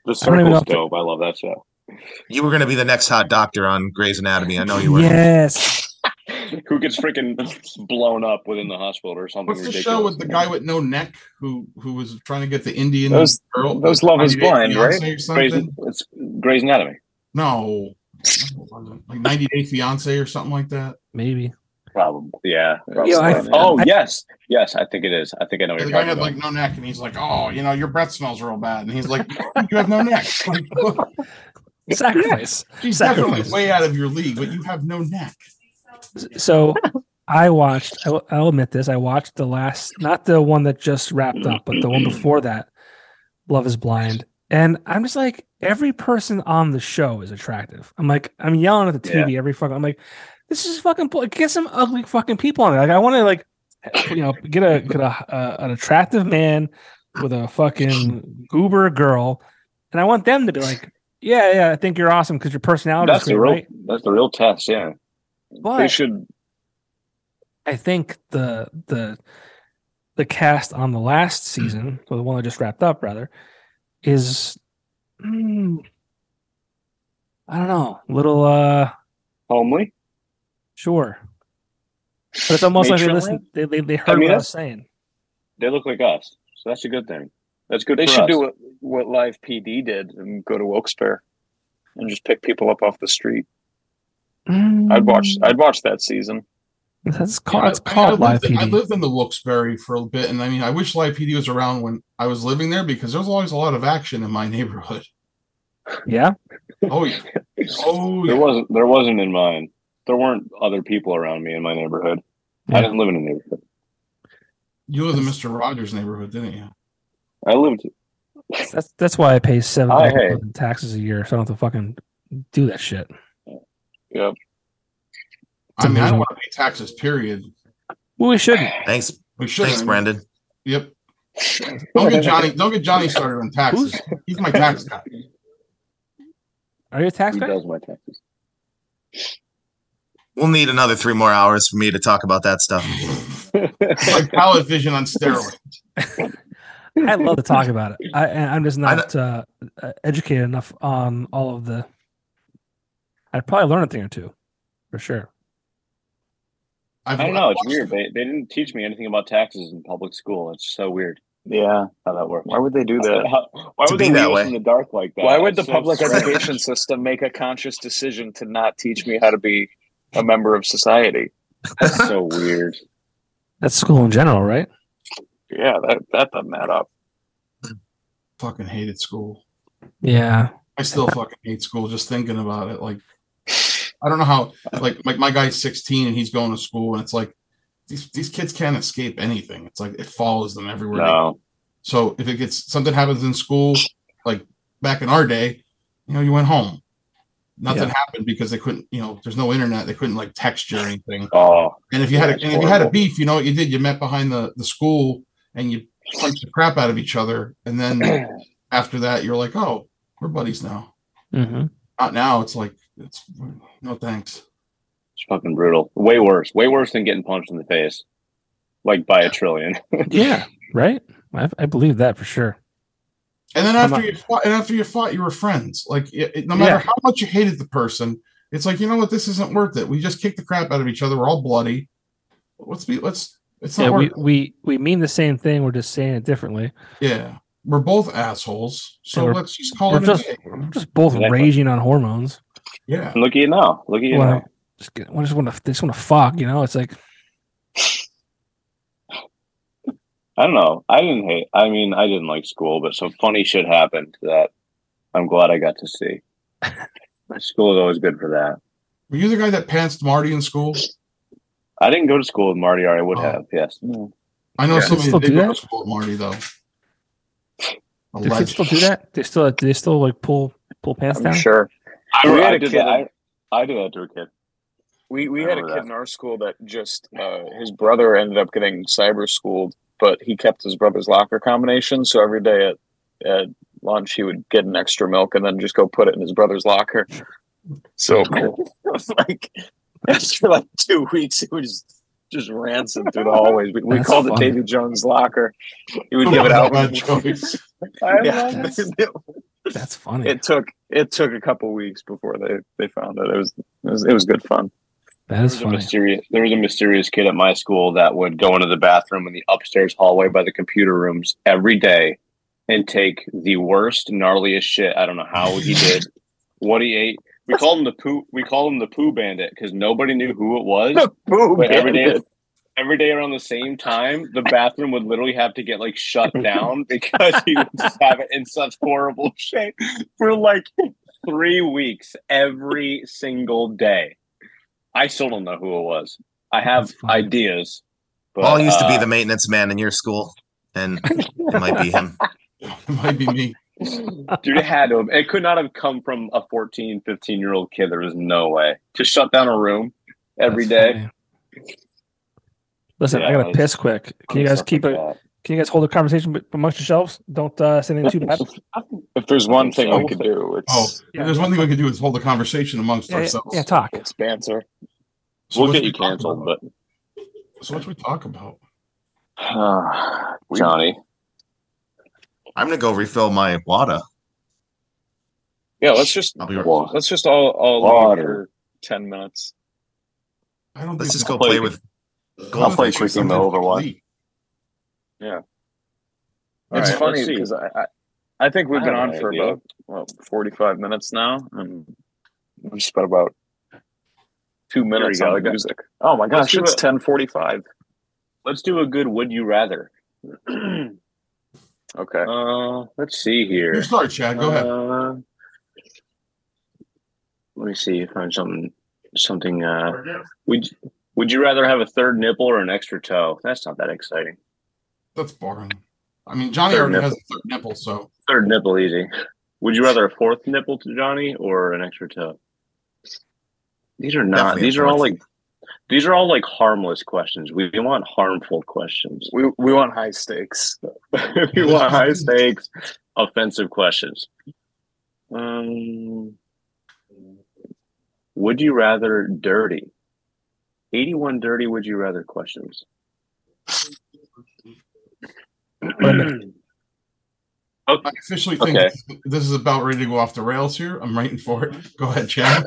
Speaker 4: The
Speaker 1: I don't even know
Speaker 4: circle's
Speaker 1: if they-
Speaker 4: dope. I love that show.
Speaker 5: You were going to be the next hot doctor on Grey's Anatomy. I know Oh, you were.
Speaker 1: Yes,
Speaker 2: Who gets freaking blown up within the hospital or something
Speaker 3: What's the
Speaker 2: ridiculous?
Speaker 3: show with the guy with no neck who who was trying to get the Indian
Speaker 2: Those-
Speaker 3: girl?
Speaker 2: those Love is
Speaker 3: 98
Speaker 2: Blind,
Speaker 3: Fiancé
Speaker 2: right?
Speaker 3: or
Speaker 2: Grey's,
Speaker 3: something?
Speaker 2: it's Grey's Anatomy.
Speaker 3: No. Like 90 Day Fiance or something like that.
Speaker 1: maybe.
Speaker 2: Probably. Yeah. Probably.
Speaker 1: Yeah, I-
Speaker 2: oh
Speaker 1: I-
Speaker 2: yes, yes. I think it is. I think I know what
Speaker 3: And
Speaker 2: you're
Speaker 3: the guy
Speaker 2: talking
Speaker 3: had
Speaker 2: about.
Speaker 3: like no neck, and he's like, "Oh, you know, your breath smells real bad." And he's like, "You have no neck. Like, look,
Speaker 1: Sacrifice.
Speaker 3: she's
Speaker 1: Sacrifice.
Speaker 3: definitely way out of your league, but you have no neck."
Speaker 1: So I watched. I will- I'll admit this. I watched the last, not the one that just wrapped up, but the one before that, Love Is Blind. And I'm just like, every person on the show is attractive. I'm like, I'm yelling at the TV every fucking. I'm like, this is fucking. bull- Get some ugly fucking people on there. Like, I want to like, you know, get a get a uh, an attractive man with a fucking goober girl, and I want them to be like, yeah, yeah, I think you're awesome because your personality
Speaker 2: that's
Speaker 1: is great,
Speaker 2: the real.
Speaker 1: right?
Speaker 2: That's the real test. Yeah. They
Speaker 1: But-
Speaker 2: should.
Speaker 1: I think the the the cast on the last season, or the one I just wrapped up, rather, is mm, I don't know, little uh
Speaker 2: Homely.
Speaker 1: sure, but it's almost like they
Speaker 2: Matronly?
Speaker 1: listened, they they, they heard
Speaker 2: mean,
Speaker 1: what I
Speaker 2: that's-
Speaker 1: was saying.
Speaker 2: They look like us, so that's a good thing. That's good.
Speaker 4: They
Speaker 2: for
Speaker 4: should
Speaker 2: us.
Speaker 4: do
Speaker 2: what what Live PD did and go to Wilkes Barre and just pick people up off the street. I'd watch.
Speaker 1: Mm.
Speaker 2: I'd watch that season.
Speaker 1: Hmm, That's called. It's
Speaker 3: I- I-
Speaker 1: called
Speaker 3: I
Speaker 1: live
Speaker 3: lived, in- I
Speaker 1: PD.
Speaker 3: lived in the Wilkes-Barre for a bit, and I mean, I wish Live PD was around when I was living there because there was always a lot of action in my neighborhood.
Speaker 1: Yeah,
Speaker 3: Oh yeah, oh
Speaker 4: There
Speaker 3: yeah.
Speaker 4: wasn't there wasn't in mine. There weren't other people around me in my neighborhood.
Speaker 1: Yeah.
Speaker 4: I didn't live in a neighborhood.
Speaker 3: You lived in Mister Rogers' neighborhood, didn't you?
Speaker 4: I lived
Speaker 1: That's that's why I pay seven
Speaker 2: I hate-
Speaker 1: in taxes a year, so I don't have to fucking do that shit.
Speaker 3: I mean, I
Speaker 1: amazing.
Speaker 3: don't want to pay taxes. Period.
Speaker 1: Well, we shouldn't.
Speaker 5: Thanks,
Speaker 3: We should.
Speaker 5: thanks, Brandon.
Speaker 3: Yep. Don't get Johnny. Don't get Johnny started on taxes. He's my tax guy.
Speaker 1: Are you a tax
Speaker 2: He
Speaker 1: guy?
Speaker 2: does my taxes.
Speaker 5: We'll need another three more hours for me to talk about that stuff.
Speaker 3: It's like pallet vision on steroids.
Speaker 1: I love to talk about it. I, and I'm just not uh, uh, educated enough on all of the. I'd probably learn a thing or two, for sure.
Speaker 3: I've,
Speaker 4: I don't know. It's weird. They, they didn't teach me anything about taxes in public school. It's so weird
Speaker 2: Yeah.
Speaker 4: how that works.
Speaker 2: Why would they do that?
Speaker 4: How- why
Speaker 5: To
Speaker 4: would
Speaker 5: be
Speaker 4: they
Speaker 5: that
Speaker 4: leave
Speaker 5: way.
Speaker 4: us in the dark like that?
Speaker 2: Why would the
Speaker 4: It's so
Speaker 2: public
Speaker 4: strange.
Speaker 2: education system make a conscious decision to not teach me how to be a member of society?
Speaker 4: That's so weird.
Speaker 1: That's school in general, right?
Speaker 2: Yeah, that that doesn't add up.
Speaker 3: Fucking hated school.
Speaker 1: Yeah.
Speaker 3: I still fucking hate school just thinking about it. Like, I don't know how. Like, like my guy's 16 and he's going to school, and it's like these these kids can't escape anything. It's like it follows them everywhere. they
Speaker 4: No.
Speaker 3: So if it gets something happens in school, like back in our day, you know, you went home. Nothing happened because they couldn't, you know, there's no internet. They couldn't like text you or anything.
Speaker 4: Oh,
Speaker 3: And if you had a,
Speaker 4: That's
Speaker 3: and if you had a
Speaker 4: horrible.
Speaker 3: beef, you know what you did? You met behind the, the school and you punched the crap out of each other. And then after that, you're like, oh, we're buddies now.
Speaker 1: Mm-hmm.
Speaker 3: Not now. It's like it's no thanks.
Speaker 4: it's fucking brutal. Way worse. Way worse than getting punched in the face, like by a trillion.
Speaker 1: Yeah. Right. I, I believe that for sure.
Speaker 3: And then
Speaker 1: I'm
Speaker 3: after
Speaker 1: not-
Speaker 3: you fought, and after you fought, you were friends. Like it, it- no matter
Speaker 1: Yeah.
Speaker 3: how much you hated the person, it's like you know what, this isn't worth it. We just kicked the crap out of each other. We're all bloody. Let's be. Let's. It's not
Speaker 1: Yeah. We,
Speaker 3: worth.
Speaker 1: we we mean the same thing. We're just saying it differently.
Speaker 3: yeah, we're both assholes. So
Speaker 1: Yeah, we're-
Speaker 3: let's just call
Speaker 1: We're
Speaker 3: it
Speaker 1: just
Speaker 3: a day.
Speaker 1: we're just both
Speaker 4: Exactly.
Speaker 1: raging on hormones.
Speaker 3: Yeah,
Speaker 4: Look at you now. Look at you
Speaker 1: Wanna-
Speaker 4: now.
Speaker 1: just get, I just want to just want to fuck. You know, it's like
Speaker 4: I don't know. I didn't hate. I mean, I didn't like school, but some funny shit happened that I'm glad I got to see. school is always good for that.
Speaker 3: were you the guy that pantsed Marty in school?
Speaker 4: I didn't go to school with Marty, or I would
Speaker 3: Oh.
Speaker 4: have. Yes.
Speaker 3: I know
Speaker 2: Yeah.
Speaker 3: somebody
Speaker 1: Still
Speaker 3: that did
Speaker 1: do
Speaker 3: go to
Speaker 1: that?
Speaker 3: school with Marty though. A
Speaker 1: do kids still
Speaker 3: legend.
Speaker 1: do that? They still do they still like pull pull pants
Speaker 2: I'm
Speaker 1: down?
Speaker 2: sure.
Speaker 4: I,
Speaker 2: We had
Speaker 4: I
Speaker 2: a
Speaker 4: did
Speaker 2: kid
Speaker 4: that. I,
Speaker 2: in-
Speaker 4: I did that to a kid.
Speaker 2: We we
Speaker 4: I
Speaker 2: had a
Speaker 4: remember
Speaker 2: kid
Speaker 4: that.
Speaker 2: in our school that just uh, his brother ended up getting cyber schooled, but he kept his brother's locker combination. So every day at, at lunch, he would get an extra milk and then just go put it in his brother's locker. So it was like after like two weeks, it was just rancid through the hallways. We, we
Speaker 1: That's
Speaker 2: called it
Speaker 1: funny.
Speaker 2: Davy Jones' locker. He would
Speaker 3: That
Speaker 2: give it
Speaker 3: was a
Speaker 2: out.
Speaker 3: bad choice.
Speaker 2: Yeah.
Speaker 1: that's- That's funny.
Speaker 2: it took it took a couple weeks before they they found it. It was it was, it was good fun.
Speaker 1: that is
Speaker 4: There was a
Speaker 1: funny.
Speaker 4: mysterious. There was a mysterious kid at my school that would go into the bathroom in the upstairs hallway by the computer rooms every day, and take the worst, gnarliest shit. I don't know how he did, what he ate. We called him the poo. We called him the poo bandit because nobody knew who it was.
Speaker 2: Boom!
Speaker 4: But every day, every day around the same time, the bathroom would literally have to get like shut down because he would just have it in such horrible shape for like three weeks every single day. I still don't know who it was. I have
Speaker 1: That's funny.
Speaker 4: ideas. But,
Speaker 5: Paul used to be
Speaker 4: uh,
Speaker 5: the maintenance man in your school, and it might be him.
Speaker 3: it might be me.
Speaker 4: dude. It had to. Have, it could not have come from a 14, 15 year old kid. There is no way to shut down a room every
Speaker 1: That's
Speaker 4: day.
Speaker 1: funny. Listen, I
Speaker 4: Yeah,
Speaker 1: gotta
Speaker 4: it's-
Speaker 1: piss quick. Can you guys
Speaker 4: Stuff
Speaker 1: keep
Speaker 4: like
Speaker 1: a?
Speaker 4: that.
Speaker 1: Can you guys hold a conversation be- amongst yourselves? Don't uh, say anything too bad.
Speaker 2: If there's one thing we could do, it's
Speaker 3: Oh,
Speaker 1: Yeah.
Speaker 3: if there's one thing we could do is hold a conversation amongst
Speaker 1: Yeah, yeah,
Speaker 3: ourselves.
Speaker 1: yeah, talk.
Speaker 2: it's banter.
Speaker 3: So
Speaker 4: We'll
Speaker 3: what
Speaker 4: get
Speaker 3: should
Speaker 4: you
Speaker 3: we talk
Speaker 4: canceled,
Speaker 3: about?
Speaker 4: but
Speaker 3: So what should we talk about?
Speaker 4: uh, Johnny.
Speaker 5: I'm gonna go refill my water.
Speaker 2: Yeah, let's just
Speaker 5: I'll be right.
Speaker 4: Well,
Speaker 2: let's just all all
Speaker 4: Water.
Speaker 2: leave for ten minutes.
Speaker 3: I don't
Speaker 5: Let's
Speaker 3: think
Speaker 5: just
Speaker 3: so.
Speaker 5: go play with.
Speaker 3: Golf
Speaker 4: play
Speaker 3: is
Speaker 4: quick
Speaker 3: something
Speaker 4: game of
Speaker 3: for
Speaker 4: Overwatch.
Speaker 3: Lee.
Speaker 4: All
Speaker 2: it's
Speaker 4: right,
Speaker 2: funny
Speaker 4: let's see.
Speaker 2: because I, I I think we've
Speaker 4: I
Speaker 2: been
Speaker 4: have
Speaker 2: on
Speaker 4: an
Speaker 2: for
Speaker 4: idea.
Speaker 2: about well forty five minutes now, and we've spent about two minutes
Speaker 4: go.
Speaker 2: on the music. Oh my gosh,
Speaker 4: do
Speaker 2: it's
Speaker 4: it.
Speaker 2: ten forty five.
Speaker 4: Let's do a good would you rather.
Speaker 2: Okay,
Speaker 4: uh, let's see here.
Speaker 3: You start, Chad. Go ahead.
Speaker 4: Uh, let me see. Find something. Something. Uh, would Would you rather have a third nipple or an extra toe? That's not that exciting.
Speaker 3: That's boring. I mean, Johnny
Speaker 4: Third
Speaker 3: already
Speaker 4: nipple.
Speaker 3: has a third nipple, so
Speaker 4: Third nipple easy. Would you rather a fourth nipple to Johnny or an extra toe? These are not.
Speaker 5: Definitely a
Speaker 4: these are all
Speaker 5: fourth.
Speaker 4: like. These are all like harmless questions. We, we want harmful questions. We we want high stakes. we want high stakes, offensive questions. Um, would you rather dirty? Eighty-one dirty. Would you rather questions?
Speaker 3: I officially think
Speaker 4: Okay.
Speaker 3: this is about ready to go off the rails here. I'm waiting for it. Go ahead, Chad.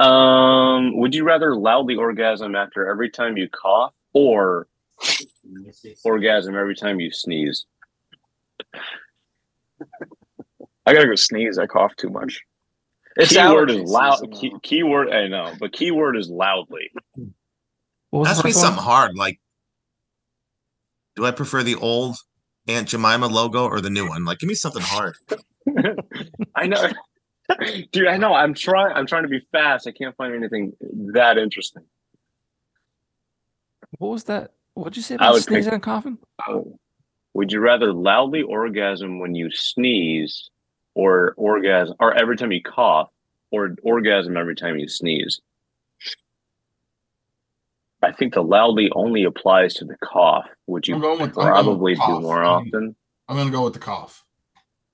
Speaker 4: um, would you rather loudly orgasm after every time you cough or orgasm every time you sneeze?
Speaker 2: I gotta go sneeze. I cough too much.
Speaker 4: It's keyword
Speaker 2: allergy
Speaker 4: is loud.
Speaker 2: season
Speaker 4: Key,
Speaker 2: now.
Speaker 4: keyword, I know, but keyword is loudly.
Speaker 1: What was the
Speaker 5: Ask me
Speaker 1: first one?
Speaker 5: something hard. Like, do I prefer the old Aunt Jemima logo or the new one? Like, give me something hard.
Speaker 4: I know, dude. I know. I'm trying. I'm trying to be fast. I can't find anything that interesting.
Speaker 1: What was that? What'd you say
Speaker 4: I
Speaker 1: about
Speaker 4: would
Speaker 1: sneezing and coughing?
Speaker 4: Would you rather loudly orgasm when you sneeze, or orgasm, or every time you cough, or orgasm every time you sneeze? I think the loudly only applies to the cough, which
Speaker 3: I'm
Speaker 4: you
Speaker 3: going with I'm going
Speaker 4: probably
Speaker 3: with
Speaker 4: do
Speaker 3: cough.
Speaker 4: more often.
Speaker 3: I'm gonna go with the cough.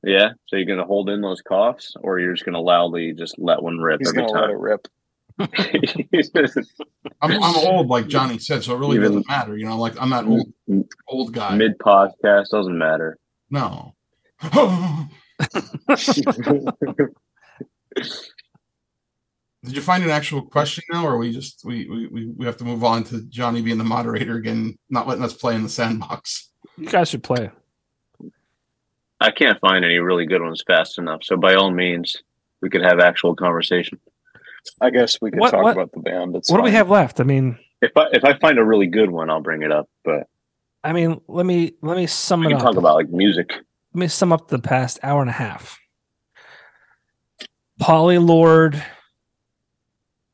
Speaker 4: Yeah, so you're gonna hold in those coughs, or you're just gonna loudly just let one rip
Speaker 2: He's
Speaker 4: every
Speaker 2: gonna let it rip.
Speaker 4: time.
Speaker 3: I'm, I'm old, like Johnny said, so it really
Speaker 4: Even-
Speaker 3: doesn't matter. You know, like I'm that old
Speaker 4: Mm.
Speaker 3: old guy.
Speaker 4: Mid podcast doesn't matter.
Speaker 3: no. Did you find an actual question now, or we just we, we we we have to move on to Johnny being the moderator again, not letting us play in the sandbox?
Speaker 1: You guys should play.
Speaker 4: I can't find any really good ones fast enough. So by all means, we could have actual conversation.
Speaker 2: I guess we could
Speaker 1: What-
Speaker 2: talk
Speaker 1: what-
Speaker 2: about the band. It's
Speaker 1: what do we
Speaker 2: fine.
Speaker 1: have left? I mean,
Speaker 4: If I if I find a really good one, I'll bring it up. But
Speaker 1: I mean, let me let me sum
Speaker 4: we
Speaker 1: it
Speaker 4: can
Speaker 1: up.
Speaker 4: talk about like music.
Speaker 1: let me sum up the past hour and a half. Polly Lord,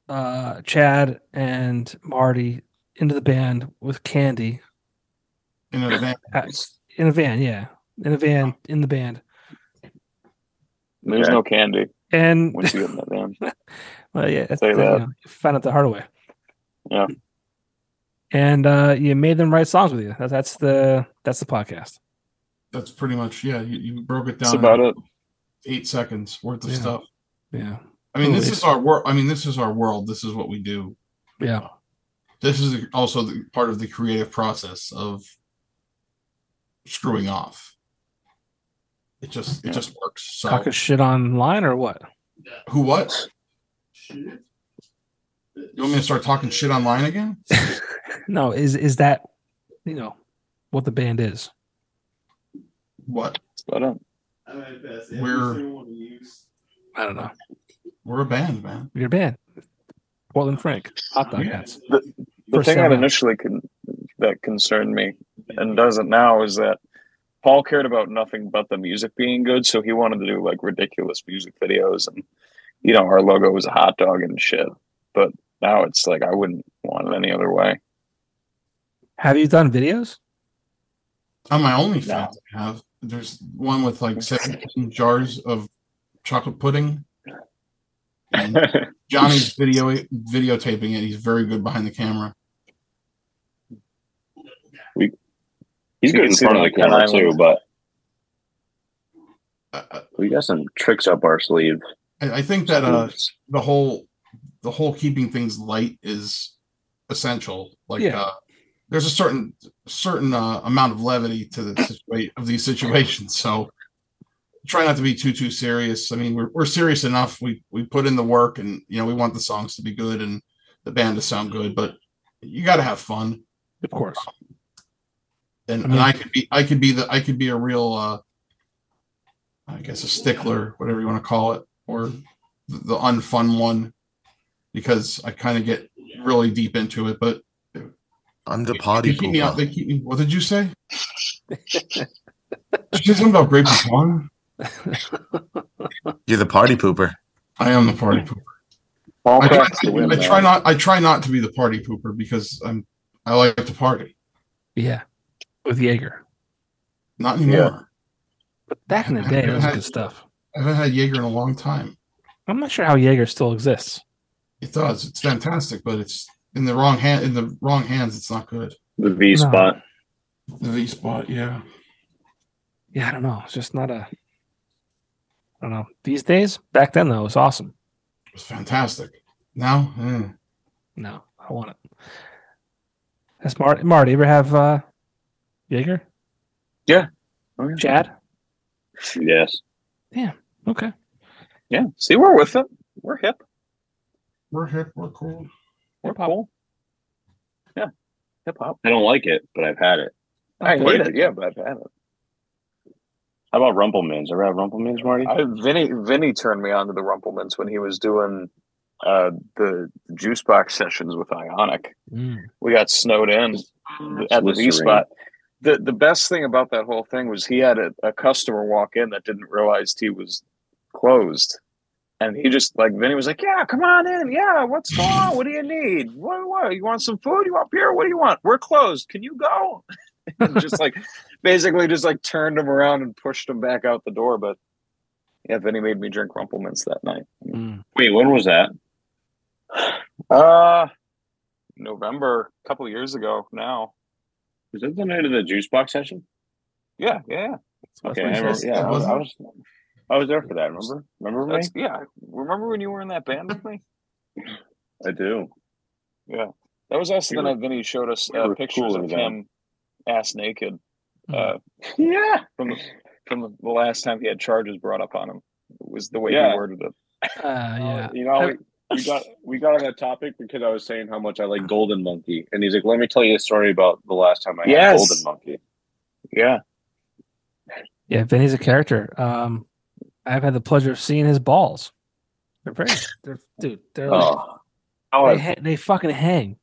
Speaker 1: uh, Chad, and Marty into the band with Candy
Speaker 3: In a van.
Speaker 1: uh, in a van. Yeah, in a van in the band,
Speaker 2: There's
Speaker 4: Okay.
Speaker 2: no candy
Speaker 1: and
Speaker 2: once you get in that van.
Speaker 1: well, yeah, that's
Speaker 2: Say
Speaker 1: the-
Speaker 2: that.
Speaker 1: you know, you found out the hard way.
Speaker 2: Yeah.
Speaker 1: and uh, you made them write songs with you. That- That's the that's the podcast.
Speaker 3: That's pretty much yeah. You, you broke it down.
Speaker 2: That's
Speaker 3: in
Speaker 2: about it.
Speaker 3: Eight seconds worth of
Speaker 1: Yeah.
Speaker 3: stuff.
Speaker 1: Yeah,
Speaker 3: I mean, this
Speaker 1: Always.
Speaker 3: is our world. I mean, this is our world. This is what we do.
Speaker 1: yeah.
Speaker 3: This is also the, part of the creative process of screwing off. It just it just works. So
Speaker 1: Talk a shit online or what?
Speaker 3: who what? You want me to start talking shit online again?
Speaker 1: No, is is that you know what the band is?
Speaker 3: What?
Speaker 2: That's about it.
Speaker 3: We're
Speaker 1: I don't know.
Speaker 3: we're a band, man.
Speaker 1: Your band, Portland Frank, Hot Dog Hats.
Speaker 2: The
Speaker 1: First
Speaker 2: thing
Speaker 1: time
Speaker 2: that
Speaker 1: out.
Speaker 2: initially con- that concerned me and doesn't now is that Paul cared about nothing but the music being good, so he wanted to do like ridiculous music videos, and you know our logo was a hot dog and shit. But now it's like I wouldn't want it any other way.
Speaker 1: Have you done videos?
Speaker 3: On my OnlyFans, I have there's one with like seventeen jars of chocolate pudding. And Johnny's video videotaping it. He's very good behind the camera.
Speaker 4: He's good
Speaker 2: You can
Speaker 4: in
Speaker 2: see
Speaker 4: front of
Speaker 2: that
Speaker 4: the
Speaker 2: on Ken
Speaker 4: camera too,
Speaker 2: Island.
Speaker 4: but
Speaker 3: I, I-
Speaker 4: we got some tricks up our sleeve.
Speaker 3: I I think that uh, the whole the whole keeping things light is essential like
Speaker 1: Yeah.
Speaker 3: uh there's a certain certain uh, amount of levity to the situa- of these situations so try not to be too too serious i mean we're, we're serious enough we we put in the work and you know we want the songs to be good and the band to sound good but you got to have fun
Speaker 1: Of course.
Speaker 3: and,
Speaker 1: I
Speaker 3: and
Speaker 1: mean-
Speaker 3: i could be i could be the i could be a real uh i guess a stickler whatever you want to call it or the, the unfun one because i kind of get really deep into it but
Speaker 5: I'm the
Speaker 3: they
Speaker 5: party
Speaker 3: keep me out
Speaker 5: pooper.
Speaker 3: they keep me what did you say did you say something about grape Poupon?
Speaker 5: You're the party pooper.
Speaker 3: i am the party pooper
Speaker 2: Paul
Speaker 3: I,
Speaker 2: Crofts to
Speaker 3: I-
Speaker 2: win.
Speaker 3: I
Speaker 2: that.
Speaker 3: try not i try not to be the party pooper because i'm i like to party
Speaker 1: Yeah. with Jaeger.
Speaker 3: Not anymore.
Speaker 1: But back in the day, it was good stuff.
Speaker 3: I haven't had Jaeger in a long time.
Speaker 1: I'm not sure how Jaeger still exists.
Speaker 3: It does. It's fantastic, but it's in the wrong hand. In the wrong hands, it's not good.
Speaker 4: The V
Speaker 1: No.
Speaker 4: spot.
Speaker 3: The V spot, yeah.
Speaker 1: Yeah, I don't know. It's just not a. I don't know. These days, back then though, it was awesome.
Speaker 3: It was fantastic. Now, eh.
Speaker 1: No, I want it. That's Marty. Marty, ever have uh, Jaeger?
Speaker 2: Oh, yeah.
Speaker 1: Chad?
Speaker 4: Yes.
Speaker 1: Okay.
Speaker 2: Yeah. See, we're with it. We're hip.
Speaker 3: we're hip, we're cool.
Speaker 2: We're
Speaker 1: Hip hop.
Speaker 2: cool. Yeah. Hip hop.
Speaker 4: I don't like it, but I've had it.
Speaker 2: I
Speaker 4: Wait.
Speaker 2: hate it. Yeah, but I've had it.
Speaker 4: How about Rumplemans? Ever have Rumplemans, Marty?
Speaker 2: I, Vinny Vinny turned me on to the Rumplements when he was doing uh, the juice box sessions with Ionic.
Speaker 1: Mm.
Speaker 2: we got snowed in at the V
Speaker 4: Glycerine.
Speaker 2: spot. The the best thing about that whole thing was he had a, a customer walk in that didn't realize he was closed. And he just like Vinny was like, Yeah, come on in. Yeah, what's going on? What do you need? What, what you want some food? You want beer? What do you want? We're closed. Can you go? And just like basically just like turned him around and pushed him back out the door. But yeah, Vinny made me drink rumplements that night.
Speaker 1: Mm.
Speaker 4: Wait, when was that?
Speaker 2: Uh November, a couple years ago now.
Speaker 4: Was that the night of the juice box session?
Speaker 2: Yeah, yeah, yeah.
Speaker 4: Okay,
Speaker 1: what
Speaker 4: I
Speaker 1: he
Speaker 4: remember,
Speaker 3: says.
Speaker 4: yeah,
Speaker 3: That
Speaker 4: I was, I was,
Speaker 3: wasn't-
Speaker 4: I was there for that. Remember? Remember me?
Speaker 2: That's, yeah. Remember when you were in that band with me?
Speaker 4: I do.
Speaker 2: That was us.
Speaker 4: We
Speaker 2: and
Speaker 4: were-
Speaker 2: then uh, Vinny showed us
Speaker 4: we
Speaker 2: uh,
Speaker 4: were
Speaker 2: pictures
Speaker 4: cooler
Speaker 2: of
Speaker 4: then.
Speaker 2: him ass naked.
Speaker 1: Mm.
Speaker 4: Hmm.
Speaker 2: Uh, yeah, from the, from the, the last time he had charges brought up on him was the way
Speaker 4: Yeah.
Speaker 2: he worded it.
Speaker 1: Uh, yeah.
Speaker 4: Oh, You know,
Speaker 1: I-
Speaker 4: we, we got we got on that topic because I was saying how much I like Golden Monkey, and he's like, "Let me tell you a story about the last time I had
Speaker 2: Yes.
Speaker 4: Golden Monkey."
Speaker 2: Yeah,
Speaker 1: Yeah, Vinny's a character. Um, I've had the pleasure of seeing his balls. They're pretty. They're dude. They're like,
Speaker 4: Oh, oh,
Speaker 1: they, ha- they fucking hang.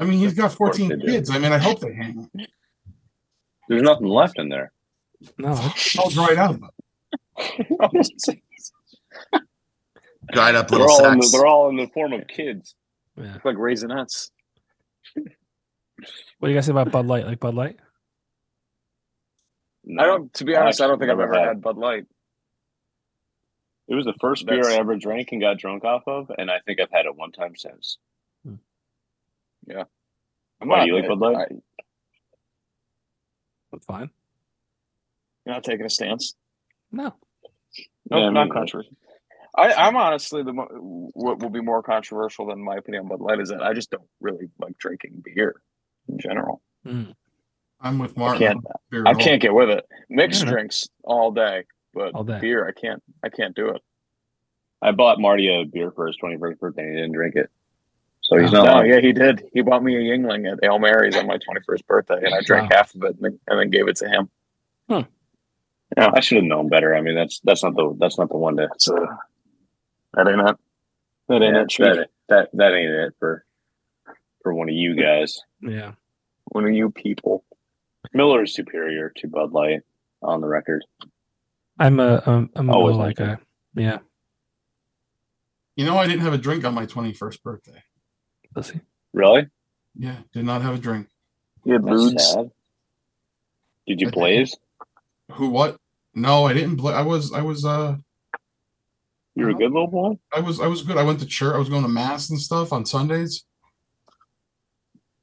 Speaker 3: I mean, he's got
Speaker 4: course
Speaker 3: 14
Speaker 4: they do.
Speaker 3: kids. I mean, I hope they hang.
Speaker 4: there's nothing left in there.
Speaker 1: No,
Speaker 3: It's all dried out.
Speaker 5: dried up
Speaker 4: They're
Speaker 5: little
Speaker 4: all in the,
Speaker 5: sacks.
Speaker 4: they're all in the form of kids.
Speaker 1: yeah.
Speaker 2: like raisinets.
Speaker 1: What do you guys say about Bud Light? Like Bud Light?
Speaker 2: I don't. To be honest, I don't think I've
Speaker 4: Never
Speaker 2: ever
Speaker 4: had.
Speaker 2: had Bud Light.
Speaker 4: It was the first beer
Speaker 2: That's-
Speaker 4: I ever drank and got drunk off of, and I think I've had it one time since.
Speaker 1: Hmm.
Speaker 2: Yeah.
Speaker 4: I'm Why do you like Bud Light?
Speaker 2: I-
Speaker 1: That's fine.
Speaker 2: You're not taking a stance.
Speaker 1: No.
Speaker 2: No,
Speaker 4: Yeah, I
Speaker 2: not
Speaker 4: mean-
Speaker 2: controversial. I, I'm honestly the mo- what will be more controversial than my opinion on Bud Light is that I just don't really like drinking beer in general.
Speaker 1: Mm.
Speaker 3: I'm with Martin.
Speaker 2: can't-
Speaker 3: on beer
Speaker 2: I
Speaker 3: at all.
Speaker 2: can't get with it. Mixed
Speaker 1: Yeah.
Speaker 2: drinks all day, but
Speaker 1: All day.
Speaker 2: beer, I can't. I can't do it.
Speaker 4: I bought Marty a beer for his 21st birthday, and he didn't drink it, so he's
Speaker 2: No,
Speaker 4: not. lying.
Speaker 2: yeah, he did. He bought me a Yingling at Ale Mary's on my 21st birthday, and I drank
Speaker 1: Wow.
Speaker 2: half of it and then, and then gave it to him.
Speaker 4: No, I should have known better. I mean, that's that's not the that's not the one to
Speaker 2: That's uh, that ain't it. That ain't
Speaker 4: Yeah,
Speaker 2: it. Chief.
Speaker 4: that, that that ain't it for for one of you guys.
Speaker 1: Yeah.
Speaker 2: One of you people.
Speaker 4: Miller is superior to Bud Light on the record.
Speaker 1: I'm a I'm, I'm a
Speaker 4: Always
Speaker 1: Bud Light
Speaker 4: like
Speaker 1: guy. Yeah.
Speaker 3: You know, I didn't have a drink on my 21st birthday.
Speaker 1: Let's see.
Speaker 4: Really?
Speaker 3: Yeah, did not have a drink.
Speaker 2: You had
Speaker 4: That's
Speaker 2: booze.
Speaker 4: sad. Did
Speaker 3: I
Speaker 4: you
Speaker 3: think-
Speaker 4: blaze?
Speaker 3: Who? What? No, I didn't. Play. I was. I was. Uh.
Speaker 4: You were a good little boy.
Speaker 3: I was. I was good. I went to church. I was going to mass and stuff on Sundays.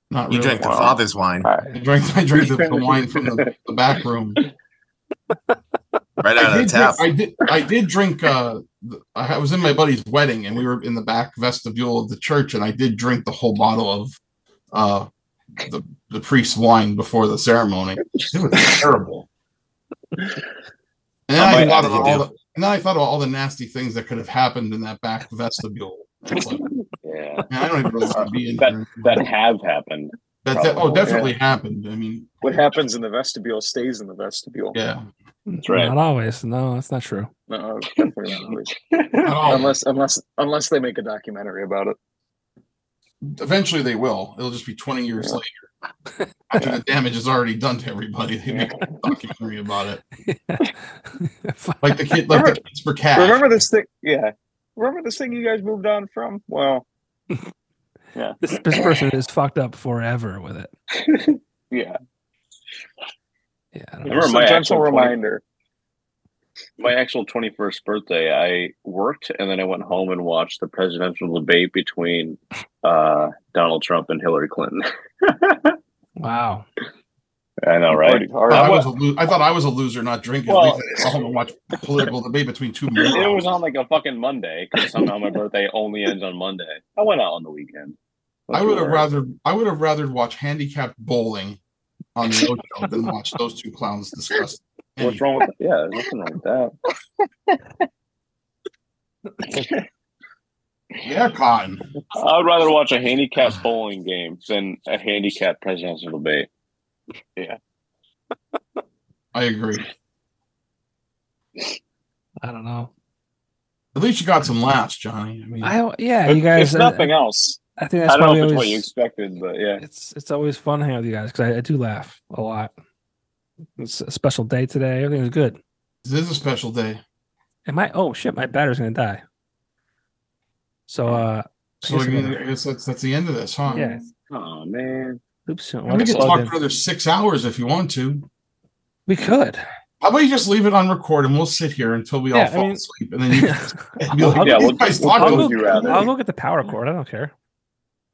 Speaker 3: Not really.
Speaker 5: You drank the
Speaker 2: Wow.
Speaker 5: father's wine
Speaker 3: I drank. I drank the, the wine from the, the back room.
Speaker 5: right out
Speaker 3: I
Speaker 5: of the
Speaker 3: did,
Speaker 5: tap.
Speaker 3: drink, I did. I did drink. Uh, th- I was in my buddy's wedding, and we were in the back vestibule of the church, and I did drink the whole bottle of, uh, the the priest's wine before the ceremony. It was terrible. And then
Speaker 5: I
Speaker 3: I,
Speaker 5: might
Speaker 3: thought
Speaker 5: add
Speaker 3: of
Speaker 5: you
Speaker 3: all
Speaker 5: do.
Speaker 3: the, and then I thought of all the nasty things that could have happened in that back vestibule. And It's like, man,
Speaker 4: Yeah,
Speaker 3: I don't even really want to be in here.
Speaker 4: that have happened.
Speaker 3: That- that- oh,
Speaker 4: probably,
Speaker 3: definitely happened. I mean,
Speaker 2: What happens in the vestibule stays in the vestibule.
Speaker 3: yeah.
Speaker 1: That's
Speaker 4: right.
Speaker 1: Not always. No, that's not true.
Speaker 2: No, definitely not always.
Speaker 3: Oh,
Speaker 2: unless unless unless they make a documentary about it.
Speaker 3: eventually they will. It'll just be 20 years
Speaker 2: Yeah.
Speaker 3: later. After the damage is already done to everybody, they make a documentary about it. Like the kid, like the kids for cash.
Speaker 2: Remember this thing? Yeah. Remember this thing you guys moved on from? Well,
Speaker 1: this, this person is fucked up forever with it.
Speaker 2: yeah.
Speaker 1: Yeah, I don't
Speaker 4: I
Speaker 1: know.
Speaker 4: remember my
Speaker 2: Sometimes
Speaker 4: actual
Speaker 2: I'll
Speaker 4: 20
Speaker 2: reminder.
Speaker 4: my actual 21st birthday, I worked and then I went home and watched the presidential debate between uh, Donald Trump and Hillary Clinton.
Speaker 1: Wow.
Speaker 4: I know, right?
Speaker 2: Like, all
Speaker 3: I,
Speaker 2: right.
Speaker 3: was a lo- I thought I was a loser not drinking.
Speaker 4: Well-
Speaker 3: At least I don't watch political debate between two morons.
Speaker 4: It was on like a fucking Monday because somehow my birthday only ends on Monday. I went out on the weekend.
Speaker 3: I would have
Speaker 4: Whatever.
Speaker 3: rather I would have rather watched handicapped bowling on the Ocho than watch those two clowns discuss.
Speaker 4: What's wrong with that? Yeah, there's nothing wrong with that.
Speaker 3: Yeah, Cotton.
Speaker 4: I would rather watch a handicapped bowling game than a handicapped presidential debate.
Speaker 3: I agree.
Speaker 1: I don't know.
Speaker 3: At least you got some laughs, Johnny. I mean,
Speaker 1: I don't- yeah, you guys.
Speaker 4: it's nothing else.
Speaker 1: I, I think that's
Speaker 4: I don't
Speaker 1: probably
Speaker 4: know if it's
Speaker 1: always,
Speaker 4: what you expected, but yeah.
Speaker 1: it's it's always fun hanging out with you guys because I, I do laugh a lot. It's a special day today. Everything's good.
Speaker 3: this is a special day.
Speaker 1: And my oh shit, my battery's gonna die. So uh,
Speaker 3: So I, mean, I guess that's that's the end of this, huh?
Speaker 1: yeah.
Speaker 4: Oh man.
Speaker 1: Oops.
Speaker 3: And we
Speaker 1: We
Speaker 3: could
Speaker 1: could,
Speaker 3: talk for another six hours if you want to.
Speaker 1: we could.
Speaker 3: How about you just leave it on record and we'll sit here until we all
Speaker 1: Yeah, I
Speaker 3: fall
Speaker 1: mean-
Speaker 3: asleep, and then you and be like,
Speaker 1: I'll
Speaker 4: yeah,
Speaker 3: "These
Speaker 4: we'll,
Speaker 3: guys
Speaker 4: we'll
Speaker 3: talk
Speaker 4: talk
Speaker 3: to
Speaker 4: with
Speaker 1: you
Speaker 4: you rather.
Speaker 1: I'll go get the power cord. I don't care.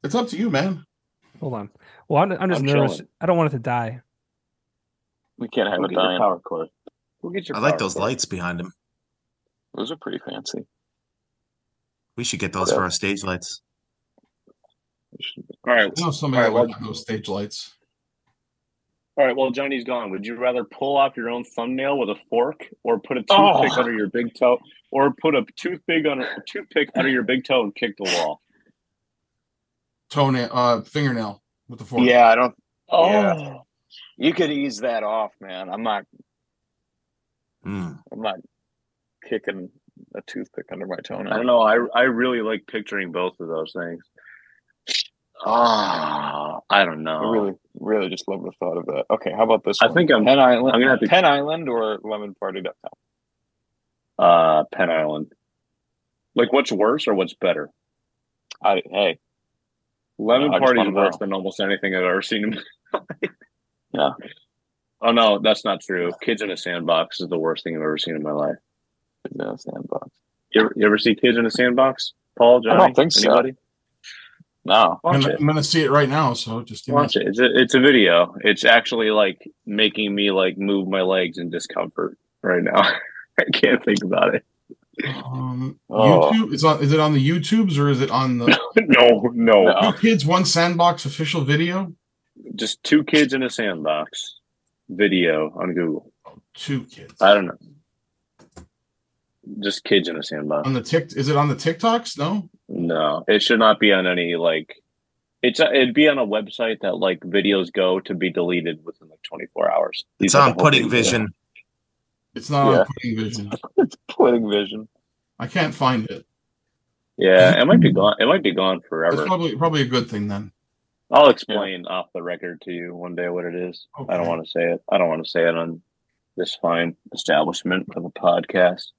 Speaker 3: it's up to you, man."
Speaker 1: Hold on. Well, I'm, I'm just
Speaker 4: I'm
Speaker 1: nervous.
Speaker 4: chilling.
Speaker 1: I don't want it to die.
Speaker 4: we can't have
Speaker 2: We'll
Speaker 4: it
Speaker 2: get your
Speaker 4: dying.
Speaker 2: power cord.
Speaker 4: We'll get your
Speaker 5: I like
Speaker 4: power
Speaker 5: those
Speaker 4: cord.
Speaker 5: lights behind him.
Speaker 4: Those are pretty fancy.
Speaker 5: We should get those
Speaker 4: Yeah.
Speaker 5: for our stage lights.
Speaker 4: All right.
Speaker 3: I know
Speaker 4: All
Speaker 3: somebody
Speaker 4: right,
Speaker 3: that
Speaker 4: well-
Speaker 3: likes those stage lights.
Speaker 4: All right. Well, Johnny's gone. Would you rather pull off your own thumbnail with a fork, or put a
Speaker 2: Oh.
Speaker 4: toothpick under your big toe, or put a toothpick on a toothpick under your big toe and kick the wall?
Speaker 3: Toenail, uh, fingernail with the fork.
Speaker 2: Yeah, I don't.
Speaker 4: Oh,
Speaker 2: Yeah. You could ease that off, man. I'm not.
Speaker 5: Mm.
Speaker 4: I'm not kicking a toothpick under my toe. I don't know. I I really like picturing both of those things. Ah, I don't know.
Speaker 2: I really, really just love the thought of that. Okay, how about this?
Speaker 4: I
Speaker 2: one?
Speaker 4: think I'm-
Speaker 2: Penn Island.
Speaker 4: I'm gonna have to-
Speaker 2: Penn Island or LemonParty.com.
Speaker 4: Uh, Penn Island. Like, what's worse or what's better?
Speaker 2: I hey,
Speaker 4: Lemon
Speaker 2: No, I just
Speaker 4: Party is
Speaker 2: wanna know.
Speaker 4: worse than almost anything I've ever seen. in my life.
Speaker 2: Yeah.
Speaker 4: Oh no, that's not true. Kids in a sandbox is the worst thing I've ever seen in my life.
Speaker 2: no sandbox.
Speaker 4: You ever, you ever see kids in a sandbox? Paul, Johnny,
Speaker 2: think so.
Speaker 4: anybody?
Speaker 2: No,
Speaker 3: I'm
Speaker 4: Watch
Speaker 3: gonna,
Speaker 4: it.
Speaker 3: I'm gonna see it right now. So just you know,
Speaker 4: Watch it. It's a, it's a video. It's actually like making me like move my legs in discomfort right now. I can't think about it.
Speaker 3: um,
Speaker 2: Oh.
Speaker 3: YouTube is on. Is it on the YouTubes or is it on the
Speaker 4: no, no,
Speaker 2: No.
Speaker 3: Two Kids One Sandbox official video?
Speaker 4: Just two kids in a sandbox video on Google.
Speaker 3: Two kids
Speaker 4: I don't know. Just kids in a sandbox.
Speaker 3: on the tick. Is it on the TikToks? No.
Speaker 4: No, it should not be on any like. It's it'd be on a website that like videos go to be deleted within like 24 hours.
Speaker 5: It's
Speaker 4: These are the
Speaker 5: on
Speaker 4: whole
Speaker 5: Pudding
Speaker 4: things.
Speaker 5: Vision.
Speaker 3: It's not
Speaker 2: Yeah.
Speaker 3: on Pudding Vision.
Speaker 2: it's Pudding Vision.
Speaker 3: I can't find it.
Speaker 4: Yeah, it might be gone. It might be gone
Speaker 3: It's
Speaker 4: forever.
Speaker 3: probably probably a good thing then.
Speaker 4: I'll explain off the record to you one day what it is. I
Speaker 3: Okay.
Speaker 4: don't want to say it. I don't want to say it on this fine establishment of a podcast.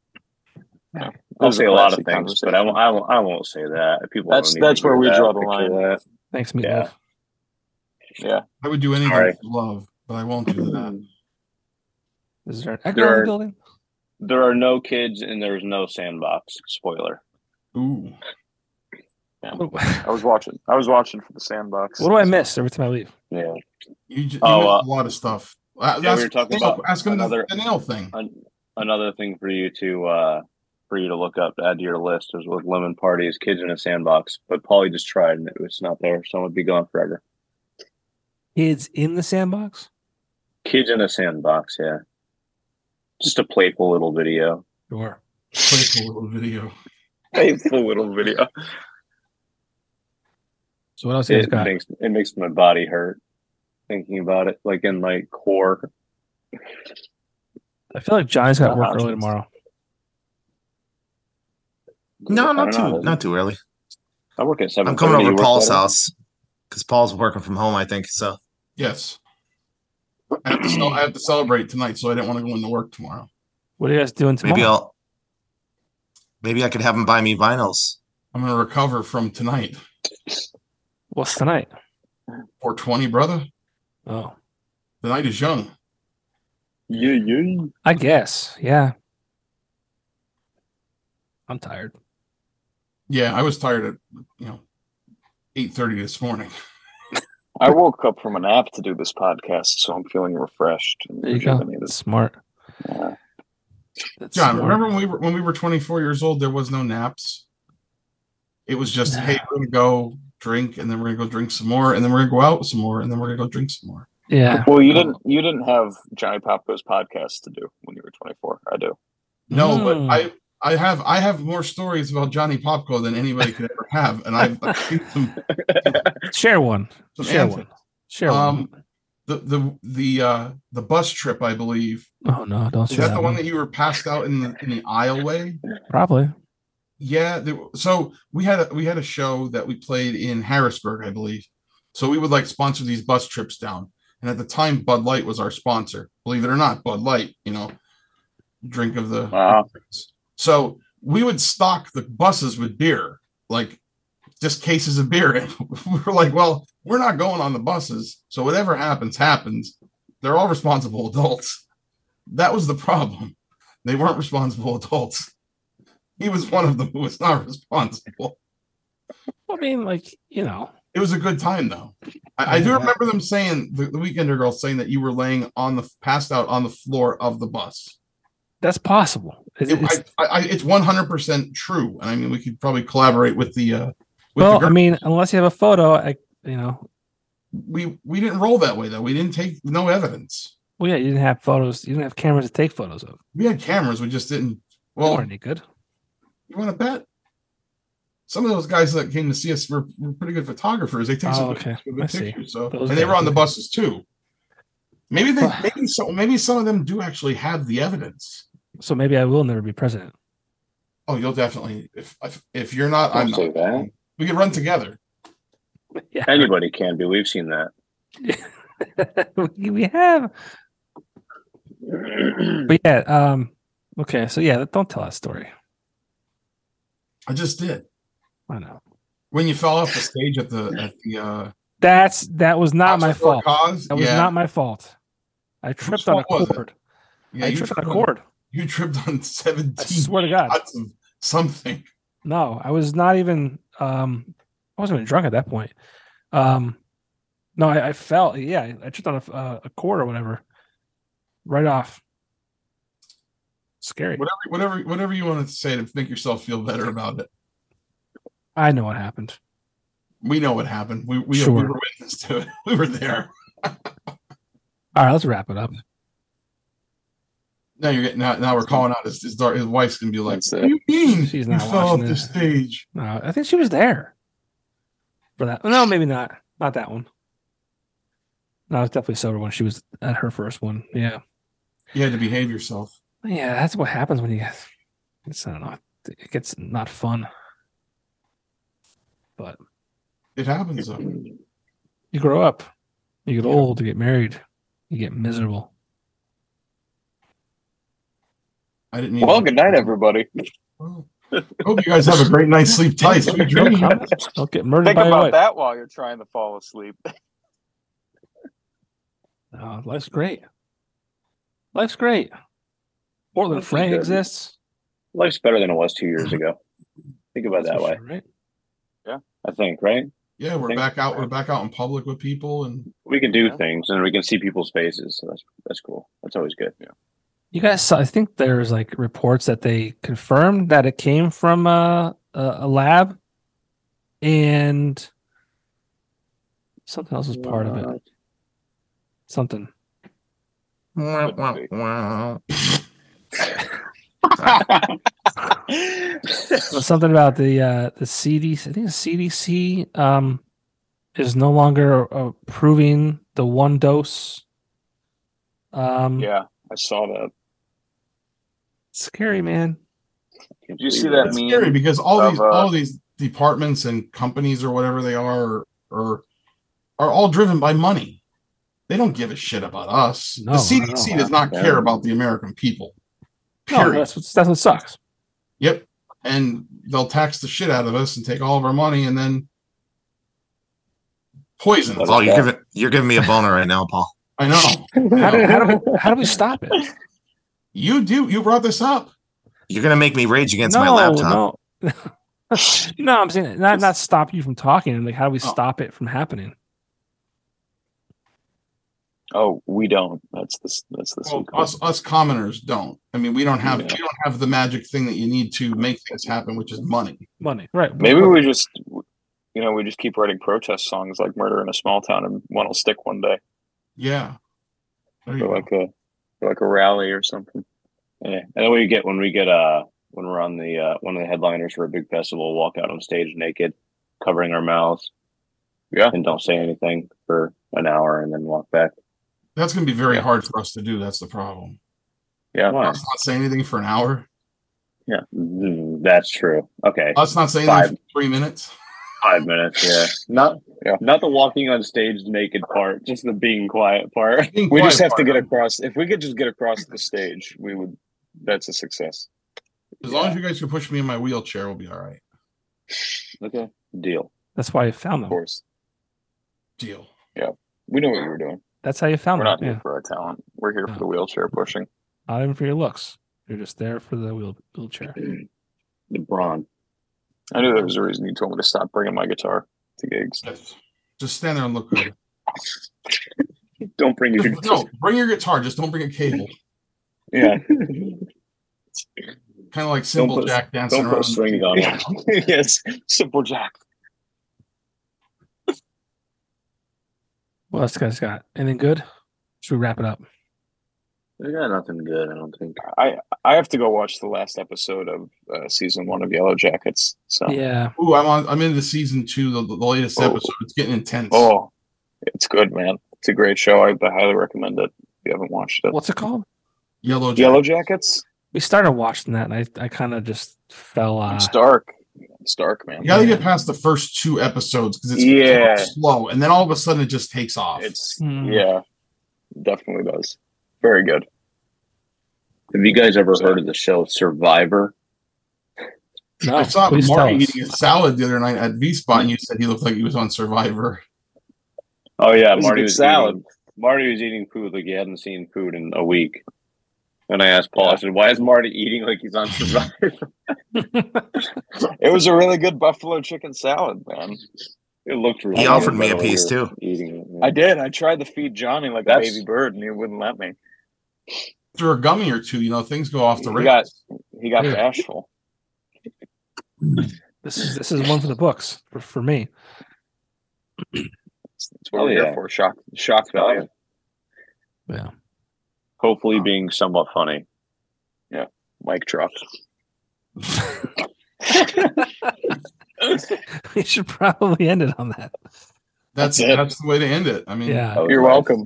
Speaker 2: Yeah.
Speaker 4: I'll
Speaker 2: This is
Speaker 4: say
Speaker 2: a
Speaker 4: a lot of
Speaker 2: classic
Speaker 4: things, but I won't. I won't, I won't say that. People.
Speaker 2: That's-
Speaker 4: don't need to
Speaker 2: that's where
Speaker 4: hear
Speaker 2: we
Speaker 4: that,
Speaker 2: draw the
Speaker 4: picture
Speaker 2: line.
Speaker 4: that.
Speaker 1: Thanks, Meatloaf.
Speaker 4: Yeah.
Speaker 3: I would do anything
Speaker 4: All right.
Speaker 3: for love, but I won't do
Speaker 2: Mm.
Speaker 3: that.
Speaker 1: Is there an echo
Speaker 4: There
Speaker 1: in the
Speaker 4: are-
Speaker 1: building?
Speaker 4: There are no kids and there's no sandbox. Spoiler.
Speaker 3: Ooh.
Speaker 1: What,
Speaker 2: I was watching. I was watching for the sandbox.
Speaker 1: what do I miss every time I leave?
Speaker 4: Yeah.
Speaker 3: You, j- you
Speaker 4: Oh,
Speaker 3: missed
Speaker 4: uh,
Speaker 3: a lot of stuff. Uh,
Speaker 4: yeah, we
Speaker 3: that's-
Speaker 4: were talking
Speaker 3: look,
Speaker 4: about
Speaker 3: ask him
Speaker 4: another-
Speaker 3: the, the nail thing.
Speaker 4: an- another thing for you to uh for you to look up to add to your list is with lemon parties kids in a sandbox but paulie just tried and it was not there so it would be gone forever
Speaker 1: Kids in the sandbox?
Speaker 4: kids in a sandbox yeah just a playful little video
Speaker 1: Sure.
Speaker 3: Playful little video.
Speaker 4: playful little video
Speaker 1: So what else you guys
Speaker 4: it
Speaker 1: got?
Speaker 4: makes it makes my body hurt thinking about it like in my core
Speaker 1: I feel like Johnny's got work
Speaker 4: Uh,
Speaker 1: early tomorrow.
Speaker 5: No,
Speaker 4: I
Speaker 5: not
Speaker 4: don't know,
Speaker 5: too,
Speaker 4: does
Speaker 5: not too early.
Speaker 4: it? i work at 7
Speaker 5: I'm coming over to Paul's house because Paul's working from home. I think so.
Speaker 3: Yes. I have, to cel- I have to celebrate tonight, so I didn't want to go into work tomorrow.
Speaker 1: What are you guys doing tomorrow?
Speaker 5: Maybe I'll. Maybe I could have him buy me vinyls.
Speaker 3: I'm going to recover from tonight.
Speaker 1: What's tonight?
Speaker 3: 420, brother.
Speaker 1: Oh.
Speaker 3: The night is young.
Speaker 2: Yeah, yeah.
Speaker 1: I guess. Yeah. I'm tired.
Speaker 3: Yeah, I was tired at you know eight thirty this morning.
Speaker 2: I woke up from a nap to do this podcast, so I'm feeling refreshed and
Speaker 1: There you go.
Speaker 2: rejuvenated.
Speaker 1: Smart.
Speaker 2: Yeah.
Speaker 1: That's
Speaker 3: John,
Speaker 1: smart.
Speaker 3: remember when we were when we were twenty four years old? There was no naps. It was just hey, we're gonna go drink, and then we're gonna go drink some more, and then we're gonna go out some more, and then we're gonna go drink some more.
Speaker 1: Yeah.
Speaker 2: Well, you didn't. You didn't have Johnny Popko's podcast to do when you were 24. I do.
Speaker 3: No,
Speaker 1: Hmm.
Speaker 3: but I I have I have more stories about Johnny Popko than anybody could ever have, and I've, I've seen some
Speaker 1: Share one.
Speaker 3: some
Speaker 1: Share
Speaker 3: antics.
Speaker 1: one. Share
Speaker 3: Um, the the the uh the bus trip I believe
Speaker 1: one. Oh no, don't
Speaker 3: is
Speaker 1: share
Speaker 3: that
Speaker 1: that
Speaker 3: the one
Speaker 1: one.
Speaker 3: that you were passed out in the in the aisleway?
Speaker 1: Probably.
Speaker 3: Yeah, there, so we had a, we had a show that we played in Harrisburg, I believe. So we would like sponsor these bus trips down, and at the time Bud Light was our sponsor. Believe it or not, Bud Light, you know, drink of the
Speaker 2: Wow.
Speaker 3: so we would stock the buses with beer, like just cases of beer. And we were like, well, we're not going on the buses. So whatever happens, happens. They're all responsible adults. That was the problem. They weren't responsible adults. He was one of them who was not responsible.
Speaker 1: I mean, like you know.
Speaker 3: It was a good time though. I, I do remember them saying the, the weekender girls saying that you were laying on the passed out on the floor of the bus.
Speaker 1: That's possible. It's-
Speaker 3: It-
Speaker 1: it's-
Speaker 3: I, I, it's one hundred percent true, and I mean we could probably collaborate with the. Uh, with the
Speaker 1: well, I
Speaker 3: girl.
Speaker 1: mean, unless you have a photo, I, you know,
Speaker 3: we we didn't roll that way though. We didn't take no evidence.
Speaker 1: well, yeah, you didn't have photos. You didn't have cameras to take photos of.
Speaker 3: We had cameras. We just didn't.
Speaker 1: Well,
Speaker 3: Well,
Speaker 1: any good.
Speaker 3: you want to bet? Some of those guys that came to see us were, were pretty good photographers. They took some
Speaker 1: Oh,
Speaker 3: good-
Speaker 1: okay.
Speaker 3: some
Speaker 1: I
Speaker 3: good
Speaker 1: see.
Speaker 3: pictures. So
Speaker 1: Those
Speaker 3: and they were
Speaker 1: guys,
Speaker 3: on the
Speaker 1: okay.
Speaker 3: buses too. Maybe they
Speaker 1: Well-
Speaker 3: maybe so maybe some of them do actually have the evidence.
Speaker 1: So maybe I will never be president.
Speaker 3: Oh, you'll definitely if if, if you're not, I'm
Speaker 4: Don't say
Speaker 3: not.
Speaker 4: that.
Speaker 3: We could run together.
Speaker 1: Yeah,
Speaker 4: Anybody can be. We've seen that.
Speaker 1: we we have. But yeah, um, okay. So yeah, don't tell that story.
Speaker 3: I just did
Speaker 1: I know
Speaker 3: when you fell off the stage at the at the. uh
Speaker 1: that's that was not my
Speaker 3: Cops for a
Speaker 1: fault.
Speaker 3: Cause?
Speaker 1: That was
Speaker 3: yeah.
Speaker 1: not my fault. I tripped on a
Speaker 3: fault was it?
Speaker 1: cord.
Speaker 3: yeah,
Speaker 1: I
Speaker 3: you
Speaker 1: tripped on a
Speaker 3: on-
Speaker 1: cord.
Speaker 3: You tripped on
Speaker 1: I
Speaker 3: 17
Speaker 1: swear to God.
Speaker 3: shots of something.
Speaker 1: No, I was not even. Um, I wasn't even drunk at that point. Um, no, I, I fell. Yeah, I, I tripped on a, uh, a cord or whatever. Right off. Scary.
Speaker 3: Whatever, whatever, whatever you want to say to make yourself feel better about it.
Speaker 1: I know what happened.
Speaker 3: We know what happened. We we,
Speaker 1: Sure.
Speaker 3: we were witness to it. We were there.
Speaker 1: All right, let's wrap it up.
Speaker 3: Now you're getting now, now we're calling out his his, dar- his wife's gonna be like,
Speaker 2: That's
Speaker 3: What
Speaker 2: it.
Speaker 3: do you mean?
Speaker 1: She's
Speaker 3: you
Speaker 1: not
Speaker 3: fell off
Speaker 1: watching
Speaker 3: the
Speaker 1: this.
Speaker 3: stage.
Speaker 1: No, Uh, I think she was there for that. No, maybe not. Not that one. No, I was definitely sober when she was at her first one. Yeah,
Speaker 3: You had to behave yourself.
Speaker 1: yeah, that's what happens when you. It's I don't know. It gets not fun.
Speaker 3: It happens though.
Speaker 1: You grow up. You get old. You get married. You get miserable.
Speaker 3: I didn't mean
Speaker 2: Well, good night, everybody.
Speaker 3: Well, Hope you guys have a great night's sleep tight. Sweet
Speaker 1: No
Speaker 3: dreams.
Speaker 1: comment. Don't get murdered
Speaker 2: Think
Speaker 1: by your
Speaker 2: about
Speaker 1: wife.
Speaker 2: that while you're trying to fall asleep.
Speaker 1: No, life's great. Life's great. Portland
Speaker 4: Life's
Speaker 1: Frank
Speaker 4: good.
Speaker 1: exists.
Speaker 4: Life's better than it was two years ago. Think about
Speaker 1: That's
Speaker 4: that
Speaker 1: for
Speaker 4: way.
Speaker 1: sure, right?
Speaker 4: I think, right?
Speaker 3: Yeah, we're
Speaker 4: Thanks.
Speaker 3: back out. We're back out in public with people, and
Speaker 4: We can do
Speaker 2: Yeah.
Speaker 4: things and we can see people's faces. So that's that's cool. That's always good. Yeah.
Speaker 1: You guys saw, I think there's like reports that they confirmed that it came from a, a, a lab and something else was part of it. Something. It was something about the uh, the CDC. I think the CDC um, is no longer uh, approving the one dose. Um,
Speaker 2: Yeah, I saw that.
Speaker 1: Scary, man.
Speaker 2: Did you see that
Speaker 3: it's
Speaker 2: meme?
Speaker 3: scary because all
Speaker 2: of,
Speaker 3: these
Speaker 2: uh,
Speaker 3: all these departments and companies or whatever they are are are all driven by money. They don't give a shit about us.
Speaker 1: No,
Speaker 3: the
Speaker 1: I
Speaker 3: CDC
Speaker 1: know.
Speaker 3: does not
Speaker 4: Yeah.
Speaker 3: care about the American people.
Speaker 1: No,
Speaker 3: Period.
Speaker 1: that's what, that's what sucks.
Speaker 3: Yep. And they'll tax the shit out of us and take all of our money and then poison us.
Speaker 5: Paul, you're giving you're giving me a boner right now, Paul.
Speaker 3: I know.
Speaker 1: How do, how, do, we- how do we stop it?
Speaker 3: You do. You brought this up.
Speaker 5: You're gonna make me rage against
Speaker 1: no,
Speaker 5: my laptop.
Speaker 1: no. no, I'm saying not not stop you from talking. Like, how do we
Speaker 3: Oh.
Speaker 1: stop it from happening?
Speaker 2: Oh, we don't. That's this. That's this.
Speaker 3: Well, us us commoners don't. I mean, we don't have
Speaker 2: Yeah.
Speaker 3: we don't have the magic thing that you need to make things happen, which is money.
Speaker 1: Money, right?
Speaker 2: Maybe we just, you know, we just keep writing protest songs like "Murder in a Small Town" and one will stick one day
Speaker 3: Yeah. There you
Speaker 2: for
Speaker 3: go.
Speaker 2: like a for like a rally or something.
Speaker 4: Yeah, and then we get when we get uh when we're on the uh, one of the headliners for a big festival, walk out on stage naked, covering our mouths,
Speaker 2: Yeah.
Speaker 4: and don't say anything for an hour, and then walk back.
Speaker 3: That's going to be very hard for us to do. That's the problem.
Speaker 2: Yeah.
Speaker 4: Why?
Speaker 3: Us not saying anything for an hour.
Speaker 4: Yeah, mm, that's true. Okay,
Speaker 3: Us not saying anything
Speaker 4: Five.
Speaker 3: for three minutes.
Speaker 4: five minutes. Yeah, not
Speaker 2: Yeah.
Speaker 4: not the walking on stage naked part, just the being quiet part.
Speaker 3: Being
Speaker 2: We just
Speaker 3: quiet
Speaker 2: have to
Speaker 3: part.
Speaker 2: get across. If we could just get across the stage, we would. That's a success.
Speaker 3: As long as you guys can push me in my wheelchair, we'll be all right.
Speaker 4: Okay, deal.
Speaker 1: That's why you found
Speaker 2: Of
Speaker 1: them.
Speaker 2: course,
Speaker 3: Deal.
Speaker 2: we know what you were doing.
Speaker 1: That's how you found
Speaker 2: We're
Speaker 1: them. Oh,
Speaker 2: not
Speaker 1: Yeah, Oh.
Speaker 2: here for our talent. We're here
Speaker 1: No.
Speaker 2: for the wheelchair pushing.
Speaker 1: not even for your looks. You're just there for the wheel, wheelchair.
Speaker 4: LeBron.
Speaker 2: I knew there was a reason you told me to stop bringing my guitar to gigs.
Speaker 3: Yes. Just stand there and look good.
Speaker 2: Don't bring your
Speaker 3: Just- no, bring your guitar. Just don't bring a cable.
Speaker 2: yeah.
Speaker 3: Kind of like simple
Speaker 2: put-
Speaker 3: Jack dancing
Speaker 2: Don't
Speaker 3: around.
Speaker 2: put strings on it. yes, simple Jack.
Speaker 1: What else, guys? Got anything good? Should we wrap it up?
Speaker 4: I got nothing good. I don't think.
Speaker 2: I I have to go watch the last episode of uh, season one of Yellow Jackets. So
Speaker 1: Yeah,
Speaker 3: Ooh, I'm on. I'm into season two, the, the latest
Speaker 2: Oh.
Speaker 3: episode. It's getting intense.
Speaker 2: oh, it's good, man. It's a great show. I, I highly recommend it. If you haven't watched it,
Speaker 1: what's it called?
Speaker 3: Yellow. Jack.
Speaker 2: Yellow Jackets.
Speaker 1: We started watching that, and I I kind of just fell. Uh,
Speaker 2: It's dark. It's dark, man.
Speaker 3: You got to get past the first two episodes because it's
Speaker 2: Yeah.
Speaker 3: slow, and then all of a sudden it just takes off.
Speaker 2: It's
Speaker 1: Hmm.
Speaker 2: yeah, definitely does. Very good.
Speaker 4: Have you guys ever heard of the show Survivor?
Speaker 1: no,
Speaker 3: I saw
Speaker 1: Oh, please
Speaker 3: Marty
Speaker 1: tell us.
Speaker 3: eating a salad the other night at V Spot, and you said he looked like he was on Survivor.
Speaker 4: Oh yeah,
Speaker 2: was a
Speaker 4: Marty
Speaker 2: good
Speaker 4: was
Speaker 2: salad.
Speaker 4: eating- Marty was eating food like he hadn't seen food in a week. And I asked Paul, I said, "Why is Marty eating like he's on Survivor?"
Speaker 2: It was a really good buffalo chicken salad, man.
Speaker 4: it looked really.
Speaker 5: He
Speaker 4: good,
Speaker 5: offered
Speaker 4: by
Speaker 5: me
Speaker 4: the
Speaker 5: a
Speaker 4: way,
Speaker 5: piece
Speaker 4: we were
Speaker 5: too.
Speaker 4: Eating it.
Speaker 2: I did. I tried to feed Johnny like
Speaker 4: That's-
Speaker 2: a baby bird, and he wouldn't let me.
Speaker 3: Through a gummy or two, you know, things go off the
Speaker 2: He
Speaker 3: rails.
Speaker 2: got he got
Speaker 1: Yeah.
Speaker 2: bashful.
Speaker 1: This is this is one for the books for, for me.
Speaker 2: That's what
Speaker 4: Oh,
Speaker 2: we're here
Speaker 4: yeah.
Speaker 2: for. Shock shock value.
Speaker 1: Yeah,
Speaker 4: Hopefully, being somewhat funny.
Speaker 2: Mic drop.
Speaker 1: we should probably end it on that.
Speaker 3: that's
Speaker 2: that's it.
Speaker 3: that's the way to end it. I mean,
Speaker 1: Yeah,
Speaker 2: You're welcome.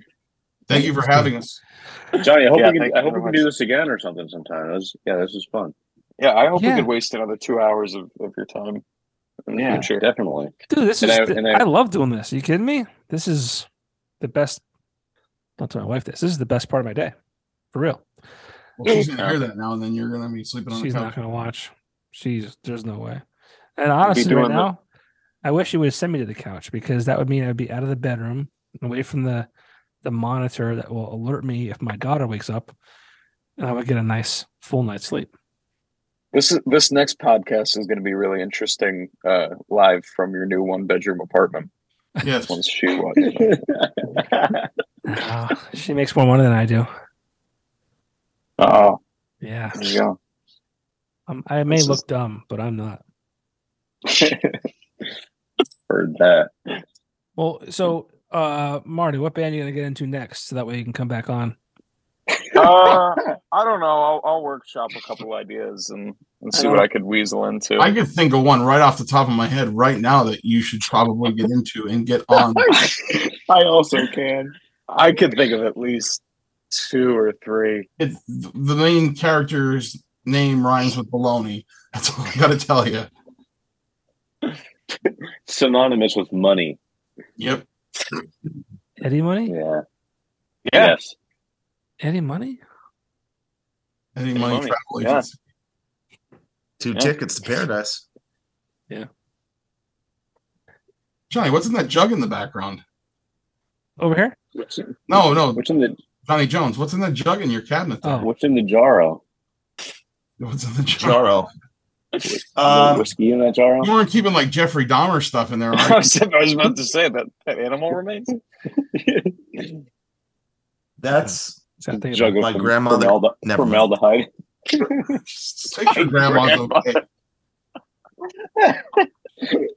Speaker 3: thank you for having us.
Speaker 4: Johnny. I hope
Speaker 2: Yeah,
Speaker 4: we
Speaker 2: thank
Speaker 4: can. I
Speaker 2: you
Speaker 4: hope
Speaker 2: very
Speaker 4: we can
Speaker 2: much.
Speaker 4: do this again or something sometime. That was- yeah, this is fun.
Speaker 2: Yeah, I hope
Speaker 1: Yeah.
Speaker 2: we could waste another two hours of, of your time in the future.
Speaker 4: definitely.
Speaker 1: dude, this
Speaker 2: And
Speaker 1: is.
Speaker 2: I-
Speaker 1: the-
Speaker 2: and
Speaker 1: I,
Speaker 2: I-
Speaker 1: love doing this. Are you kidding me? This is the best. Not to my wife. This, this is the best part of my day, for real.
Speaker 3: Well, she's gonna hear that now, and then you're gonna be sleeping on
Speaker 1: She's
Speaker 3: the
Speaker 1: not
Speaker 3: couch.
Speaker 1: gonna watch. She's there's no way. And honestly,
Speaker 2: doing
Speaker 1: right
Speaker 2: the-
Speaker 1: now, I wish you would have sent me to the couch because that would mean I'd be out of the bedroom, away from the the monitor that will alert me if my daughter wakes up, and I would get a nice full night's sleep.
Speaker 2: This is this next podcast is going to be really interesting uh, live from your new one bedroom apartment
Speaker 3: Yes,
Speaker 2: once she watches.
Speaker 1: Uh, she makes more money than I do.
Speaker 2: oh,
Speaker 1: Yeah,
Speaker 2: there you go.
Speaker 1: um, I may
Speaker 2: This is-
Speaker 1: look dumb, but I'm not.
Speaker 4: Heard that.
Speaker 1: Well, so uh, Marty, what band are you gonna get into next? So that way you can come back on.
Speaker 2: Uh, I don't know. I'll, I'll workshop a couple ideas and, and see what I could weasel into.
Speaker 3: I could think of one right off the top of my head right now that you should probably get into and get
Speaker 2: Um,
Speaker 3: on.
Speaker 2: I also can. I could think of at least two or three.
Speaker 3: It, the main character's name rhymes with baloney. That's all I gotta tell you.
Speaker 4: Synonymous with money.
Speaker 3: Yep.
Speaker 1: Eddie Money?
Speaker 4: Yeah.
Speaker 2: Yeah.
Speaker 4: Yes.
Speaker 1: Eddie Money?
Speaker 3: Any money
Speaker 2: Baloney,
Speaker 3: travel
Speaker 2: yeah.
Speaker 3: agency.
Speaker 5: Two
Speaker 2: Yeah.
Speaker 5: tickets to paradise.
Speaker 3: Johnny, what's in that jug in the background?
Speaker 1: Over here?
Speaker 2: What's in,
Speaker 3: No, no,
Speaker 2: what's in the
Speaker 3: Johnny Jones. What's in that jug in your cabinet? there?
Speaker 1: Oh,
Speaker 2: what's in the jar?
Speaker 3: What's in the jar?
Speaker 5: Jaro.
Speaker 2: Um,
Speaker 5: Um,
Speaker 2: whiskey in that jar?
Speaker 3: You weren't keeping like Jeffrey Dahmer stuff in there,
Speaker 2: I
Speaker 3: right?
Speaker 2: was about to say that that animal remains.
Speaker 5: that's
Speaker 1: so I think
Speaker 2: Jug of
Speaker 5: My
Speaker 2: form-
Speaker 5: grandmother-
Speaker 2: formalde-
Speaker 5: never mind.
Speaker 2: formaldehyde.
Speaker 3: Take your grandma's okay.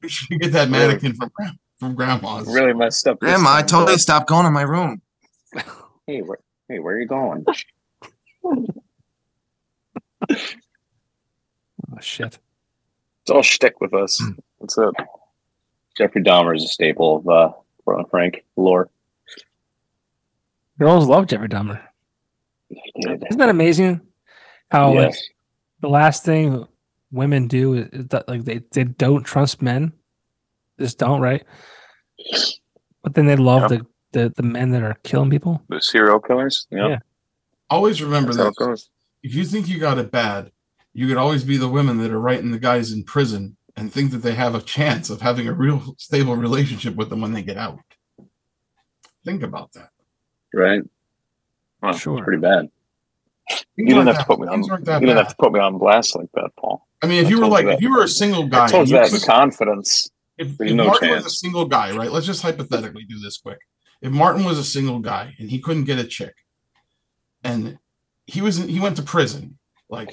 Speaker 3: You should get that mannequin from gra- from grandma's.
Speaker 2: Really messed up. this
Speaker 5: Grandma. I
Speaker 2: time,
Speaker 5: told you
Speaker 2: bro.
Speaker 5: to stop going in my room.
Speaker 2: Hey, where, hey, where are you going?
Speaker 1: Oh, shit.
Speaker 2: It's all shtick with us. What's up? Jeffrey Dahmer is a staple of uh, Ron Frank lore.
Speaker 1: Girls love Jeffrey Dahmer. Isn't that amazing? How like
Speaker 2: yes.
Speaker 1: the last thing women do is is that like they, they don't trust men. Just don't, right? But then they love the, the the men that are killing people.
Speaker 2: the serial killers. Yeah,
Speaker 1: Yeah.
Speaker 3: Always remember
Speaker 2: that's how
Speaker 3: that.
Speaker 2: it goes.
Speaker 3: If you think you got it bad, you could always be the women that are writing the guys in prison and think that they have a chance of having a real stable relationship with them when they get out. Think about that.
Speaker 2: Right. Wow,
Speaker 1: Sure.
Speaker 2: Pretty bad.
Speaker 3: Things
Speaker 2: You
Speaker 3: aren't
Speaker 2: didn't have to
Speaker 3: that-
Speaker 2: put me on.
Speaker 3: things
Speaker 2: You
Speaker 3: aren't that
Speaker 2: didn't
Speaker 3: bad.
Speaker 2: have to put me on blast like that, Paul.
Speaker 3: I mean, if
Speaker 2: I
Speaker 3: you were
Speaker 2: told
Speaker 3: like,
Speaker 2: you that.
Speaker 3: if you were a single guy,
Speaker 2: I told you
Speaker 3: you
Speaker 2: that in
Speaker 3: could-
Speaker 2: confidence.
Speaker 3: if,
Speaker 2: There's
Speaker 3: if
Speaker 2: no
Speaker 3: Martin was a
Speaker 2: chance.
Speaker 3: single guy, right? Let's just hypothetically do this quick. If Martin was a single guy and he couldn't get a chick, and he was he went to prison, like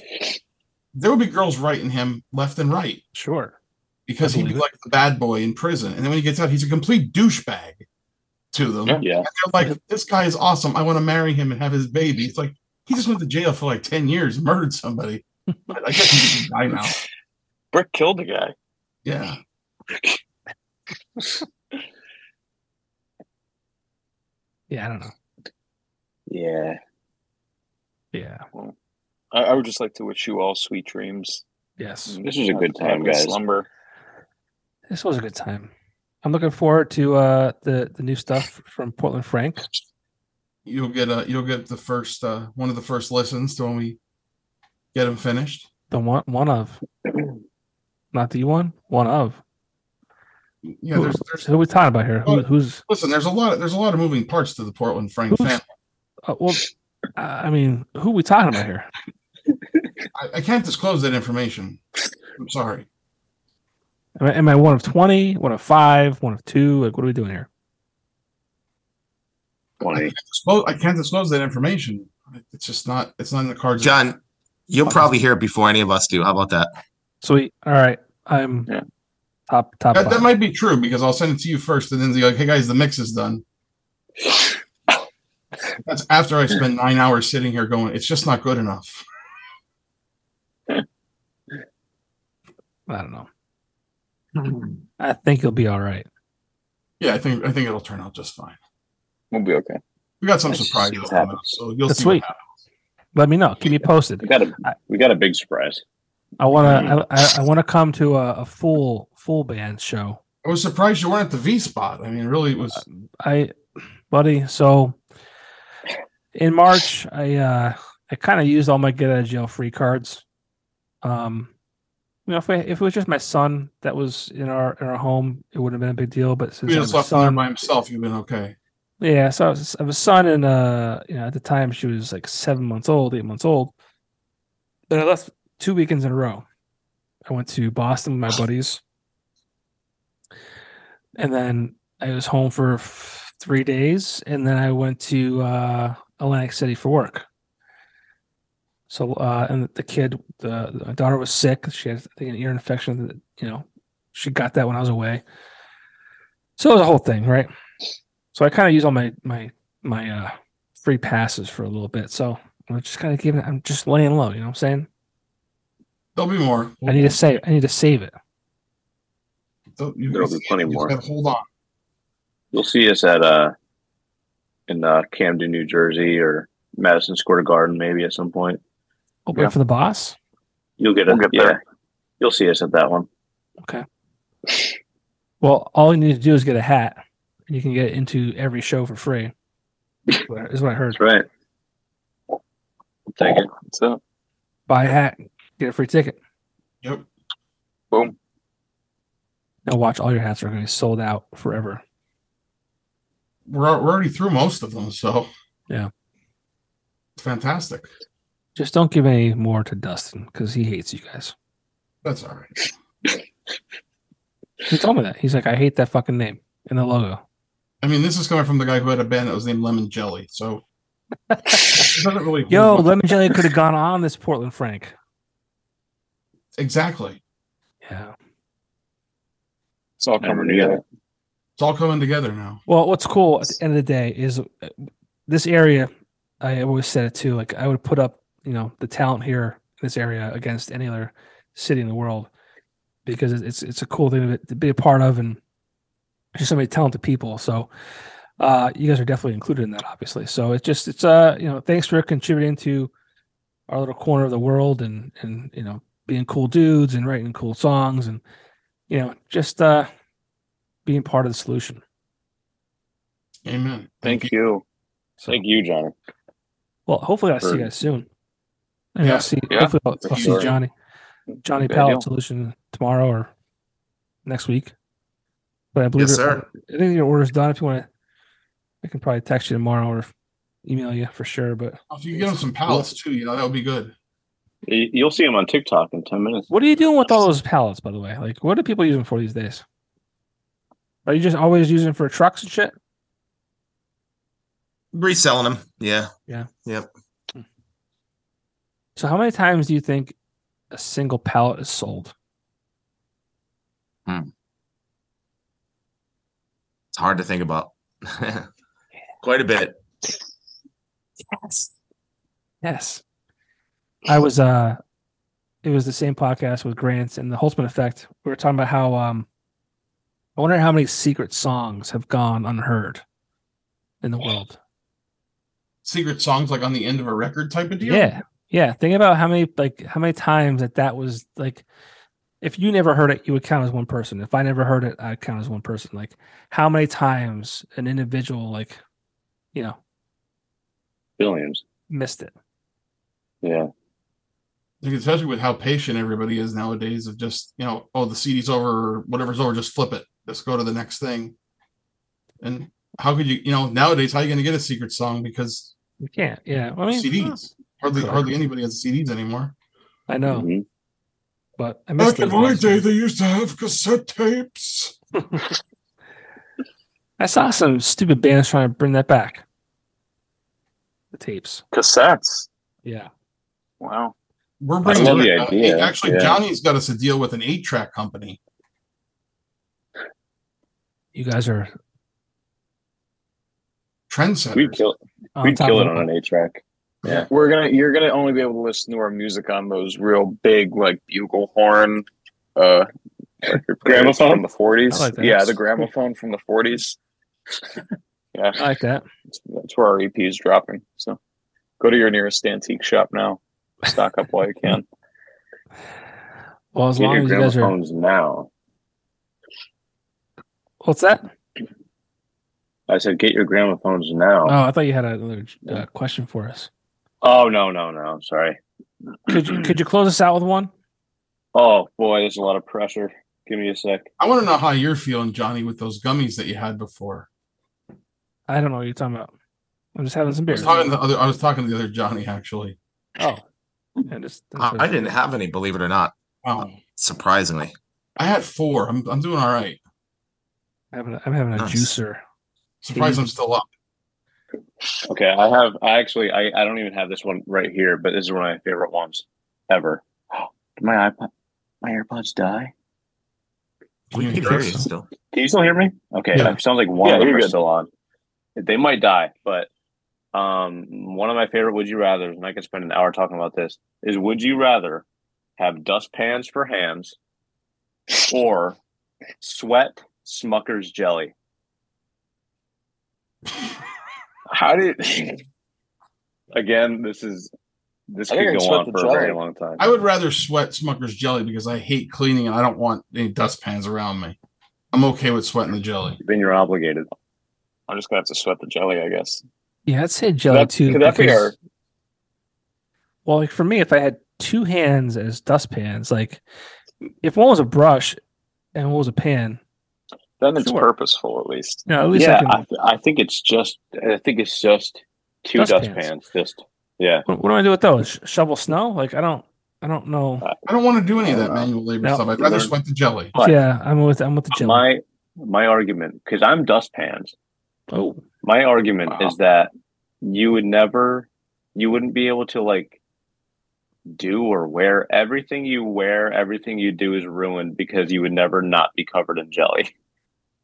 Speaker 3: there would be girls writing him left and right
Speaker 1: Sure.
Speaker 3: because
Speaker 1: I
Speaker 3: he'd be
Speaker 1: believe it.
Speaker 3: like the bad boy in prison. And then when he gets out, he's a complete douchebag to them.
Speaker 2: Yeah.
Speaker 3: And they're like, "This guy is awesome. I want to marry him and have his baby." It's like he just went to jail for like ten years, murdered somebody. But I guess he's a guy now.
Speaker 2: Brick killed a guy.
Speaker 3: Yeah.
Speaker 1: Yeah, I don't know.
Speaker 2: Yeah.
Speaker 1: Yeah.
Speaker 2: I, I would just like to wish you all sweet dreams.
Speaker 1: Yes.
Speaker 2: This was a good time, guys. Slumber.
Speaker 1: This was a good time. I'm looking forward to uh the, the new stuff from Portland Frank.
Speaker 3: you'll get a you'll get the first uh one of the first listens to when we get them finished
Speaker 1: The one one of. Not the one, one of.
Speaker 3: yeah there's there's
Speaker 1: Who are we talking about here? Who, who's
Speaker 3: listen there's a lot there's a lot of moving parts to the portland frank
Speaker 1: Who's-
Speaker 3: family
Speaker 1: uh, well I mean, who are we talking about here?
Speaker 3: I, I can't disclose that information i'm sorry
Speaker 1: Am I, am I one of 20, one of five, one of two? Like, what are we doing here?
Speaker 2: Twenty.
Speaker 3: Disclose- i can't disclose that information it's just not it's not in the cards
Speaker 5: John, you'll probably hear it before any of us do. How about that?
Speaker 1: Sweet. All right. I'm
Speaker 2: Yeah.
Speaker 1: top, top.
Speaker 3: that, that
Speaker 1: five.
Speaker 3: might be true because i'll send it to you first and then be like hey guys the mix is done that's after i spend nine hours sitting here going it's just not good enough
Speaker 1: I don't know. I think you'll be all right.
Speaker 3: yeah i think i think it'll turn out just fine
Speaker 2: We'll be okay.
Speaker 3: we got some
Speaker 2: Let's just
Speaker 3: surprises
Speaker 2: see what
Speaker 3: coming up,
Speaker 2: happens.
Speaker 3: so you'll
Speaker 1: That's
Speaker 3: see what
Speaker 1: sweet. Let me know. Keep me posted.
Speaker 2: We got a
Speaker 1: I-
Speaker 2: we got a big surprise.
Speaker 1: I wanna, I, I, I wanna come to a, a full, full band show.
Speaker 3: I was surprised you weren't at the V spot. I mean, really, it was
Speaker 2: Uh,
Speaker 1: I, buddy. So in March, I uh, I kind of used all my get out of jail free cards. Um, you know, if I, if it was just my son that was in our in our home, it wouldn't have been a big deal. But
Speaker 3: you
Speaker 1: since I have
Speaker 3: just
Speaker 1: a
Speaker 3: left him there
Speaker 1: son,
Speaker 3: by himself. You've been okay.
Speaker 1: yeah, so I was, I have a son, and uh, you know, at the time she was like seven months old, eight months old. And I left two weekends in a row. I went to Boston with my buddies, and then I was home for f- three days, and then I went to uh, Atlantic City for work. So, uh, and the kid, the, my daughter was sick. She had, I think, an ear infection. That, you know, she got that when I was away. So it was a whole thing, right? so I kind of use all my my my uh free passes for a little bit. So I'm just kind of giving. I'm just laying low. You know what I'm saying?
Speaker 3: There'll be more.
Speaker 1: I need to save. I need to save it.
Speaker 3: There'll- you
Speaker 2: There'll
Speaker 3: guys-
Speaker 2: be plenty
Speaker 3: you just
Speaker 2: more.
Speaker 3: gotta hold on.
Speaker 2: You'll see us at uh in uh, Camden, New Jersey, or Madison Square Garden, maybe at some point.
Speaker 1: Open
Speaker 2: Yeah.
Speaker 1: for the boss.
Speaker 2: You'll get, a, yeah, You'll see us at that one.
Speaker 1: Well, all you need to do is get a hat, and you can get into every show for free. Is what I- is what I heard.
Speaker 2: That's right. We'll take it. What's up?
Speaker 1: Buy a hat, get a free ticket.
Speaker 3: Yep.
Speaker 2: Boom.
Speaker 1: Now watch all your hats are going to be sold out forever.
Speaker 3: we're al- we're already through most of them, so
Speaker 1: Yeah.
Speaker 3: fantastic.
Speaker 1: Just don't give any more to Dustin because he hates you guys.
Speaker 3: That's all right.
Speaker 1: He told me that. He's like, I hate that fucking name and the logo.
Speaker 3: I mean, this is coming from the guy who had a band that was named Lemon Jelly, so it doesn't really hold
Speaker 1: Yo,
Speaker 3: up.
Speaker 1: Lemon Jelly could have gone on this Portland Frank.
Speaker 3: exactly.
Speaker 1: Yeah.
Speaker 2: It's all coming together.
Speaker 3: It's all coming together now.
Speaker 1: Well, what's cool at the end of the day is uh, this area. I always said it too. Like I would put up, you know, the talent here in this area against any other city in the world because it- it's it's a cool thing to be- to be a part of and there's so many talented people. So uh, you guys are definitely included in that, obviously. So it's just it's uh you know thanks for contributing to our little corner of the world and and you know being cool dudes and writing cool songs and you know just uh being part of the solution.
Speaker 3: Amen.
Speaker 2: Thank you.
Speaker 1: So,
Speaker 2: Thank you, Johnny.
Speaker 1: well, hopefully I'll see you
Speaker 2: Or-
Speaker 1: guys soon. And
Speaker 3: Yeah,
Speaker 1: I'll see.
Speaker 2: yeah,
Speaker 1: hopefully I'll,
Speaker 2: for
Speaker 1: I'll see
Speaker 2: sure.
Speaker 1: Johnny, Johnny
Speaker 2: Good
Speaker 1: Pallet
Speaker 2: deal.
Speaker 1: Solution tomorrow or next week. But I believe
Speaker 5: Yes,
Speaker 1: your-
Speaker 5: sir.
Speaker 1: I think your order's done. If you want to, I can probably text you tomorrow or email you for sure. But
Speaker 3: If you get him some pallets too, you know that would be good.
Speaker 4: Y- You'll see him on TikTok in ten minutes.
Speaker 1: what are you doing with all those pallets, by the way? Like, what do people use them for these days? Are you just always using them for trucks and shit?
Speaker 5: Reselling them. Yeah.
Speaker 1: So, how many times do you think a single pallet is sold?
Speaker 5: It's hard to think about. Quite a bit.
Speaker 1: Yes. Yes. I was uh it was the same podcast with Grant and the Holtzman effect. We were talking about how um I wonder how many secret songs have gone unheard in the world.
Speaker 3: Secret songs like on the end of a record type of deal.
Speaker 1: Yeah. Yeah. Think about how many like how many times that that was like if you never heard it, you would count as one person. If I never heard it, I'd count as one person. Like how many times an individual like you know
Speaker 4: Billions.
Speaker 1: missed it.
Speaker 4: Yeah.
Speaker 3: I think especially with how patient everybody is nowadays of just you know oh the CD's over or whatever's over just flip it let's go to the next thing and how could you you know nowadays how are you going to get a secret song because
Speaker 1: You can't. Yeah. I mean
Speaker 3: CDs hardly hardly anybody has CDs anymore
Speaker 1: I know,
Speaker 4: Mhm.
Speaker 1: but I missed those ones.
Speaker 3: they used to have cassette tapes
Speaker 1: I saw some stupid bands trying to bring that back. The tapes.
Speaker 2: Cassettes.
Speaker 1: Yeah.
Speaker 2: Wow.
Speaker 3: we're bringing
Speaker 4: love the
Speaker 3: uh,
Speaker 4: idea,
Speaker 3: actually
Speaker 4: yeah.
Speaker 3: Johnny's got us a deal with an eight track company
Speaker 1: You guys are
Speaker 4: We
Speaker 3: Trendsetters
Speaker 4: kill.
Speaker 1: on
Speaker 4: We
Speaker 1: top
Speaker 4: kill
Speaker 1: of
Speaker 4: it on an eight track.
Speaker 2: Yeah. We're gonna you're gonna only be able to listen to our music on those real big like bugle horn uh record players
Speaker 4: Gramophone?
Speaker 2: from the forties.
Speaker 1: I like that.
Speaker 2: yeah, the gramophone from the forties. yeah.
Speaker 1: I like that.
Speaker 2: That's- That's where our EP is dropping. So go to your nearest antique shop now. Stock up while you can.
Speaker 1: Well, as
Speaker 4: Get
Speaker 1: long
Speaker 4: your
Speaker 1: as you guys are
Speaker 4: gramophones now.
Speaker 1: what's that?
Speaker 4: I said, get your gramophones now.
Speaker 1: Oh, I thought you had another uh, question for us.
Speaker 4: Oh no no no! Sorry.
Speaker 1: Could you could you close us out with one?
Speaker 4: Oh boy, there's a lot of pressure. Give me a sec.
Speaker 3: I want to know how you're feeling Johnny with those gummies that you had before
Speaker 1: I don't know what you're talking about. I'm just having some
Speaker 3: I
Speaker 1: beer.
Speaker 3: was talking to the other I was talking to the other Johnny actually
Speaker 1: Oh, yeah, just,
Speaker 5: I, I didn't have any, believe it or not.
Speaker 3: wow
Speaker 5: Surprisingly.
Speaker 3: I had four I'm I'm doing all right
Speaker 1: I'm having a, I'm having a
Speaker 5: Nice.
Speaker 1: juicer.
Speaker 3: surprised I'm still up
Speaker 4: Okay, I have. I actually, I, I don't even have this one right here, but this is one of my favorite ones ever. Did my iPod, my AirPods die?
Speaker 3: Can you
Speaker 5: We can
Speaker 3: hear
Speaker 5: hear you
Speaker 3: us?
Speaker 5: still.
Speaker 4: Can you still hear me? Okay,
Speaker 3: Yeah.
Speaker 4: it sounds like one
Speaker 2: Yeah,
Speaker 4: of them
Speaker 2: you're
Speaker 4: is
Speaker 2: good.
Speaker 4: still on. They might die, but um, one of my favorite would you rather's, and I could spend an hour talking about this. Is would you rather have dustpans for hands or sweat Smucker's jelly?
Speaker 2: How do you
Speaker 4: Again, this is this
Speaker 2: I think I
Speaker 4: could
Speaker 2: can
Speaker 4: go
Speaker 2: sweat
Speaker 4: on
Speaker 2: the
Speaker 4: for a very
Speaker 2: jelly.
Speaker 4: long time.
Speaker 3: I would rather sweat Smucker's jelly because I hate cleaning and I don't want any dustpans around me. I'm okay with sweating the jelly.
Speaker 4: then you're obligated.
Speaker 2: I'm just gonna have to sweat the jelly, I guess.
Speaker 1: Yeah, I'd say jelly
Speaker 2: that-
Speaker 1: too.
Speaker 2: could that be
Speaker 1: because-
Speaker 2: our-
Speaker 1: Well, like for me, if I had two hands as dustpans, like if one was a brush and one was a pan,
Speaker 2: Then it's
Speaker 1: Sure.
Speaker 2: purposeful, at least.
Speaker 1: No, at least I
Speaker 4: yeah,
Speaker 1: can.
Speaker 4: I, I think it's just. I think it's just two
Speaker 1: Dust
Speaker 4: dust,
Speaker 1: pans.
Speaker 4: pans. Just yeah.
Speaker 1: what, what do I do with those? Sh- Shovel snow? Like I don't, I don't know.
Speaker 3: I don't want to do any of that
Speaker 2: Uh,
Speaker 3: manual labor
Speaker 1: no.
Speaker 3: stuff. I'd rather sweat the jelly.
Speaker 4: But
Speaker 1: yeah, I'm with, I'm with the gym.
Speaker 4: my my argument because I'm dust pans.
Speaker 1: oh,
Speaker 4: My argument
Speaker 2: Wow.
Speaker 4: is that you would never, you wouldn't be able to like do or wear everything you wear. Everything you do is ruined because you would never not be covered in jelly.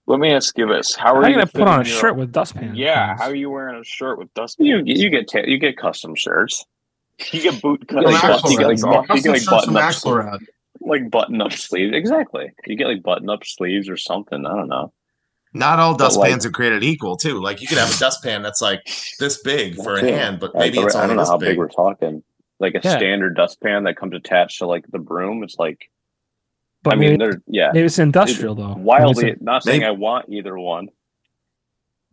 Speaker 2: Let me ask you this: How
Speaker 1: how
Speaker 2: are
Speaker 1: are
Speaker 2: you
Speaker 1: you gonna put on a
Speaker 2: fitting your-
Speaker 1: shirt with dustpan?
Speaker 2: Yeah,
Speaker 1: pins?
Speaker 2: how are you wearing a shirt with dust?
Speaker 4: You
Speaker 2: pins?
Speaker 4: you get ta- you get custom shirts. You get boot cut.
Speaker 3: From
Speaker 4: Like,
Speaker 2: Axl
Speaker 4: bu- you get like,
Speaker 3: Axelrad.
Speaker 2: Rose.
Speaker 4: bu- you get,
Speaker 3: Custom
Speaker 4: like
Speaker 3: shirts from
Speaker 4: button up
Speaker 3: Axelrad.
Speaker 4: like button up sleeves. Exactly. You get like button up sleeves or something. I don't know.
Speaker 5: Not all
Speaker 4: But, like-
Speaker 5: dustpans are created equal, too. Like you could have a dustpan that's like this big for a
Speaker 4: That's it.
Speaker 5: hand, but
Speaker 4: I-
Speaker 5: maybe
Speaker 4: I,
Speaker 5: it's
Speaker 4: I
Speaker 5: only
Speaker 4: don't know
Speaker 5: this
Speaker 4: how big
Speaker 5: big.
Speaker 4: we're talking. Like a
Speaker 1: Yeah.
Speaker 4: standard dustpan that comes attached to like the broom. It's like
Speaker 1: But
Speaker 4: I
Speaker 1: maybe,
Speaker 4: mean, they're yeah,
Speaker 1: maybe it's industrial though. Maybe
Speaker 4: wildly.
Speaker 1: it's
Speaker 4: Not saying
Speaker 5: Maybe-
Speaker 4: I want either one.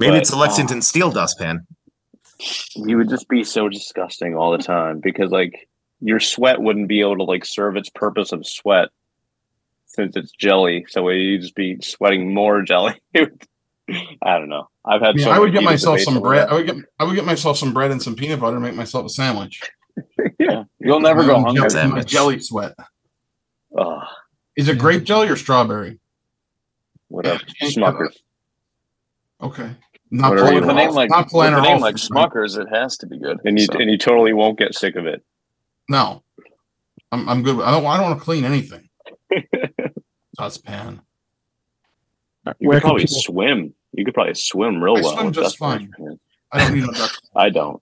Speaker 5: Maybe
Speaker 4: but,
Speaker 5: it's a Lexington steel dustpan.
Speaker 4: You would just be so disgusting all the time because like your sweat wouldn't be able to like serve its purpose of sweat since it's jelly. So you'd just be sweating more jelly. I don't know. I've
Speaker 3: I
Speaker 4: had.
Speaker 3: mean,
Speaker 4: so
Speaker 3: I would
Speaker 4: many
Speaker 3: get
Speaker 4: heated
Speaker 3: myself
Speaker 4: debates
Speaker 3: some
Speaker 4: over
Speaker 3: bread.
Speaker 4: that.
Speaker 3: I would get I would get myself some bread and some peanut butter and make myself a sandwich.
Speaker 4: Yeah, you'll never
Speaker 3: My
Speaker 4: go
Speaker 3: own
Speaker 4: hungry.
Speaker 3: jelly- My
Speaker 5: Sandwich.
Speaker 3: jelly sweat.
Speaker 4: Ugh,
Speaker 3: Is it
Speaker 1: Yeah.
Speaker 3: grape jelly or strawberry?
Speaker 4: whatever.
Speaker 3: Yeah,
Speaker 4: Smuckers.
Speaker 3: Okay. Not
Speaker 4: Whatever
Speaker 2: Well,
Speaker 4: you
Speaker 3: planner.
Speaker 2: with a
Speaker 4: want.
Speaker 2: name like
Speaker 3: not
Speaker 2: with
Speaker 3: planner.
Speaker 2: a name
Speaker 3: All
Speaker 2: like Smuckers, it has to be good.
Speaker 4: And you
Speaker 2: so.
Speaker 4: and you totally won't get sick of it.
Speaker 3: No, I'm I'm good. with- I don't I don't want to clean anything. Dustpan.
Speaker 4: You
Speaker 1: Where can
Speaker 4: could probably
Speaker 1: people-
Speaker 4: swim. You could probably swim real
Speaker 3: I
Speaker 4: well.
Speaker 3: swim
Speaker 4: with
Speaker 3: just
Speaker 4: dust pans.
Speaker 3: I don't need no dust.
Speaker 4: I don't.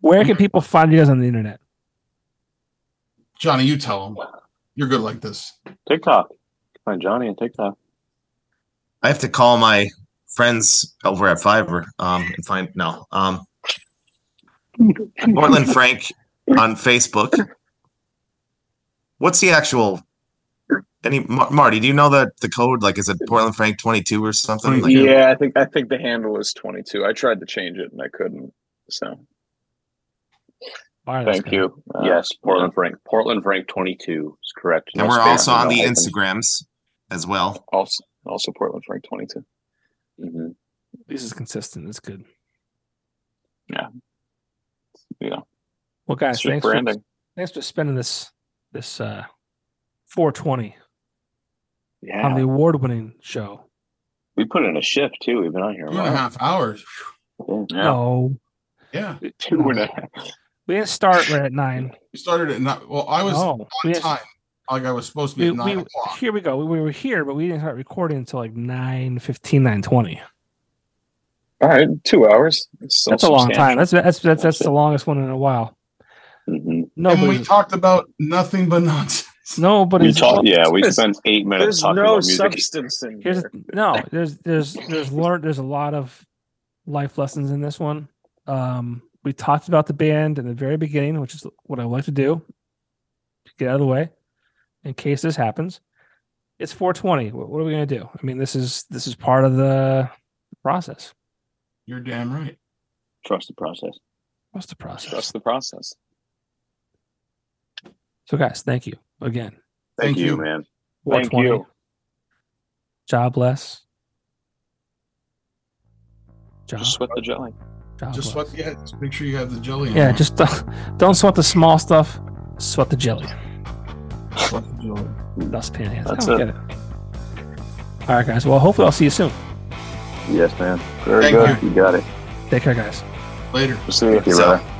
Speaker 1: Where can people find you guys on the internet?
Speaker 3: Johnny, you tell him. You're good like this.
Speaker 4: TikTok. Find Johnny and TikTok.
Speaker 5: I have to call my friends over at Fiverr um, and find no. Um, Portland Frank on Facebook. What's the actual? Any Mar- Marty? Do you know the the code? Like, is it Portland Frank twenty two or something? Like,
Speaker 2: yeah, I think I think the handle is twenty two. I tried to change it and I couldn't. So
Speaker 1: Fire this
Speaker 2: thank
Speaker 1: guy.
Speaker 2: you. Uh,
Speaker 4: yes, Portland
Speaker 2: yeah.
Speaker 4: Frank. Portland Frank twenty two is correct.
Speaker 5: And
Speaker 4: No
Speaker 5: we're
Speaker 4: space,
Speaker 5: also on
Speaker 4: no
Speaker 5: the
Speaker 4: hyphen.
Speaker 5: Instagrams as well.
Speaker 2: Also, also Portland Frank twenty two.
Speaker 4: Mhm.
Speaker 1: This is consistent. It's good.
Speaker 2: Yeah,
Speaker 1: Well, guys,
Speaker 2: it's just
Speaker 1: thanks for,
Speaker 2: branding.
Speaker 1: thanks for spending this this uh 420
Speaker 4: Yeah,
Speaker 1: on the award winning show.
Speaker 4: we put in a shift too. We've been on here
Speaker 3: Two
Speaker 4: a
Speaker 3: and a
Speaker 4: while.
Speaker 3: half hours.
Speaker 2: Yeah.
Speaker 1: No,
Speaker 3: Yeah.
Speaker 4: Two and a half.
Speaker 1: we didn't start right at nine.
Speaker 3: We started at nine. Well, I was
Speaker 1: no, we
Speaker 3: on
Speaker 1: didn't-
Speaker 3: time. Like I was supposed to be
Speaker 1: Oh, we,
Speaker 3: at nine
Speaker 1: we-
Speaker 3: o'clock.
Speaker 1: here we go. We, we were here, but we didn't start recording until like 9 15, 9 20.
Speaker 2: All right, two hours. It's still
Speaker 1: That's a long
Speaker 2: substantial.
Speaker 1: time. That's that's that's, that's
Speaker 2: That's
Speaker 1: the longest one in a while.
Speaker 4: Mhm.
Speaker 3: and we
Speaker 1: Nobody's,
Speaker 3: talked about nothing but nonsense.
Speaker 4: We
Speaker 1: nobody's
Speaker 4: talk. Yeah, we
Speaker 2: There's-
Speaker 4: spent eight minutes
Speaker 2: There's
Speaker 4: talking
Speaker 2: no
Speaker 4: about music.
Speaker 2: substance in
Speaker 1: here's
Speaker 2: here.
Speaker 1: no there's there's there's learned there's a lot of life lessons in this one um we talked about the band in the very beginning which is what i like to do to get out of the way in case this happens it's 420 Wh- what are we going to do i mean this is this is part of the process
Speaker 3: You're damn right.
Speaker 4: Trust the process.
Speaker 1: what's the process
Speaker 2: Trust the process.
Speaker 1: so guys thank you again
Speaker 3: Thank you.
Speaker 4: man. Thank
Speaker 1: 420
Speaker 4: you.
Speaker 1: job bless job,
Speaker 2: Just sweat the jelly.
Speaker 1: job
Speaker 3: Just
Speaker 1: bless.
Speaker 3: sweat. Yeah. Just make sure you have the jelly. in
Speaker 1: Oh, yeah
Speaker 3: there.
Speaker 1: just don't, don't sweat the small stuff sweat the jelly
Speaker 3: sweat the jelly.
Speaker 1: dustpan hands.
Speaker 2: That's
Speaker 1: I don't get it. All right, guys. Well, hopefully, I'll see you soon.
Speaker 4: Yes, man. Very
Speaker 3: Thank
Speaker 4: good. You. got it.
Speaker 1: Take care, guys.
Speaker 3: Later.
Speaker 2: See you.
Speaker 5: So-
Speaker 2: brother.